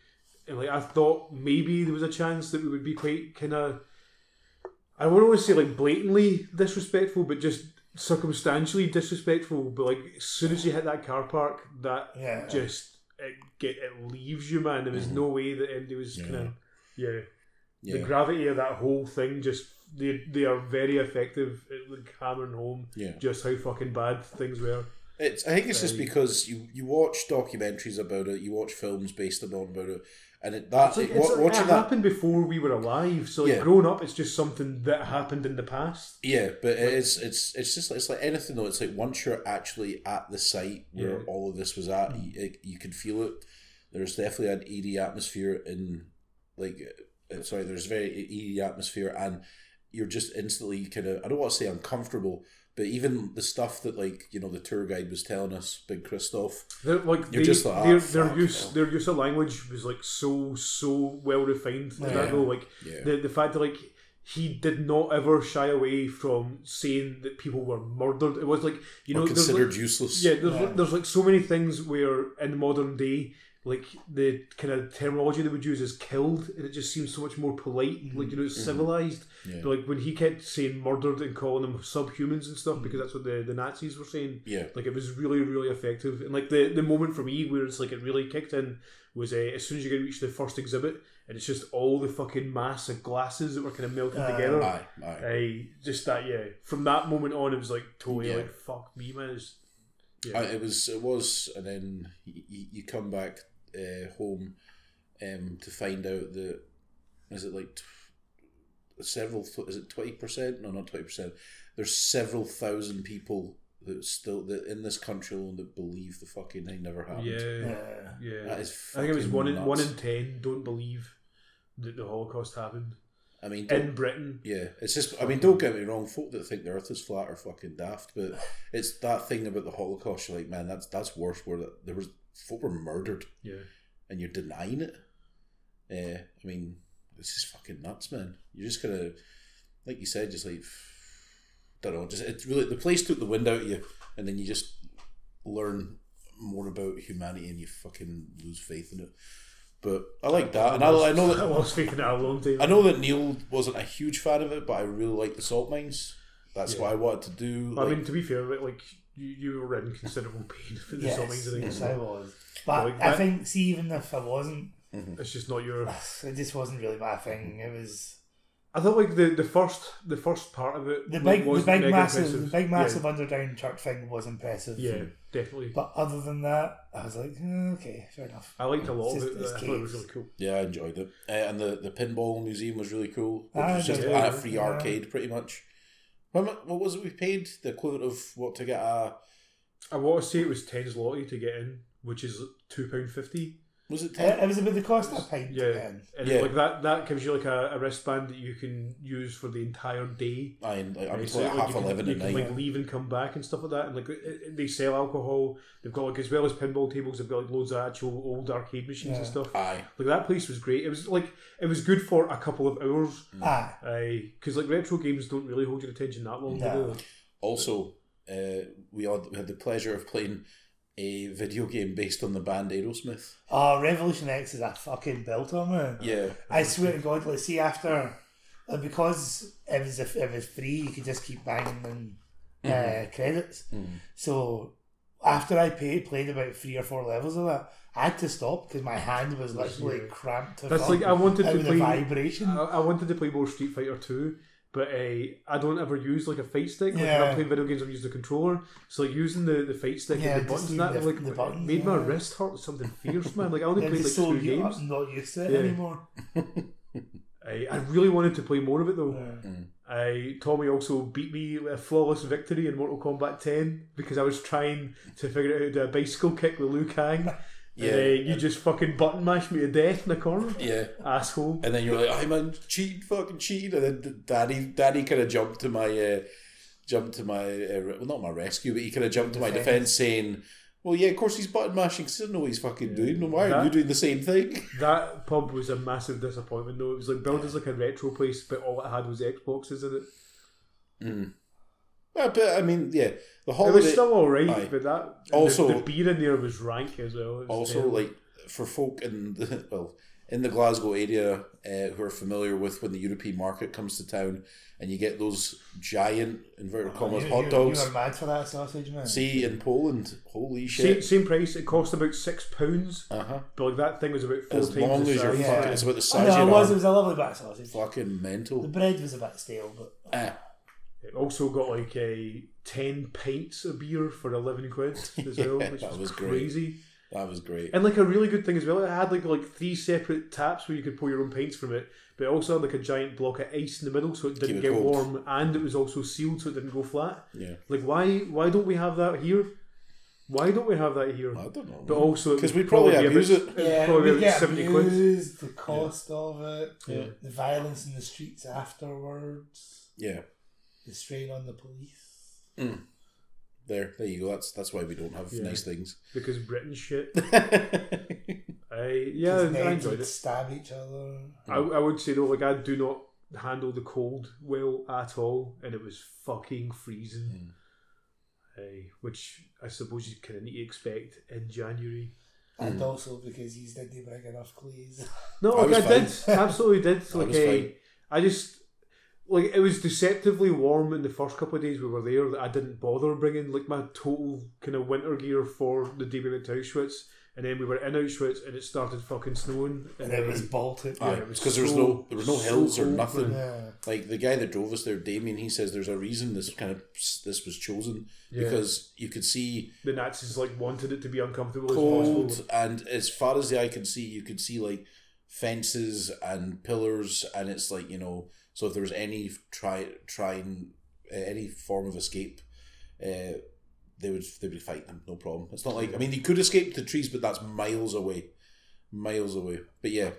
A: and like I thought maybe there was a chance that we would be quite kind of I don't want to say like blatantly disrespectful, but just circumstantially disrespectful. But like as soon as you hit that car park, that
C: Yeah. Uh,
A: just it get it leaves you, man. There was no way that anybody was kind of yeah. the
B: Yeah,
A: gravity of that whole thing just they they are very effective at like hammering home
B: yeah.
A: just how fucking bad things were.
B: It's. I think it's just
A: Very-
B: because you you watch documentaries about it, you watch films based upon about it, and it, that
A: It's like,
B: it-
A: it's like,
B: wa-
A: uh-huh.
B: watching
A: it
B: that
A: happened before we were alive, so like
B: Yeah.
A: growing up, it's just something that happened in the past.
B: Yeah, but it's it's it's just like, it's like anything though. It's like once you're actually at the site where
A: Yeah.
B: all of this was at, you, it, you can feel it. There's definitely an eerie atmosphere in, like, uh, sorry, there's very e-, eerie atmosphere, and you're just instantly kind of I don't want to say uncomfortable, but even the stuff that like you know the tour guide was telling us, Big Christoph,
A: They're, like they,
B: You're just like, ah,
A: their
B: fuck,
A: their use
B: hell.
A: their use of language was like so so well refined. in
C: Yeah.
A: That though, like
B: Yeah.
A: the the fact that like he did not ever shy away from saying that people were murdered. It was like you
B: were
A: know there's, like-
B: considered useless.
A: Yeah, there's,
C: Yeah.
A: there's like so many things where in modern day, like the kind of terminology they would use is killed, and it just seems so much more polite. Like you know,
B: Mm-hmm.
A: it's civilized.
B: Yeah.
A: But like when he kept saying murdered and calling them subhumans and stuff
B: Mm-hmm.
A: because that's what the, the Nazis were saying.
B: Yeah.
A: Like it was really, really effective. And like the, the moment for me where it's like it really kicked in was uh, as soon as you get reach the first exhibit and it's just all the fucking mass of glasses that were kind of melted
C: Uh,
A: together.
B: Aye, aye.
A: I just that yeah. From that moment on, it was like totally
B: Yeah.
A: like fuck me, man. It's, yeah.
B: Uh, it was it was and then you, you come back uh, home um, to find out that is it like t- several th- is it 20% no not 20% there's several thousand people that still that in this country alone that believe the fucking thing never happened
A: yeah,
C: Yeah.
A: yeah.
B: that is
A: I think it was
B: fucking
A: one in,
B: nuts.
A: one in ten don't believe that the Holocaust happened
B: I mean don't-
A: in Britain.
B: yeah it's just I mean don't get me wrong folk that think the earth is flat are fucking daft but it's that thing about the holocaust you're like man that's that's worse where there was folk were murdered
A: Yeah,
B: and you're denying it. Uh, I mean, this is fucking nuts, man. You're just gonna, like you said, just like don't know. Just it's really the place took the wind out of you, and then you just learn more about humanity, and you fucking lose faith in it. But I like that, and I, I know
A: I
B: that
A: was speaking that a long time.
B: I know that Neil wasn't a huge fan of it, but I really like the salt mines. That's what I wanted to do.
A: I
B: like-
A: mean, to be fair, but, like you, you were in considerable pain for the
C: Yes,
A: zombies. I think
C: yes,
A: so
C: I was. But
A: Like
C: I
A: that-
C: think, see, even if I wasn't,
A: it's just not your.
C: it just wasn't really my thing. It was
A: I thought like the, the first the first part of it
C: the
A: like,
C: big, the
A: was
C: big
A: mega
C: massive,
A: impressive.
C: the big
A: Yeah,
C: massive underground church thing was impressive.
A: Yeah, definitely.
C: But other than that, I was like, "Eh, okay, fair enough.
A: I liked a lot
C: It's
A: of it.
C: just-
A: I
C: it's
A: thought it was
C: caves.
A: really cool.
B: Yeah, I enjoyed it. Uh, and the, the pinball museum was really cool. It
C: Ah,
B: was just
A: yeah.
B: a free
C: Yeah.
B: arcade, pretty much. How mu- What was it we paid? The equivalent of what to get a.
A: I want to say it was ten zloty to get in, which is two pound fifty.
B: Was it
C: It,
B: 10?
C: it was about the cost of a pint.
A: Yeah,
C: again.
A: and
B: Yeah.
A: like that that gives you like a, a wristband that you can use for the entire day.
B: I, am like, I'm
A: Right, so,
B: like,
A: like,
B: half
A: you can,
B: 11
A: you
B: at
A: can,
B: night.
A: like leave and come back and stuff like that. And like it- it- they sell alcohol. They've got like as well as pinball tables. They've got like loads of actual old arcade machines and
C: Yeah.
A: stuff.
B: Aye.
A: Like that place was great. It was like it was good for a couple of hours.
B: Hmm.
C: Ah,
A: because like retro games don't really hold your attention that long. do
C: No.
A: they?
B: Also, uh, we, had, we had the pleasure of playing a video game based on the band Aerosmith.
C: oh, Revolution X is a fucking belter, man.
B: Yeah.
C: I swear to God, like, see, after uh, because it was if it was free, you could just keep banging them uh,
B: Mm-hmm.
C: credits.
B: Hmm.
C: So after I paid, played about three or four levels of that, I had to stop because my hand was literally
A: Yeah.
C: cramped. To
A: That's
C: fuck
A: like I wanted
C: out
A: to
C: of the
A: play.
C: vibration.
A: I, I wanted to play more Street Fighter 2, but uh, I don't ever use like a fight stick. Like, When
C: Yeah.
A: I'm playing video games, I'm using the controller. So like using the, the fight stick
C: Yeah,
A: and the
C: just
A: buttons, and
C: use
A: that
C: the-
A: like
C: the buttons,
A: made my
C: yeah.
A: wrist hurt something fierce, man. Like I only
C: They're
A: played like
C: just so uh,
A: two
C: u-
A: games.
C: I'm not used to it
A: Yeah.
C: anymore.
A: I, I really wanted to play more of it though.
C: Yeah.
B: Mm.
A: I Tommy also beat me with a flawless victory in Mortal Kombat 10 because I was trying to figure out how to do a bicycle kick with Liu Kang.
B: Yeah.
A: Uh, you just fucking button mashed me to death in the corner,
B: Yeah.
A: asshole.
B: And then you're like, "I man, cheat, fucking cheat!" And then D- Danny, Danny kind of jumped to my, uh, jumped to my, uh, re- well, not my rescue, but he kind of jumped to my defense, saying, "Well, yeah, of course he's button mashing. 'cause he doesn't know what he's fucking doing. And why are
A: That-
B: you doing the same thing?"
A: That pub was a massive disappointment though. It was like built as like a retro place, but all it had was Xboxes in it.
B: Uh, but I mean, yeah, the
A: It
B: holiday.
A: was still alright,
B: Aye.
A: but that and
B: Also-
A: the, the beer in there was rank as well. It was
B: also
A: terrible.
B: like for folk in the well in the Glasgow area uh, who are familiar with when the European market comes to town, and you get those giant inverted commas
C: You-
B: hot
C: you-
B: dogs.
C: You were mad for that sausage, man.
B: See in Poland, holy
A: same,
B: shit!
A: same price. It cost about six pounds,
B: Uh huh.
A: but like that thing was about four
B: As
A: times
B: long
A: the
B: as you're
A: size.
B: fucking, it's about the
C: Oh,
B: size of
C: no, it
B: your
C: was. It
B: arm.
C: was a lovely bit of sausage.
B: Fucking
C: The
B: mental.
C: bread was a bit stale, but
B: Ah,
A: It also got like a ten pints of beer for eleven quid as well,
B: Yeah,
A: which
B: that
A: was,
B: was great.
A: crazy.
B: that was great.
A: And like a really good thing as well, it had like like three separate taps where you could pour your own pints from it, but it also had like a giant block of ice in the middle, so it didn't
B: it
A: get
B: cold.
A: warm, and it was also sealed, so it didn't go flat.
B: Yeah,
A: Like why why don't we have that here? Why don't we have that here?
B: I don't know.
A: But also it
B: 'Cause
A: would
B: we'd probably
A: be
B: abuse
A: about,
B: it.
A: would
C: Yeah,
A: probably
C: we
A: be about
C: get
A: seventy quid.
C: abused, the cost of it,
B: Yeah.
C: the violence in the streets afterwards,
B: yeah,
C: the strain on the police.
B: there, there you go. That's that's why we don't have
A: Yeah.
B: nice things.
A: Because Britain shit. I yeah,
C: Because
A: I
C: men
A: enjoyed
C: would
A: it.
C: Stab each other.
A: I, I would say though, like I do not handle the cold well at all, and it was fucking
B: Mm.
A: Eh, freezing. Aye, which I suppose you kind of need to expect in January.
B: Hmm.
C: and also because he's didn't bring enough clues.
A: No,
B: I
A: like, I,
B: was
A: did. Absolutely did.
B: I
A: Like,
B: was
A: eh,
B: fine.
A: I just like it was deceptively warm in the first couple of days we were there that I didn't bother bringing like my total kind of winter gear for the day we went to Auschwitz, and then we were in Auschwitz and it started fucking snowing, and
C: And it was
A: then-
C: Baltic.
A: Yeah,
B: Aye,
A: it was
B: because there was
A: so-
B: no there was no
A: so
B: hills or
A: open.
B: nothing.
C: Yeah.
B: Like the guy that drove us there, Damien, he says there's a reason this kind of this was chosen because you could see
A: the Nazis like wanted it to be uncomfortable as
B: cold
A: possible.
B: and as far as the eye could see, you could see like fences and pillars, and it's like you know. So if there was any try trying uh, any form of escape, uh, they would they would fight them, no problem. It's not like I mean you could escape the trees, but that's miles away, miles away. But yeah.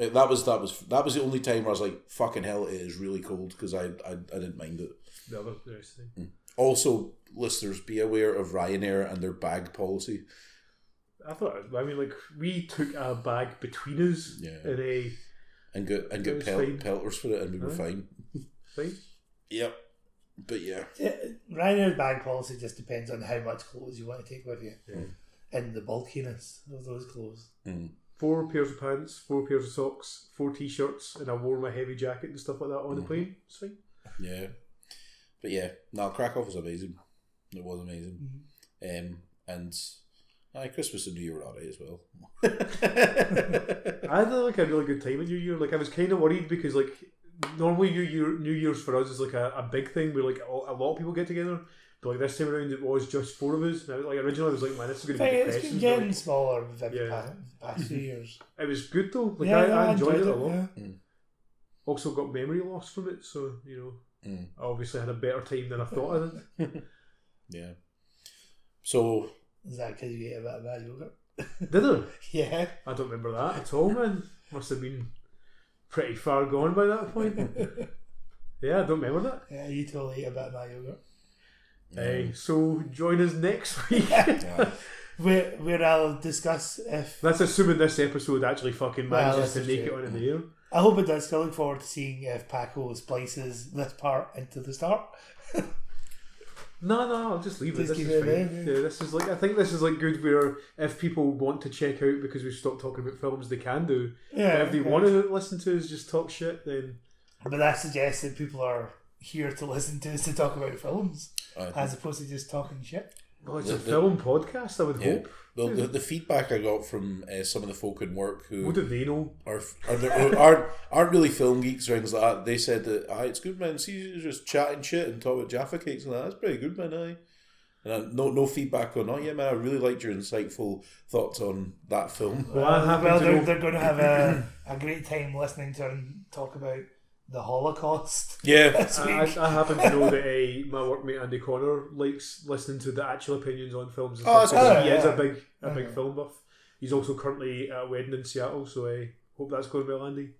B: uh, That was that was that was the only time where I was like, "Fucking hell, it is really cold." Because I, I I didn't mind it.
A: The other the rest of the-
B: Also, listeners, be aware of Ryanair and their bag policy.
A: I thought I mean like we took a bag between us
B: Yeah.
A: and a
B: and got and
A: It
B: got
A: was
B: pel-
A: fine.
B: pelters for it, and we were
A: Aye.
B: fine.
A: thing.
B: Yep. But yeah,
C: Ryanair's bag policy just depends on how much clothes you want to take with you
A: Yeah.
C: and the bulkiness of those clothes.
A: Four pairs of pants, four pairs of socks, four t-shirts, and I wore my heavy jacket and stuff like that on the plane. It's fine.
B: yeah. But yeah, no, Krakow was amazing. It was amazing.
A: Mm-hmm.
B: Um, and aye, Christmas and New Year were alright as well.
A: I had like a really good time at New Year. Like I was kind of worried because like normally New Year, New Year's for us is like a, a big thing where like a, a lot of people get together. But like this time around, it was just four of us. And I, was- like originally, I was like, man, this is going
C: In
A: to be
C: fact, it's
A: depressing.
C: been
A: but,
C: getting
A: like,
C: smaller with
A: Yeah.
C: every pa- past few years.
A: it was good though. Like
C: Yeah,
A: I,
C: no,
A: I enjoyed, it a lot.
C: yeah.
A: Also got memory loss from it, so you know.
B: Mm.
A: I obviously had a better time than I thought I did.
B: yeah. So
C: Is that because you ate a bit of bad yogurt?
A: Did I?
C: Yeah.
A: I don't remember that at all, man. Must have been pretty far gone by that point. yeah, I don't remember that.
C: Yeah, you totally ate a bit of my yogurt.
A: Eh, so join us next week.
B: yeah.
C: Where, where I'll discuss if.
A: That's assuming this episode actually fucking
C: Well,
A: manages
C: this
A: to
C: is
A: make it
C: true.
A: on the air.
C: I hope it does. 'cause I look forward to seeing if Paco splices this part into the start.
A: No, no, I'll just leave
C: Just
A: it. This
C: keep
A: is
C: it there,
A: fine.
C: yeah.
A: Yeah, this is like I think this is like good where if people want to check out because we've stopped talking about films, they can do.
C: Yeah.
A: if they
C: okay.
A: want to listen to us just talk shit, then
C: But that suggests that people are here to listen to us to talk about films
B: Aye.
C: as opposed to just talking shit.
A: well, Oh, it's a
B: The- the-
A: film podcast. I would
B: Yeah.
A: hope.
B: The, the, the feedback I got from uh, some of the folk in work who
A: What do they know?
B: are are there, aren't aren't really film geeks or things like that. They said that aye, it's good man. See you just chatting shit and talking about Jaffa cakes and that. That's pretty good man. Aye. And I, no no feedback on. Oh yeah man, I really liked your insightful thoughts on that film.
A: Well, I happen
C: well,
A: to
C: they're,
A: know-
C: they're going to have a, a great time listening to him talk about the Holocaust.
B: Yeah,
C: This
A: I,
C: week.
A: I I happen to know that uh, my workmate Andy Connor likes listening to the actual opinions on films. And
B: Oh,
A: stuff,
B: that's
A: so
C: cool.
A: he is
C: Yeah.
A: a big, a big
C: Okay.
A: film buff. He's also currently at a wedding in Seattle, so I hope that's going well, Andy.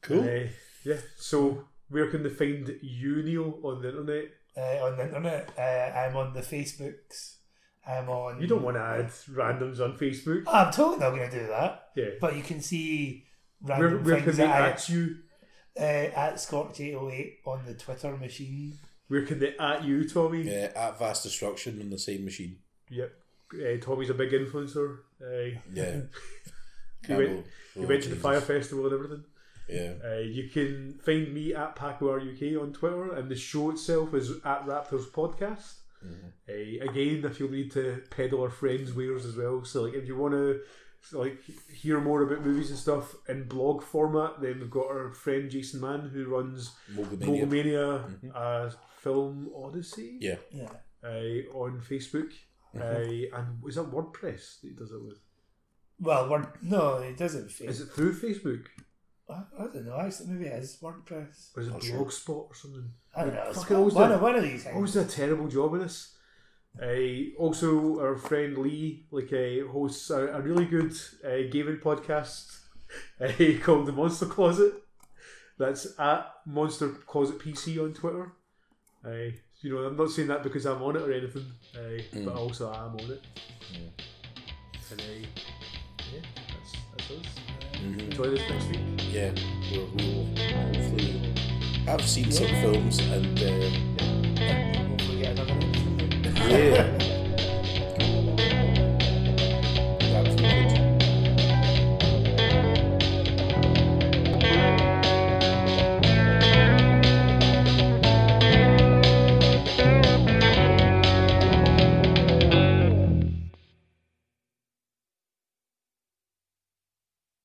B: cool.
A: And, uh, yeah. So where can they find you, Neil, on the internet?
C: uh, on the internet. Uh, I'm on the Facebooks. I'm on.
A: You don't want to add randoms on Facebook.
C: Ah, I'm totally not going to do that.
A: Yeah.
C: But you can see
A: Where,
C: random
A: where can
C: things
A: they
C: that
A: at you?
C: I uh, at Scorch808 on the Twitter machine.
A: Where can they at you, Tommy?
B: Yeah, at vast destruction on the same machine.
A: Yep. Uh, Tommy's a big influencer. Uh,
B: Yeah,
A: he went,
B: Oh,
A: he went to the Fire Festival and everything.
B: Yeah,
A: Uh, you can find me at Paco RUK on Twitter, and the show itself is at Raptors Podcast. Uh, again, if you'll need to peddle our friends' wares as well. So, like, if you want to like hear more about movies and stuff in blog format, then we've got our friend Jason Mann who runs
B: Mogulmania.
A: Mogomania, uh, Film Odyssey
B: Yeah,
C: Yeah.
A: uh, on Facebook. Uh, and is that WordPress that he does it with?
C: Well, Word. No, it doesn't. Fit.
A: Is it through Facebook?
C: I, I don't know. Actually, maybe it is WordPress.
A: Or is it
B: Not sure.
A: Blogspot or something?
C: I don't know. It's
A: Fucking
C: one,
A: always
C: one,
A: the-
C: of, one of these things.
A: Always did a terrible job in this. Uh, also, our friend Lee, like, uh, hosts a, a really good uh, gaming podcast uh, called the Monster Closet. That's at Monster Closet PC on Twitter. Uh, you know, I'm not saying that because I'm on it or anything, uh,
C: Mm.
A: but also I am on it. And uh, yeah, that's that's us. Uh,
B: Mm-hmm.
A: Enjoy this next week.
B: yeah. We'll, we'll hopefully have seen some films and. Uh,